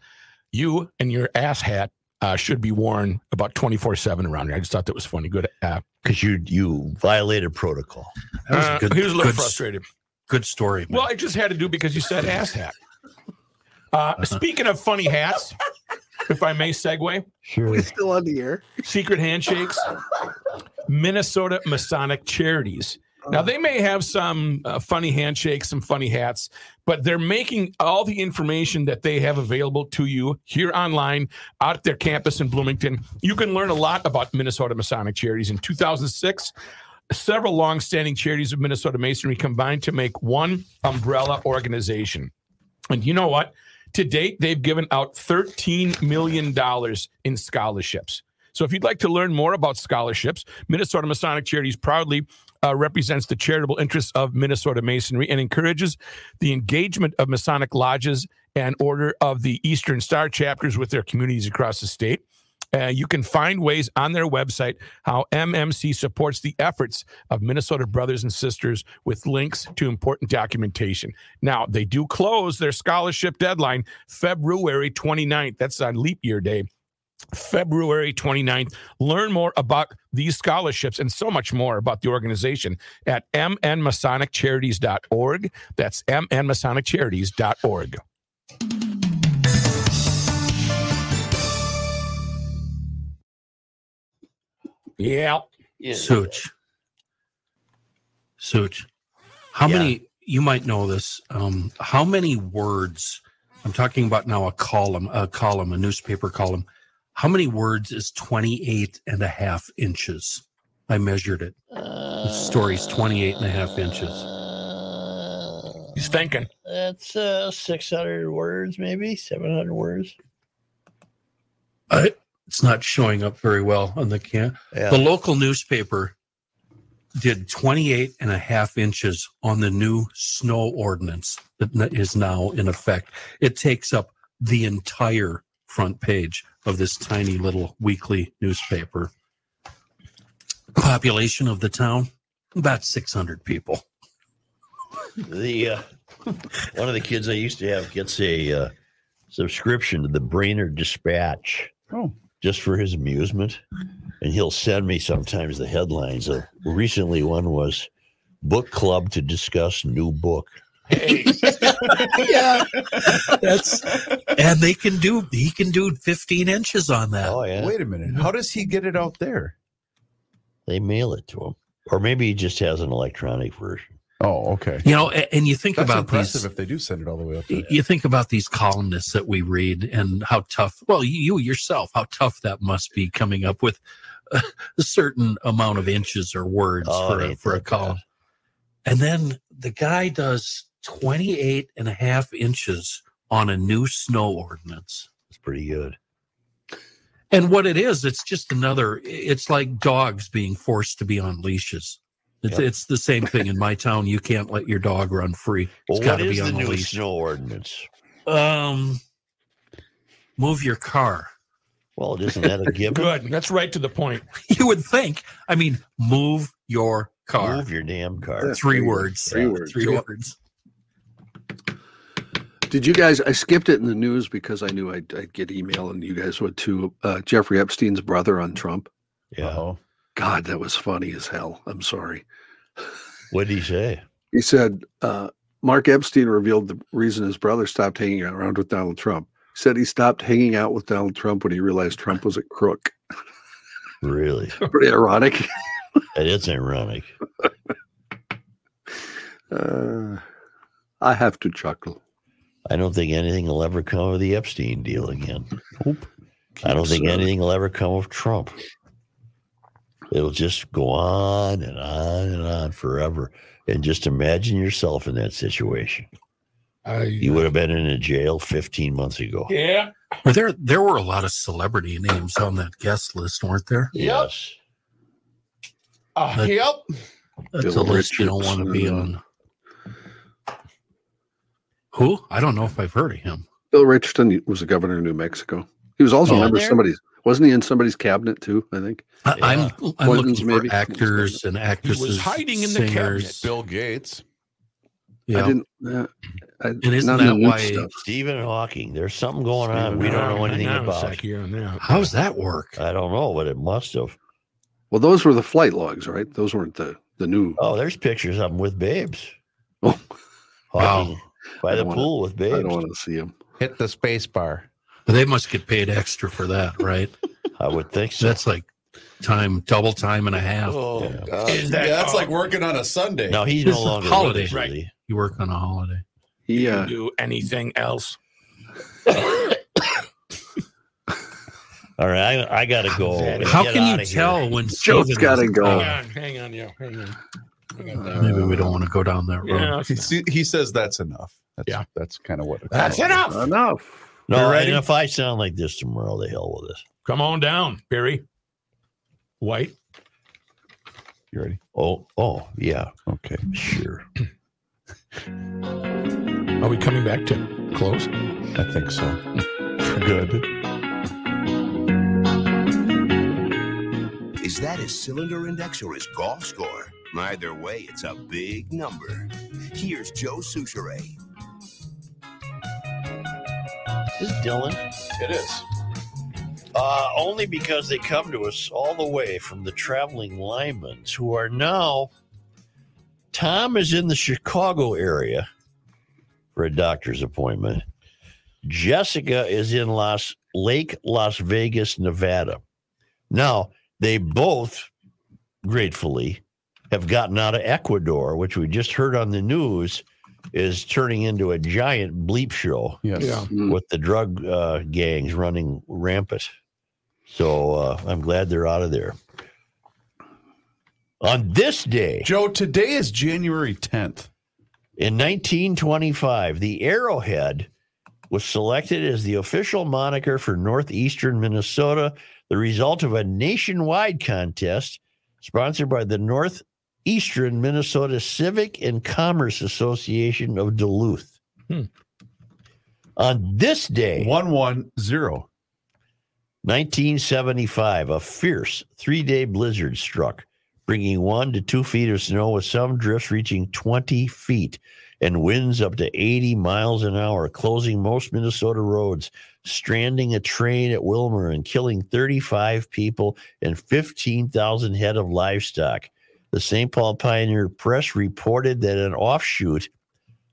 [SPEAKER 7] you and your ass hat." Uh, should be worn about 24 7 around here. I just thought that was funny. Good. Uh,
[SPEAKER 2] Because you you violated protocol.
[SPEAKER 1] That was
[SPEAKER 7] uh,
[SPEAKER 1] a good,
[SPEAKER 7] he was a little
[SPEAKER 1] good,
[SPEAKER 7] frustrated.
[SPEAKER 1] good story. man.
[SPEAKER 7] Well, I just had to do because you said ass hat. Uh, speaking of funny hats, if I may segue,
[SPEAKER 2] Sure.
[SPEAKER 10] still on the air.
[SPEAKER 7] secret handshakes, Minnesota Masonic Charities. Now, they may have some uh, funny handshakes, some funny hats, but they're making all the information that they have available to you here online out at their campus in Bloomington. You can learn a lot about Minnesota Masonic Charities. In 2006, several longstanding charities of Minnesota Masonry combined to make one umbrella organization. And you know what? To date, they've given out $13 million in scholarships. So if you'd like to learn more about scholarships, Minnesota Masonic Charities proudly uh, represents the charitable interests of Minnesota Masonry and encourages the engagement of Masonic lodges and Order of the Eastern Star chapters with their communities across the state. Uh, you can find ways on their website how MMC supports the efforts of Minnesota brothers and sisters with links to important documentation. Now, they do close their scholarship deadline February 29th. That's on leap year day. February 29th. Learn more about these scholarships and so much more about the organization at mnmasoniccharities.org. That's mnmasoniccharities.org. Yeah.
[SPEAKER 1] Such. Such. How many, you might know this, um, how many words, I'm talking about now a column, a column, a newspaper column, how many words is 28 and a half inches? I measured it.
[SPEAKER 2] Uh,
[SPEAKER 1] The story's 28 and a half inches.
[SPEAKER 7] He's thinking.
[SPEAKER 2] That's uh, 600 words, maybe 700 words.
[SPEAKER 1] Uh, it's not showing up very well on the can.
[SPEAKER 2] Yeah.
[SPEAKER 1] The local newspaper did 28 and a half inches on the new snow ordinance that n- is now in effect. It takes up the entire front page of this tiny little weekly newspaper. Population of the town, about 600 people.
[SPEAKER 2] the uh, one of the kids I used to have gets a uh, subscription to the Brainerd Dispatch.
[SPEAKER 3] Oh.
[SPEAKER 2] Just for his amusement, and he'll send me sometimes the headlines. Uh, recently, one was "Book Club to discuss new book."
[SPEAKER 10] Yeah.
[SPEAKER 1] That's and they can do he can do 15 inches on that.
[SPEAKER 2] Oh yeah,
[SPEAKER 3] Wait a minute. How does he get it out there?
[SPEAKER 2] they mail it to him, or maybe he just has an electronic version.
[SPEAKER 3] Oh, okay.
[SPEAKER 1] You know, a- and you think
[SPEAKER 3] That's
[SPEAKER 1] about
[SPEAKER 3] impressive
[SPEAKER 1] these
[SPEAKER 3] if they do send it all the way up there.
[SPEAKER 1] Y- you think about these columnists that we read and how tough well you yourself how tough that must be coming up with a certain amount of inches or words
[SPEAKER 2] Oh,
[SPEAKER 1] for,
[SPEAKER 2] it
[SPEAKER 1] a,
[SPEAKER 2] ain't
[SPEAKER 1] for a
[SPEAKER 2] that bad.
[SPEAKER 1] column and then the guy does 28 and a half inches on a new snow ordinance
[SPEAKER 2] It's pretty good.
[SPEAKER 1] and what it is it's just another it's like dogs being forced to be on leashes it's,
[SPEAKER 2] Yep.
[SPEAKER 1] it's the same thing in my town you can't let your dog run free
[SPEAKER 2] Well,
[SPEAKER 1] It's
[SPEAKER 2] what
[SPEAKER 1] gotta
[SPEAKER 2] is
[SPEAKER 1] be
[SPEAKER 2] the
[SPEAKER 1] on the
[SPEAKER 2] new
[SPEAKER 1] leash.
[SPEAKER 2] snow ordinance?
[SPEAKER 1] um move your car
[SPEAKER 2] Well, isn't that a given?
[SPEAKER 7] Good. That's right to the point.
[SPEAKER 1] you would think. I mean, move your car.
[SPEAKER 2] Move your damn car.
[SPEAKER 1] Three words.
[SPEAKER 4] Three words.
[SPEAKER 1] Three
[SPEAKER 4] yeah.
[SPEAKER 1] words.
[SPEAKER 4] Did you guys? I skipped it in the news because I knew I'd, I'd get email, and you guys would too. Uh, Jeffrey Epstein's brother on Trump.
[SPEAKER 2] Yeah.
[SPEAKER 3] Uh-oh.
[SPEAKER 4] God, that was funny as hell. I'm sorry.
[SPEAKER 2] What did he say?
[SPEAKER 4] He said uh, Mark Epstein revealed the reason his brother stopped hanging around with Donald Trump. He said he stopped hanging out with Donald Trump when he realized Trump was a crook.
[SPEAKER 2] Really?
[SPEAKER 4] Pretty ironic.
[SPEAKER 2] That is ironic.
[SPEAKER 4] Uh, I have to chuckle.
[SPEAKER 2] I don't think anything will ever come of the Epstein deal again.
[SPEAKER 3] Nope.
[SPEAKER 2] I don't think
[SPEAKER 4] Sure.
[SPEAKER 2] anything will ever come of Trump. It'll just go on and on and on forever. And just imagine yourself in that situation.
[SPEAKER 7] I,
[SPEAKER 2] You would have been in a jail 15 months ago.
[SPEAKER 7] yeah.
[SPEAKER 1] Well, there there were a lot of celebrity names on that guest list, weren't there?
[SPEAKER 2] Yes.
[SPEAKER 7] Uh,
[SPEAKER 1] But-
[SPEAKER 7] yep.
[SPEAKER 1] That's a
[SPEAKER 4] Bill
[SPEAKER 1] list you don't want to be
[SPEAKER 4] Richardson.
[SPEAKER 1] on. Who? I don't know if I've heard of him.
[SPEAKER 4] Bill Richardson was the governor of New Mexico. He was also
[SPEAKER 2] Oh,
[SPEAKER 4] a member of
[SPEAKER 2] there?
[SPEAKER 4] somebody's. Wasn't he in somebody's cabinet too? I think.
[SPEAKER 1] I, I'm I'm
[SPEAKER 4] Poison's
[SPEAKER 1] looking
[SPEAKER 4] maybe.
[SPEAKER 1] for actors and
[SPEAKER 7] He
[SPEAKER 1] actresses.
[SPEAKER 7] was hiding in the cabinet.
[SPEAKER 1] singers.
[SPEAKER 3] Bill Gates.
[SPEAKER 4] I
[SPEAKER 1] Yeah.
[SPEAKER 4] didn't. Uh, I, and
[SPEAKER 1] isn't
[SPEAKER 4] not in
[SPEAKER 1] that
[SPEAKER 4] the news
[SPEAKER 1] why-
[SPEAKER 4] stuff.
[SPEAKER 2] Stephen Hawking. There's something going on we don't know anything about.
[SPEAKER 1] How does that work?
[SPEAKER 2] I don't know, but it must have.
[SPEAKER 4] Well, those were the flight logs, right? Those weren't the the new.
[SPEAKER 2] Oh, there's pictures of him with babes.
[SPEAKER 4] Oh.
[SPEAKER 2] Hawking
[SPEAKER 4] I
[SPEAKER 2] By the
[SPEAKER 4] don't wanna-
[SPEAKER 2] pool with
[SPEAKER 4] I
[SPEAKER 2] babes.
[SPEAKER 4] don't want to see him.
[SPEAKER 3] Hit the space bar.
[SPEAKER 1] But they must get paid extra for that, right?
[SPEAKER 2] I would think so.
[SPEAKER 1] That's like time, double time and a half.
[SPEAKER 2] Uh,
[SPEAKER 3] Oh,
[SPEAKER 2] Yeah.
[SPEAKER 3] God.
[SPEAKER 2] Exactly.
[SPEAKER 3] Yeah, that's like working on a Sunday.
[SPEAKER 2] No, he's
[SPEAKER 1] This
[SPEAKER 2] no
[SPEAKER 1] is
[SPEAKER 2] longer
[SPEAKER 1] holiday,
[SPEAKER 2] with us, is
[SPEAKER 1] right.
[SPEAKER 2] he?
[SPEAKER 1] You work on a holiday.
[SPEAKER 4] He uh,
[SPEAKER 7] do anything else.
[SPEAKER 2] All right, I, I gotta go.
[SPEAKER 1] How
[SPEAKER 2] Get
[SPEAKER 1] can
[SPEAKER 2] outta
[SPEAKER 1] you
[SPEAKER 2] here.
[SPEAKER 1] tell when
[SPEAKER 4] Joe's
[SPEAKER 1] Steven
[SPEAKER 4] gotta
[SPEAKER 1] is
[SPEAKER 4] go.
[SPEAKER 2] Uh.
[SPEAKER 1] gone?
[SPEAKER 4] Yeah.
[SPEAKER 7] hang on, yo, hang on.
[SPEAKER 1] Maybe we don't want to go down that road.
[SPEAKER 3] He, se- he says that's enough. That's,
[SPEAKER 7] Yeah.
[SPEAKER 3] that's kind of what. it-
[SPEAKER 7] That's enough.
[SPEAKER 4] uh, enough.
[SPEAKER 2] No,
[SPEAKER 7] You're
[SPEAKER 2] and
[SPEAKER 7] ready?
[SPEAKER 2] if I sound like this tomorrow, the hell with this.
[SPEAKER 7] Come on down, Barry. White.
[SPEAKER 3] You ready?
[SPEAKER 2] Oh, oh, yeah,
[SPEAKER 3] Okay.
[SPEAKER 2] sure.
[SPEAKER 7] Are we coming back to close?
[SPEAKER 3] I think so. For good.
[SPEAKER 5] Is that his cylinder index or his golf score? Either way, it's a big number. Here's Joe Souchere.
[SPEAKER 2] This is Dylan.
[SPEAKER 3] It is.
[SPEAKER 2] Uh, only because they come to us all the way from the traveling Lymans, who are now. Tom is in the Chicago area for a doctor's appointment. Jessica is in Las Lake Las Vegas, Nevada. Now, they both gratefully have gotten out of Ecuador, which we just heard on the news is turning into a giant bleep show
[SPEAKER 3] Yes.
[SPEAKER 7] Yeah.
[SPEAKER 4] Hmm.
[SPEAKER 2] with the drug uh, gangs running rampant. So uh, I'm glad they're out of there. On this day
[SPEAKER 3] Joe, today is January 10th.
[SPEAKER 2] in 1925, the Arrowhead was selected as the official moniker for northeastern Minnesota, the result of a nationwide contest sponsored by the Northeastern Minnesota Civic and Commerce Association of Duluth.
[SPEAKER 7] Hmm.
[SPEAKER 2] On this day,
[SPEAKER 3] 110.
[SPEAKER 2] 1975, a fierce three day blizzard struck, bringing one to two feet of snow with some drifts reaching 20 feet and winds up to 80 miles an hour, closing most Minnesota roads, stranding a train at Wilmer and killing 35 people and 15,000 head of livestock. The St. Paul Pioneer Press reported that an offshoot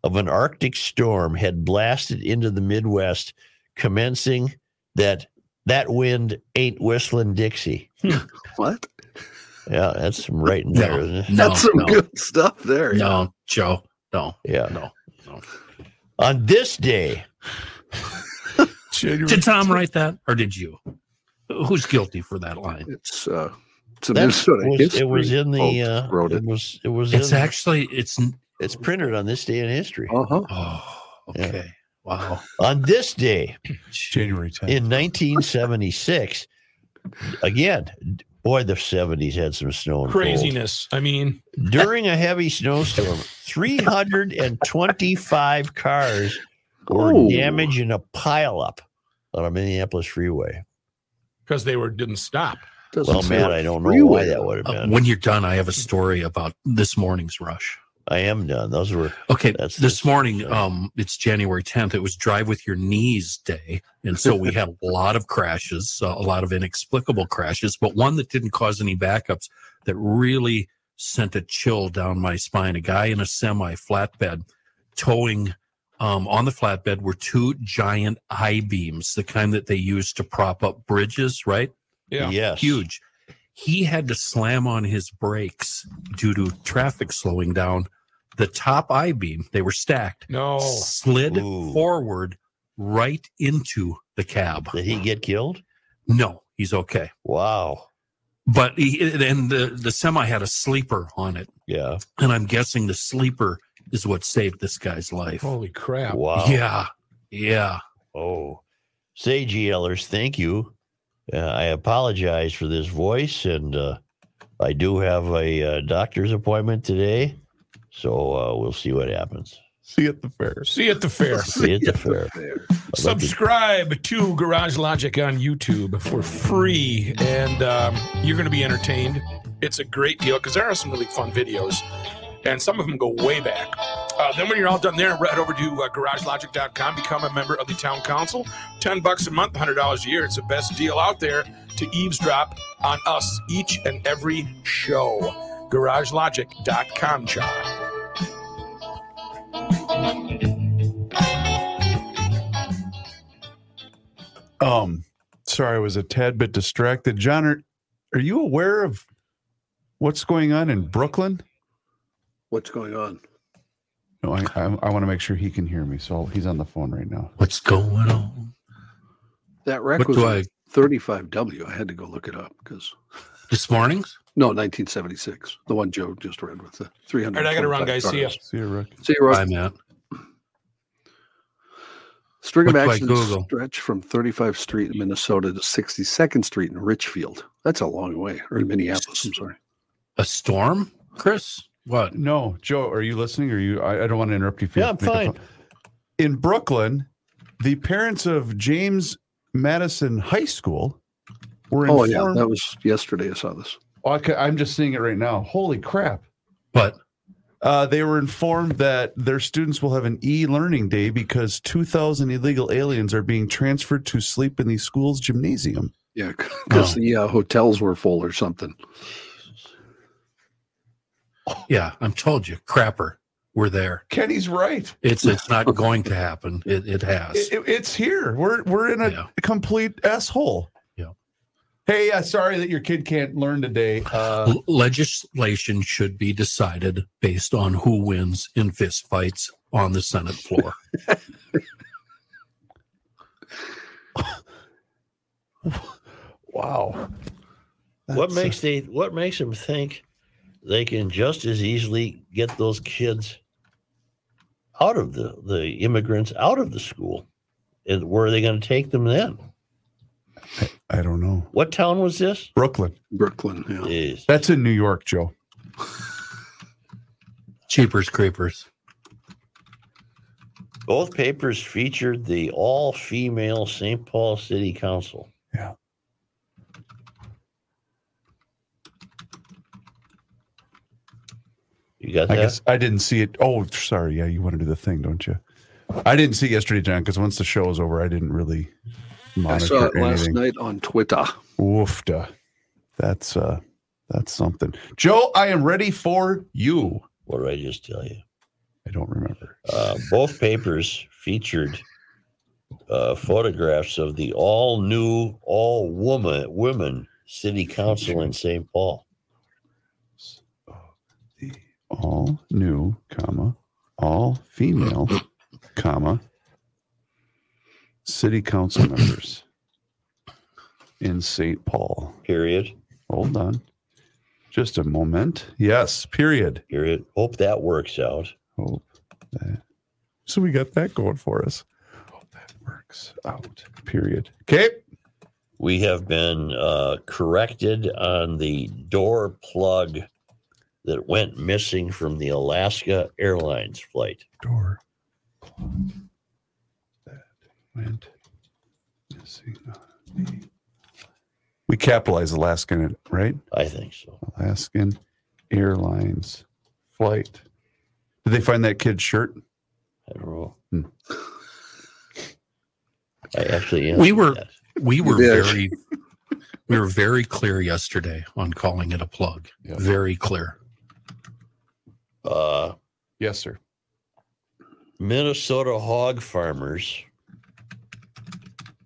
[SPEAKER 2] of an Arctic storm had blasted into the Midwest, commencing that that wind ain't whistling Dixie.
[SPEAKER 4] What?
[SPEAKER 2] Yeah, that's some writing there, isn't it?
[SPEAKER 1] No,
[SPEAKER 4] That's some
[SPEAKER 1] no,
[SPEAKER 4] good stuff there.
[SPEAKER 1] no, Joe, no,
[SPEAKER 2] Yeah.
[SPEAKER 1] no, no.
[SPEAKER 2] On this day,
[SPEAKER 1] Did Tom write that, or did you? Who's guilty for that line?
[SPEAKER 4] It's uh, it's a
[SPEAKER 2] that
[SPEAKER 4] Minnesota
[SPEAKER 2] was,
[SPEAKER 4] history.
[SPEAKER 2] it was in the
[SPEAKER 4] folks
[SPEAKER 2] uh,
[SPEAKER 4] wrote
[SPEAKER 2] it
[SPEAKER 4] it.
[SPEAKER 2] was it was
[SPEAKER 1] It's
[SPEAKER 2] in,
[SPEAKER 1] actually it's.
[SPEAKER 2] it's printed on this day in history.
[SPEAKER 4] Uh huh.
[SPEAKER 1] Oh,
[SPEAKER 2] Yeah.
[SPEAKER 1] okay. Wow.
[SPEAKER 2] On this day
[SPEAKER 3] January 10th.
[SPEAKER 2] in 1976, again, boy, the 70s had some snow and cold.
[SPEAKER 7] Craziness. I mean,
[SPEAKER 2] During a heavy snowstorm, 325 cars were
[SPEAKER 4] Oh.
[SPEAKER 2] damaged in a pileup on a Minneapolis freeway.
[SPEAKER 7] because they were didn't stop.
[SPEAKER 4] Doesn't
[SPEAKER 3] Oh,
[SPEAKER 2] Well,
[SPEAKER 4] say
[SPEAKER 2] Matt,
[SPEAKER 4] what
[SPEAKER 2] I don't know why
[SPEAKER 4] freeway.
[SPEAKER 2] that would have
[SPEAKER 1] Uh,
[SPEAKER 2] been.
[SPEAKER 1] when you're done, I have a story about this morning's rush.
[SPEAKER 2] I am done. Those were
[SPEAKER 1] Okay,
[SPEAKER 2] That's-
[SPEAKER 1] this morning, um, it's January 10th. It was Drive with Your Knees Day, and so we had a lot of crashes, uh, a lot of inexplicable crashes, but one that didn't cause any backups that really sent a chill down my spine. A guy in a semi flatbed towing um, on the flatbed were two giant I beams, the kind that they use to prop up bridges, right?
[SPEAKER 7] Yeah.
[SPEAKER 2] yes,
[SPEAKER 1] huge. He had to slam on his brakes due to traffic slowing down the top I beam, they were stacked,
[SPEAKER 7] No.
[SPEAKER 1] slid
[SPEAKER 2] Oh. Ooh.
[SPEAKER 1] forward right into the cab.
[SPEAKER 2] Did he get killed?
[SPEAKER 1] No, he's okay.
[SPEAKER 2] Wow.
[SPEAKER 1] But he, and the, the semi had a sleeper on it.
[SPEAKER 2] Yeah.
[SPEAKER 1] And I'm guessing the sleeper is what saved this guy's life.
[SPEAKER 7] Holy crap.
[SPEAKER 2] Oh, Wow.
[SPEAKER 1] Yeah. Yeah.
[SPEAKER 2] Oh, Sage Yellers, thank you. Uh, I apologize for this voice, and uh, I do have a uh, doctor's appointment today, so uh, we'll see what happens.
[SPEAKER 3] See you at the fair.
[SPEAKER 7] See you at the fair.
[SPEAKER 2] See you at the fair.
[SPEAKER 4] There.
[SPEAKER 2] I'd like to-
[SPEAKER 7] Subscribe to Garage Logic on YouTube for free, and um, you're going to be entertained. It's a great deal because there are some really fun videos, and some of them go way back. Uh, then, when you're all done there, head over to uh, garagelogic.com, become a member of the town council. 10 bucks a month, $100 a year. It's the best deal out there to eavesdrop on us each and every show. GarageLogic.com, John.
[SPEAKER 3] Um, sorry, I was a tad bit distracted. John, are, are you aware of what's going on in Brooklyn?
[SPEAKER 4] What's going on?
[SPEAKER 3] No, I I, I want to make sure he can hear me. So I'll- he's on the phone right now.
[SPEAKER 1] What's going on?
[SPEAKER 4] That wreck
[SPEAKER 1] What
[SPEAKER 4] was
[SPEAKER 1] do
[SPEAKER 4] a
[SPEAKER 1] I
[SPEAKER 4] 35W. I had to go look it up because
[SPEAKER 1] this morning's?
[SPEAKER 4] no, 1976, the one Joe just read with the 300.
[SPEAKER 7] All right, I gotta run, guys. See ya.
[SPEAKER 3] See you, Rick.
[SPEAKER 4] See you, Ross.
[SPEAKER 1] I'm at.
[SPEAKER 4] String of
[SPEAKER 1] Looked like
[SPEAKER 4] accidents
[SPEAKER 1] Google.
[SPEAKER 4] stretch from 35th Street in Minnesota to 62nd Street in Richfield. That's a long way, or in Minneapolis. I'm sorry.
[SPEAKER 1] A storm, Chris? What?
[SPEAKER 3] No, Joe, are you listening? Or you? I, I don't want to interrupt you. if you
[SPEAKER 2] Yeah, I'm
[SPEAKER 3] make a
[SPEAKER 2] fine.
[SPEAKER 3] phone- In Brooklyn, the parents of James Madison High School were
[SPEAKER 4] Oh
[SPEAKER 3] informed.
[SPEAKER 4] yeah, that was yesterday. I saw this.
[SPEAKER 3] Oh, I ca- I'm just seeing it right now. Holy crap!
[SPEAKER 1] What?
[SPEAKER 3] Uh, they were informed that their students will have an e-learning day because 2,000 illegal aliens are being transferred to sleep in the school's gymnasium.
[SPEAKER 4] Yeah, because
[SPEAKER 2] Oh.
[SPEAKER 4] the uh, hotels were full or something.
[SPEAKER 1] Yeah, I'm told you, crapper. We're there.
[SPEAKER 3] Kenny's right.
[SPEAKER 1] It's it's not going to happen. It it has.
[SPEAKER 3] It- it- it's here. We're we're in a
[SPEAKER 1] Yeah.
[SPEAKER 3] complete asshole.
[SPEAKER 1] Yeah.
[SPEAKER 3] Hey, uh, sorry that your kid can't learn today. Uh,
[SPEAKER 1] L- legislation should be decided based on who wins in fistfights on the Senate floor.
[SPEAKER 3] wow.
[SPEAKER 2] What
[SPEAKER 3] That's, uh,
[SPEAKER 2] makes they What makes them think they can just as easily get those kids out of the the immigrants out of the school? And where are they going to take them then?
[SPEAKER 3] I don't know.
[SPEAKER 2] What town was this?
[SPEAKER 3] Brooklyn.
[SPEAKER 4] Brooklyn. Yeah.
[SPEAKER 2] Jeez.
[SPEAKER 3] That's in New York, Joe.
[SPEAKER 1] Cheapers creepers.
[SPEAKER 2] Both papers featured the all female St. Paul City Council.
[SPEAKER 3] Yeah.
[SPEAKER 2] You got
[SPEAKER 3] I
[SPEAKER 2] that?
[SPEAKER 3] guess I didn't see it. Oh, sorry. Yeah, you want to do the thing, don't you? I didn't see it yesterday, John, because once the show was over, I didn't really
[SPEAKER 4] I saw
[SPEAKER 3] monitor
[SPEAKER 4] it last
[SPEAKER 3] anything.
[SPEAKER 4] night on Twitter.
[SPEAKER 3] Woofda. That's uh that's something. Joe, I am ready for you.
[SPEAKER 2] What did I just tell you?
[SPEAKER 3] I don't remember.
[SPEAKER 2] Uh, both papers featured uh, photographs of the all new, all woman women city council in St. Paul.
[SPEAKER 3] All new, comma, all female, comma, city council members in St. Paul.
[SPEAKER 2] Period.
[SPEAKER 3] Hold on. Just a moment. Yes, period.
[SPEAKER 2] Period. Hope that works out.
[SPEAKER 3] Hope that. So we got that going for us. Hope that works out. Period. Okay.
[SPEAKER 2] We have been uh, corrected on the door plug that went missing from the Alaska Airlines flight.
[SPEAKER 3] Door closed. That went missing. on the- We capitalize Alaskan, it, right?
[SPEAKER 2] I think so.
[SPEAKER 3] Alaskan Airlines flight. Did they find that kid's shirt?
[SPEAKER 2] I don't know.
[SPEAKER 3] Hmm.
[SPEAKER 2] I actually
[SPEAKER 1] We were-
[SPEAKER 2] answered
[SPEAKER 1] We were
[SPEAKER 4] Yeah.
[SPEAKER 1] very we were very clear yesterday on calling it a plug.
[SPEAKER 3] Yeah.
[SPEAKER 1] Very clear.
[SPEAKER 2] that. Uh,
[SPEAKER 3] Yes, sir.
[SPEAKER 2] Minnesota hog farmers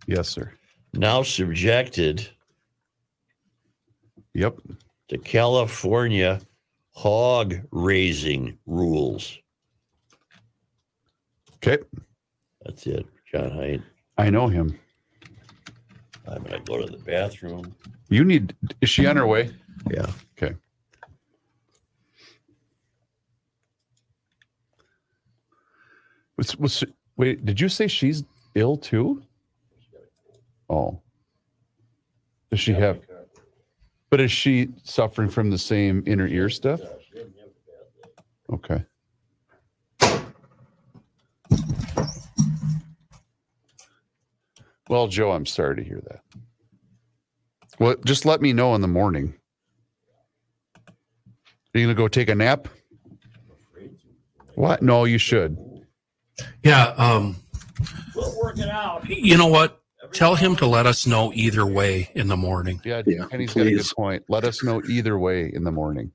[SPEAKER 3] Yes, sir.
[SPEAKER 2] now subjected
[SPEAKER 3] Yep.
[SPEAKER 2] to California hog raising rules.
[SPEAKER 3] Okay.
[SPEAKER 2] That's it, John Haidt.
[SPEAKER 3] I know him.
[SPEAKER 2] I'm going to go to the bathroom.
[SPEAKER 3] You need, is she on her way?
[SPEAKER 2] Yeah.
[SPEAKER 3] Okay. What's, what's, wait, did you say she's ill too? Oh. Does she have, but is she suffering from the same inner ear stuff? Okay. Well, Joe, I'm sorry to hear that. Well, just let me know in the morning. Are you gonna go take a nap? What? No, you should.
[SPEAKER 1] Yeah. Um, we'll work it out. You know what? Tell him to let us know either way in the morning
[SPEAKER 3] Yeah,
[SPEAKER 4] Yeah,
[SPEAKER 3] Kenny's got a good
[SPEAKER 4] please.
[SPEAKER 3] point. Let us know either way in the morning.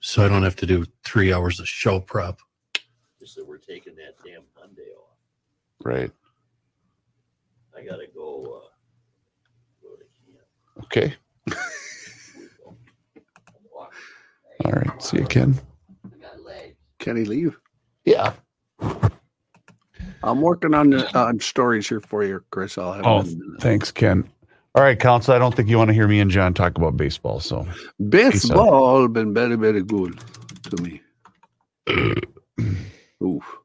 [SPEAKER 1] so I don't have to do three hours of show prep.
[SPEAKER 2] Just that we're taking that damn Monday off.
[SPEAKER 3] Right.
[SPEAKER 2] I got to go. Uh, go to camp.
[SPEAKER 3] Okay. All right. See you, Ken.
[SPEAKER 4] Can he leave?
[SPEAKER 3] Yeah.
[SPEAKER 4] I'm working on the on stories here for you, Chris. I'll have
[SPEAKER 3] Oh,
[SPEAKER 4] them in a minute.
[SPEAKER 3] Thanks, Ken. All right, Council. I don't think you want to hear me and John talk about baseball. So
[SPEAKER 4] Baseball been very, very good to me. Oof.